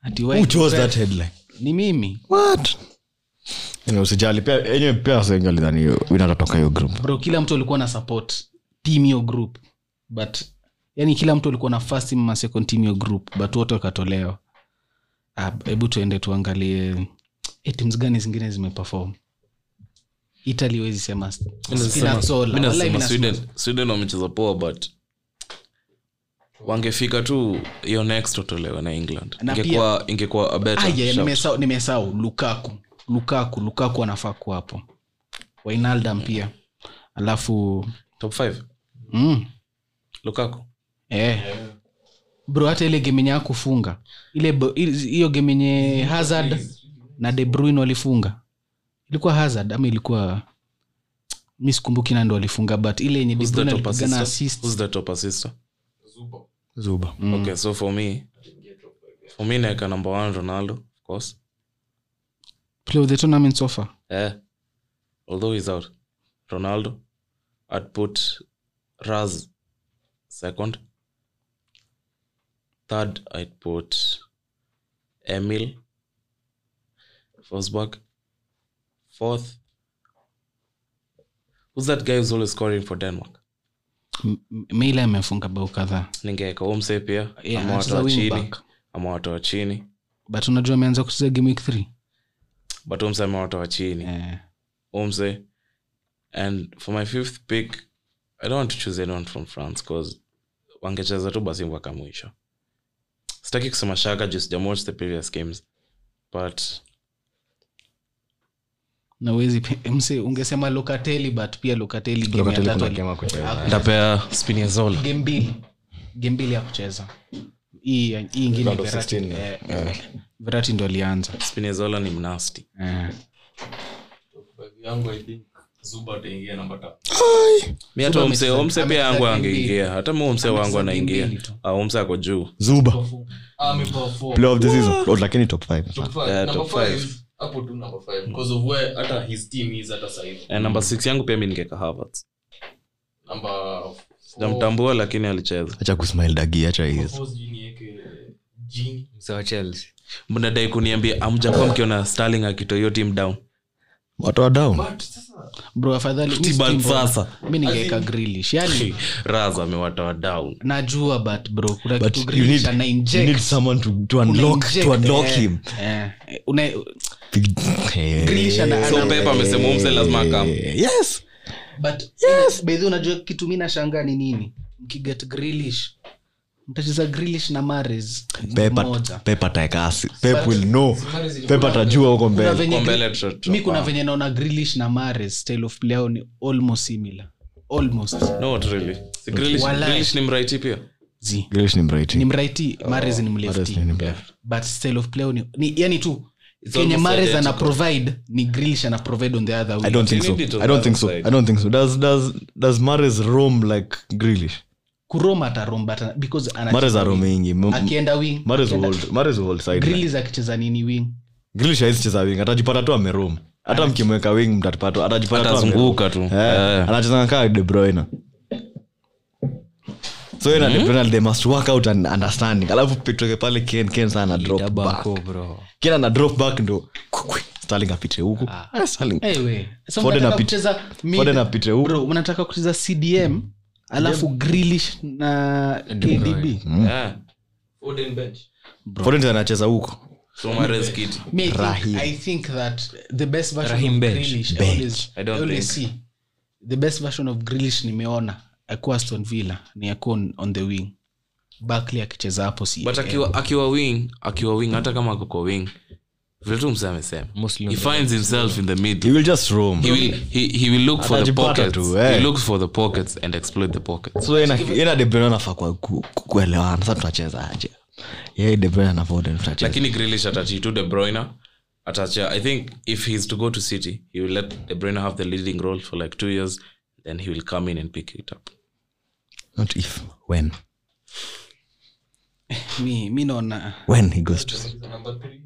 Speaker 1: ati
Speaker 2: Who
Speaker 1: white
Speaker 2: chose
Speaker 1: pride.
Speaker 2: that headline?
Speaker 1: ni mimi
Speaker 2: What? Anyway, usijali pia enyewe pia wasengi walidhani hiyo- inatotoka hiyo group
Speaker 1: bro kila mtu alikuwa na support team hiyo group but yani kila mtu alikuwa na first team ma second team hiyo group but wote wakatolewa Ah, hebu tuende tuangalie eh, teams gani zingine zimeperform italy wezi sema
Speaker 4: Mi nasema Sweden- sweden wamecheza poa but wangefika tu hiyo next watolewe na england
Speaker 1: Na pia-
Speaker 4: ingekuwa ingekuwa a better shout.
Speaker 1: nimesau nimesau lukaku lukaku lukaku anafaa kuwa hapo wainaldam pia alafu
Speaker 4: top five
Speaker 1: mm,
Speaker 4: lukaku
Speaker 1: eh. bro hata ile game yenye akufunga ile bo- ile- hiyo game yenye hazard na de bruin walifunga ilikuwa hazard ama ilikuwa mi sikumbuki nando walifunga but ile yenye De
Speaker 4: Who's the
Speaker 1: Bruyne
Speaker 4: top
Speaker 1: alipigana
Speaker 4: assister?
Speaker 1: assist
Speaker 4: Who's the top assister?
Speaker 2: zuba
Speaker 4: okay so for me for me naeka number one ronaldo of course
Speaker 1: play of the tournament so far
Speaker 4: eh although he's out ronaldo i'd put raz second third i'd put emil forsberg fourth who's that guy who's always scoring for denmark
Speaker 1: M- M- meila amefunga bao kadhaa
Speaker 4: ningeeka omse pia
Speaker 1: Yeah,
Speaker 4: ama watu
Speaker 1: anacheza
Speaker 4: wa
Speaker 1: wing
Speaker 4: chini
Speaker 1: back.
Speaker 4: ama watu wa chini
Speaker 1: but unajua ameanza kucheza game week three
Speaker 4: but omse ama watu wa chini
Speaker 1: eh.
Speaker 4: Omse. And for my fifth pick, I don't want to choose anyone from France because wangecheza tu basi wakamwisho. Sitaki kusema shaka just watch the previous games. But
Speaker 1: na uwezi pe- mse ungesema lokateli but pia lokateli game ya
Speaker 2: Locatelli
Speaker 1: tatu
Speaker 2: kuna
Speaker 1: ali-
Speaker 2: game ya kucheza.
Speaker 1: haku-
Speaker 4: ndapea Spinazzola.
Speaker 1: game mbili game mbili ya kucheza hii hii ingine
Speaker 2: Round of
Speaker 1: Verratti,
Speaker 2: 16,
Speaker 1: eh, verati ndo alianza
Speaker 4: Spinazzola ni mnasti.
Speaker 1: eh.
Speaker 5: yangu i think zuba ataingia namba tatu
Speaker 4: Mi hata Omse,
Speaker 1: amecheza-
Speaker 4: Omse pia
Speaker 1: amecheza
Speaker 4: yangu
Speaker 1: game mbili.
Speaker 4: angeingia. Hata mu Omse wangu
Speaker 1: Amecheza game
Speaker 4: anaingia.
Speaker 1: mbili tu.
Speaker 4: Ah, Omse ako juu.
Speaker 2: zuba
Speaker 5: Ah, ameperform
Speaker 2: play of the season Oh, lakini top five
Speaker 5: Top five.
Speaker 4: Yeah,
Speaker 5: Number
Speaker 4: top
Speaker 5: five,
Speaker 4: five.
Speaker 5: hapo tu number five. Because of where hata his team is hata sahivi
Speaker 4: And Eh, number six yangu pia mi ningeka
Speaker 1: Oh.
Speaker 4: Havertz.
Speaker 5: namba four-
Speaker 4: Sijamtambua lakini alicheza.
Speaker 2: acha kusmile dagi acha hii.
Speaker 5: four sijui niweke Gini.
Speaker 3: mse wa chelsea
Speaker 4: Mnadai kuniambia amjakuwa mkiona Sterling akitoa hiyo team down.
Speaker 2: watu wa down
Speaker 5: But sasa,
Speaker 1: bro afadhali mi
Speaker 4: Tiban
Speaker 1: sitimbo-
Speaker 4: sasa.
Speaker 1: mi ningeweka Grealish. yani
Speaker 4: Raz amewatoa down.
Speaker 1: najua but bro kuna
Speaker 2: but
Speaker 1: kitu
Speaker 2: you
Speaker 1: Grealish
Speaker 2: need,
Speaker 1: ana
Speaker 2: you need
Speaker 1: inject Eh,
Speaker 2: someone to, to unlock, to unlock him eh.
Speaker 1: Grealish ana-
Speaker 4: So Pep amesema Omse lazima akam.
Speaker 2: yes
Speaker 1: bedhi unajua kitu mi nashanga ni nini mkiget Grealish, mtacheza Grealish na mares moja
Speaker 2: pepa taekasi pep will know pep atajua huko
Speaker 1: Kuna
Speaker 2: mbele
Speaker 1: venye
Speaker 4: Kwa
Speaker 1: Gre-
Speaker 4: mbele tuta- tuta-
Speaker 1: mi kuna venye naona Grealish na mares style of play yao ni almost similar almost
Speaker 4: not really si Grealish,
Speaker 1: Walai.
Speaker 4: Grealish ni mraiti pia
Speaker 1: zi
Speaker 2: Grealish ni
Speaker 1: ni
Speaker 2: mrighti
Speaker 1: mraiti mares ni
Speaker 2: Mahrez
Speaker 1: mlefti
Speaker 2: ni mlefti.
Speaker 1: Yeah. but style of play yao ni, ni yani tu
Speaker 4: It's
Speaker 1: kenye
Speaker 4: almost
Speaker 1: mares ana
Speaker 4: identical.
Speaker 1: provide ni Grealish ana provide on the other
Speaker 2: I
Speaker 1: way
Speaker 2: don't think
Speaker 4: You
Speaker 2: so.
Speaker 4: need it on
Speaker 2: I
Speaker 4: the
Speaker 2: don't think so.
Speaker 4: other
Speaker 2: I don't think so. Does does does Mares roam like Grealish?
Speaker 1: kuroma atarom but ana- because ana-
Speaker 2: Mares aromingi.
Speaker 1: akienda wing
Speaker 2: Mares
Speaker 1: akienda-
Speaker 2: hold. Mares hold side. line.
Speaker 1: Grealish akicheza nini wing
Speaker 2: Grealish hawezi cheza wing. Atajipata tu ameroam. Hata mkimweka wing mtatipata. Atajipata tu ameroam.
Speaker 4: atazunguka tu
Speaker 2: Eh, anachezanga kaa de bruyne so yeye na
Speaker 4: Mm.
Speaker 2: de bruyne they must work out an understanding alafu pitoke pale ken ken sana ana drop back
Speaker 3: dabako bro
Speaker 2: ken ana drop back ndo starling apite huku Ah, Sterling.
Speaker 1: Eh, we. So
Speaker 2: Foden
Speaker 1: mnataka
Speaker 2: apit-
Speaker 1: kucheza mid-
Speaker 2: Foden apite huku
Speaker 1: Bro, mnataka kucheza cdm alafu Grealish na kdb
Speaker 4: Eh,
Speaker 5: Foden bench.
Speaker 2: Foden anacheza huko
Speaker 4: so Mahrez kid.
Speaker 1: Me, I think-
Speaker 2: Raheem.
Speaker 1: I think that the best version
Speaker 3: Raheem
Speaker 1: of
Speaker 3: bench.
Speaker 1: Grealish, I
Speaker 2: Bench.
Speaker 1: always-
Speaker 4: I don't
Speaker 1: I always
Speaker 4: think.
Speaker 1: see. the best version of Grealish nimeona akuwa Aston Villa ni akuwa on, on the wing Barkley akicheza hapo si
Speaker 4: but akiwa, akiwa wing akiwa wing hata kama ako kwa wing vile tu msee amesema
Speaker 3: Mostly on
Speaker 4: he finds himself in the
Speaker 2: he
Speaker 4: middle
Speaker 2: will just roam
Speaker 4: he will, he, he will look for the
Speaker 2: Atajipata
Speaker 4: pockets
Speaker 2: tu, eh.
Speaker 4: he looks for the pockets and exploit the pockets
Speaker 2: so yeye na- yeye na de bruyne anafaa kwa- ku- ku- kuelewana sasa tunacheza aje yeye de bruyne na Foden tutacheza
Speaker 4: lakini Grealish atachi tu de bruyne atacha i think if he's to go to city he will let de bruyne have the leading role for like two years then he will come in and pick it up
Speaker 2: not if when
Speaker 1: eh, mi, mi naona
Speaker 2: when he goes to
Speaker 5: Number three,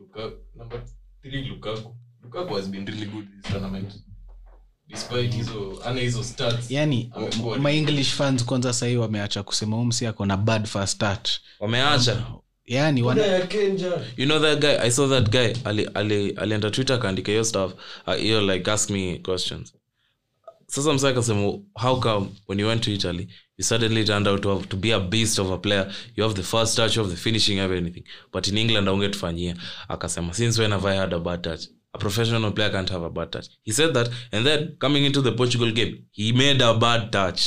Speaker 5: Lukaku. Number three, Lukaku. Lukaku has been really good this tournament. despite hizo ana hizo stats
Speaker 1: yani
Speaker 5: Amekuwa
Speaker 1: ma english fans kwanza sahii wameacha kusema umsi ako na bad for a start
Speaker 4: wameacha
Speaker 1: yani wana,
Speaker 5: ya Kenja
Speaker 4: you know that guy i saw that guy ali ali alienda twitter akaandika hiyo stuff uh, hiyo like ask me questions sasa msa akasema how come when you went to italy you suddenly turned out to, have, to be a beast of a player you have the first touch you have the finishing have anything but in england aungetufanyia akasema since when have i had a bad touch a professional player can't have a bad touch he said that and then coming into the portugal game he made a bad touch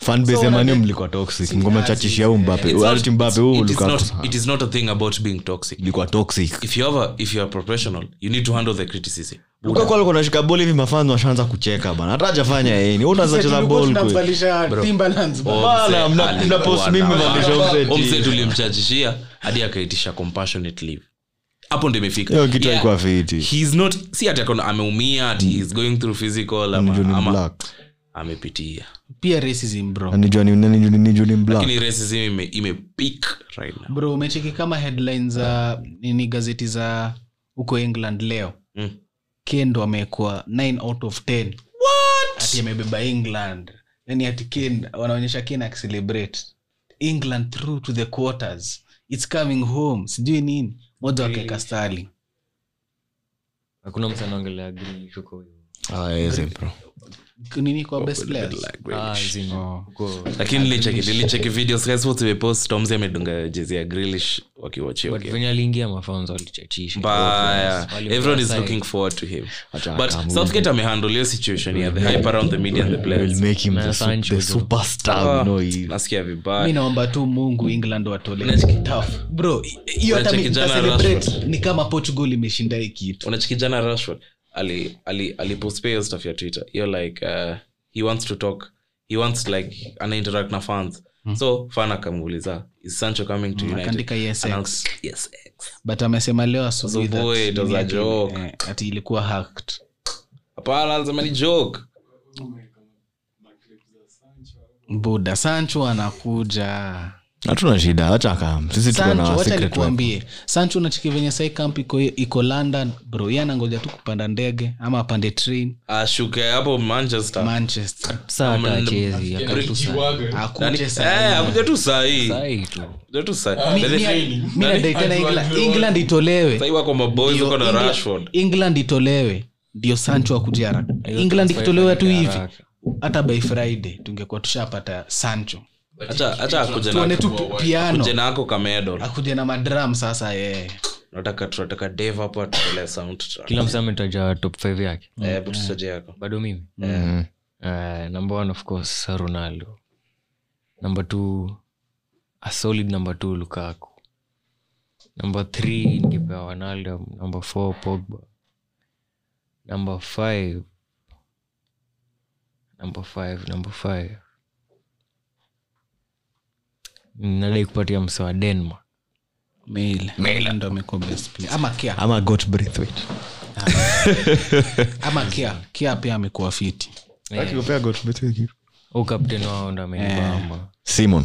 Speaker 2: fanbase ya manu mlikuwa toxic mgoma chachisha huu mbape
Speaker 4: It's not-
Speaker 2: alti mbape huu
Speaker 4: it is
Speaker 2: ulikuwa
Speaker 4: not- it is not a thing about being toxic
Speaker 2: mlikuwa toxic
Speaker 4: if you have a, if you are professional you need to handle the criticism
Speaker 2: lukaku alikuwa anashika boli hivi mafans washaanza kucheka bana hata hajafanya yeni wewe unaanza cheza ball kwe Bana, mna-
Speaker 4: Alikuwa
Speaker 2: mna post mimi
Speaker 4: na-
Speaker 2: mvalisha
Speaker 4: Huyo mzee
Speaker 2: offset
Speaker 4: tulimchachishia hadi akaitisha compassionate leave hapo ndo imefika
Speaker 2: hiyo kitu
Speaker 4: Yeah.
Speaker 2: alikuwa fiti
Speaker 4: He's not si ati akona ameumia ati he's going through physical ama,
Speaker 2: Ni Johnny
Speaker 4: ama
Speaker 2: Black.
Speaker 4: amepitia
Speaker 1: pia racism bro
Speaker 2: Na ni Johnny- na ni Johnny- ni Johnny Black.
Speaker 4: lakini racism ime, ime peak right now
Speaker 1: bro umecheki kama headline za nini gazeti za huko england leo
Speaker 4: Mm.
Speaker 1: kendo amekuwa 9 out of 10 ati amebeba england yani ati ken wanaonyesha ken akicelebrate england through to the quarters its coming home sijui nini moja wakaeka stali
Speaker 3: hakuna mtu anaongelea Grealish huko hivyo.
Speaker 2: Ah, yes, bro.
Speaker 1: nini kwa Oh, best players Oh.
Speaker 3: Ah, zini,
Speaker 2: Oh.
Speaker 3: huko
Speaker 4: lakini nilicheki nilicheki video Sky Sports imepost tomzi amedunga jezi ya Grealish wakiwachia
Speaker 3: but venye aliingia mafanzo alichachisha
Speaker 4: mbaya
Speaker 3: Wali-
Speaker 4: everyone is
Speaker 3: wali-
Speaker 4: looking forward to him
Speaker 2: Acha
Speaker 4: but
Speaker 2: akamwe.
Speaker 4: southgate amehandle hiyo situation ya the hype around the media and the
Speaker 2: We'll
Speaker 4: players
Speaker 2: make him
Speaker 3: Na
Speaker 2: the su-
Speaker 3: Sancho
Speaker 2: the
Speaker 3: jo.
Speaker 2: superstar we
Speaker 4: Ah,
Speaker 2: know he is.
Speaker 4: nasikia
Speaker 1: mi
Speaker 4: vibaya
Speaker 1: naomba tu mungu england watole
Speaker 4: Unacheki-
Speaker 1: Tough. bro hiyo hata mi-
Speaker 4: Unacheki jana
Speaker 1: nitacelebrate ni kama portugal imeshinda hii kitu
Speaker 4: unachiki jana rashford ali ali alipostia hiyo stuff ya twitter hiyo like uh, he wants to talk he wants like ana interact na fans so fan akamuuliza is sancho coming to united
Speaker 1: Hmm. akaandika yes
Speaker 4: Announce, yes ex."
Speaker 1: but amesema leo asubuhi
Speaker 4: Asubuhi,
Speaker 1: that
Speaker 4: it was
Speaker 1: nini
Speaker 4: a
Speaker 1: ati-
Speaker 4: joke.
Speaker 1: eh, ati ilikuwa hacked
Speaker 4: hapana anasema ni joke
Speaker 1: buda sancho anakuja
Speaker 2: hatuna shida acha kam sisi tuko
Speaker 1: sancho
Speaker 2: na
Speaker 1: wacha
Speaker 2: secret weapon.
Speaker 1: nikuambie sancho unachiki venye sai camp iko, iko london bro ye anangoja tu kupanda ndege ama apande train
Speaker 4: ashuke hapo manchester
Speaker 1: manchester
Speaker 3: Saa hata hachezi, akatu saa-
Speaker 5: Kiwaga
Speaker 1: akuche
Speaker 4: Eh, akuja tu sahii
Speaker 3: saa hii tu.
Speaker 4: kuja tu
Speaker 1: Mi- mi-
Speaker 4: sahii
Speaker 1: mi nadai tena England- england itolewe
Speaker 4: sahii wako maboys
Speaker 1: Ndio,
Speaker 4: uko na
Speaker 1: England-
Speaker 4: rashford
Speaker 1: england itolewe ndio sancho akuja haraka england ikitolewa tu hivi hata by friday tungekuwa tushapata sancho
Speaker 4: acha acha akuja na
Speaker 1: tuone tu piano
Speaker 4: akuje na ako kamedol
Speaker 1: akuja na madram sasa eh. yeye
Speaker 4: nataka tunataka dave hapo atutolee sound track
Speaker 3: kila msa ametaja top 5 yake
Speaker 4: eh but tusaje yako
Speaker 3: bado mimi
Speaker 2: Mhm.
Speaker 3: uh, number one of course ronaldo number two a solid number two lukaku number three ningepewa ronaldo number four pogba number five number five number five nadai kupatia msa wa denmark
Speaker 1: mila ndo amekuwa best player. ama kia
Speaker 2: ama got breathwait
Speaker 1: ama kia kia pia amekuwa fiti
Speaker 3: au kapten Oh, wao ndo amenibamba
Speaker 2: simon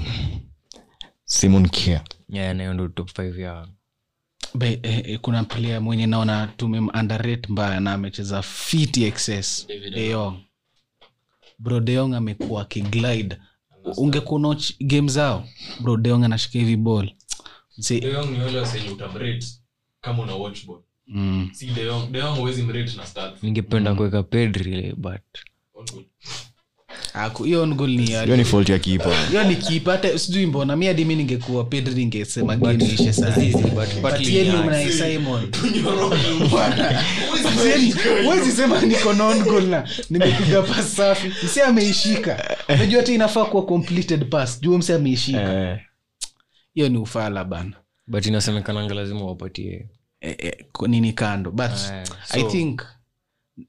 Speaker 2: simon kia
Speaker 3: yeah. nayo ndo top five yao
Speaker 1: Be, eh, eh, kuna player mwenye naona tumem underrate mbaya na amecheza fiti excess de Jong. bro de Jong amekuwa akiglide ungekuwa unaoch game zao bro de Jong anashika hivi ball
Speaker 5: De
Speaker 1: Mzee,
Speaker 5: Jong ni wale wasenye utamrate kama una watch ball
Speaker 1: mm,
Speaker 5: si De Jong De Jong huwezi mrate na stats
Speaker 3: ningependa kuweka pedri ile but
Speaker 5: On goal.
Speaker 1: aku- hiyo on goal ni ya-
Speaker 2: hiyo ni fault ya kipa
Speaker 1: hiyo ni kipa hata sijui mbona mi hadi mi ningekuwa pedri ningesema game ishe sasa But yeye ni Unai Simon. Bwana, yaani, huwezi sema niko na on goal na nimepiga pas safi msi ameishika najua hata inafaa kuwa completed pass juu msi
Speaker 3: Eh.
Speaker 1: ameishika hiyo ni ufala bana
Speaker 3: but inasemekananga lazima wapatie
Speaker 1: Eh, eh, ko- nini kando but
Speaker 3: Eh,
Speaker 1: i
Speaker 3: so-
Speaker 1: think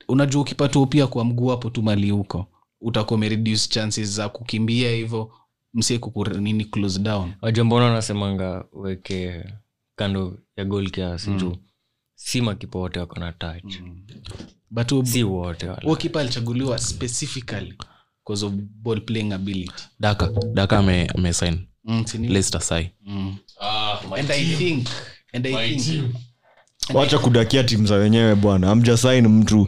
Speaker 1: unajua ukipata upia kwa mguu hapo tu mali huko utakuwa umereduce chances za kukimbia hivyo msie kukur- nini close down
Speaker 3: wajambona wanasemanga weke kando ya gol kiasi juu si makipa wote wako na touch
Speaker 1: but huo-
Speaker 3: si Mm. wote wala.
Speaker 1: huo kipa alichaguliwa specifically because of ball playing ability
Speaker 4: daka daka ame- amesign
Speaker 1: mm, si nini?
Speaker 4: leicester sai
Speaker 1: mm.
Speaker 5: Ah, my
Speaker 1: and i think and i
Speaker 5: my
Speaker 1: think
Speaker 5: team.
Speaker 2: wacha kudakia timu za wenyewe bwana amjasain mtu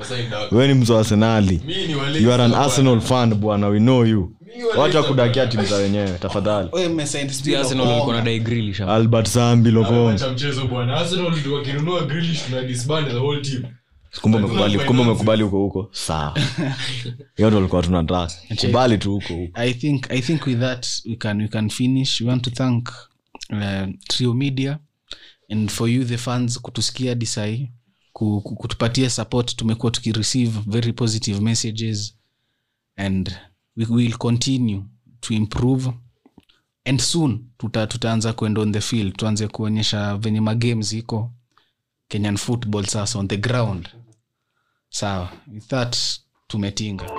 Speaker 2: we ni mzo arsenali
Speaker 5: Mi ni wale-
Speaker 2: you are an arsenal fan bwana we know you
Speaker 5: wale-
Speaker 2: wacha kudakia timu za wenyewe tafadhali
Speaker 3: arsenal walikuwa na dai Grealish hapa.
Speaker 2: albert zambi lokongo
Speaker 5: Acha mchezo bwana arsenal ndio wakinunua Grealish na disband the whole team
Speaker 2: kumbe umekubali kumbe umekubali huko huko sawa hiyo ndo alikuwa tunataka kubali tu huko huko
Speaker 1: I think I think with that we can we can finish. We want to thank uh, Trio Media and for you the fans kutusikia disai kutupatia support tumekuwa tukireceive very positive messages and we will continue to improve and soon tuta, tutaanza kuenda on the field tuanze kuonyesha venye magames iko kenyan football sasa on the ground sawa with that tumetinga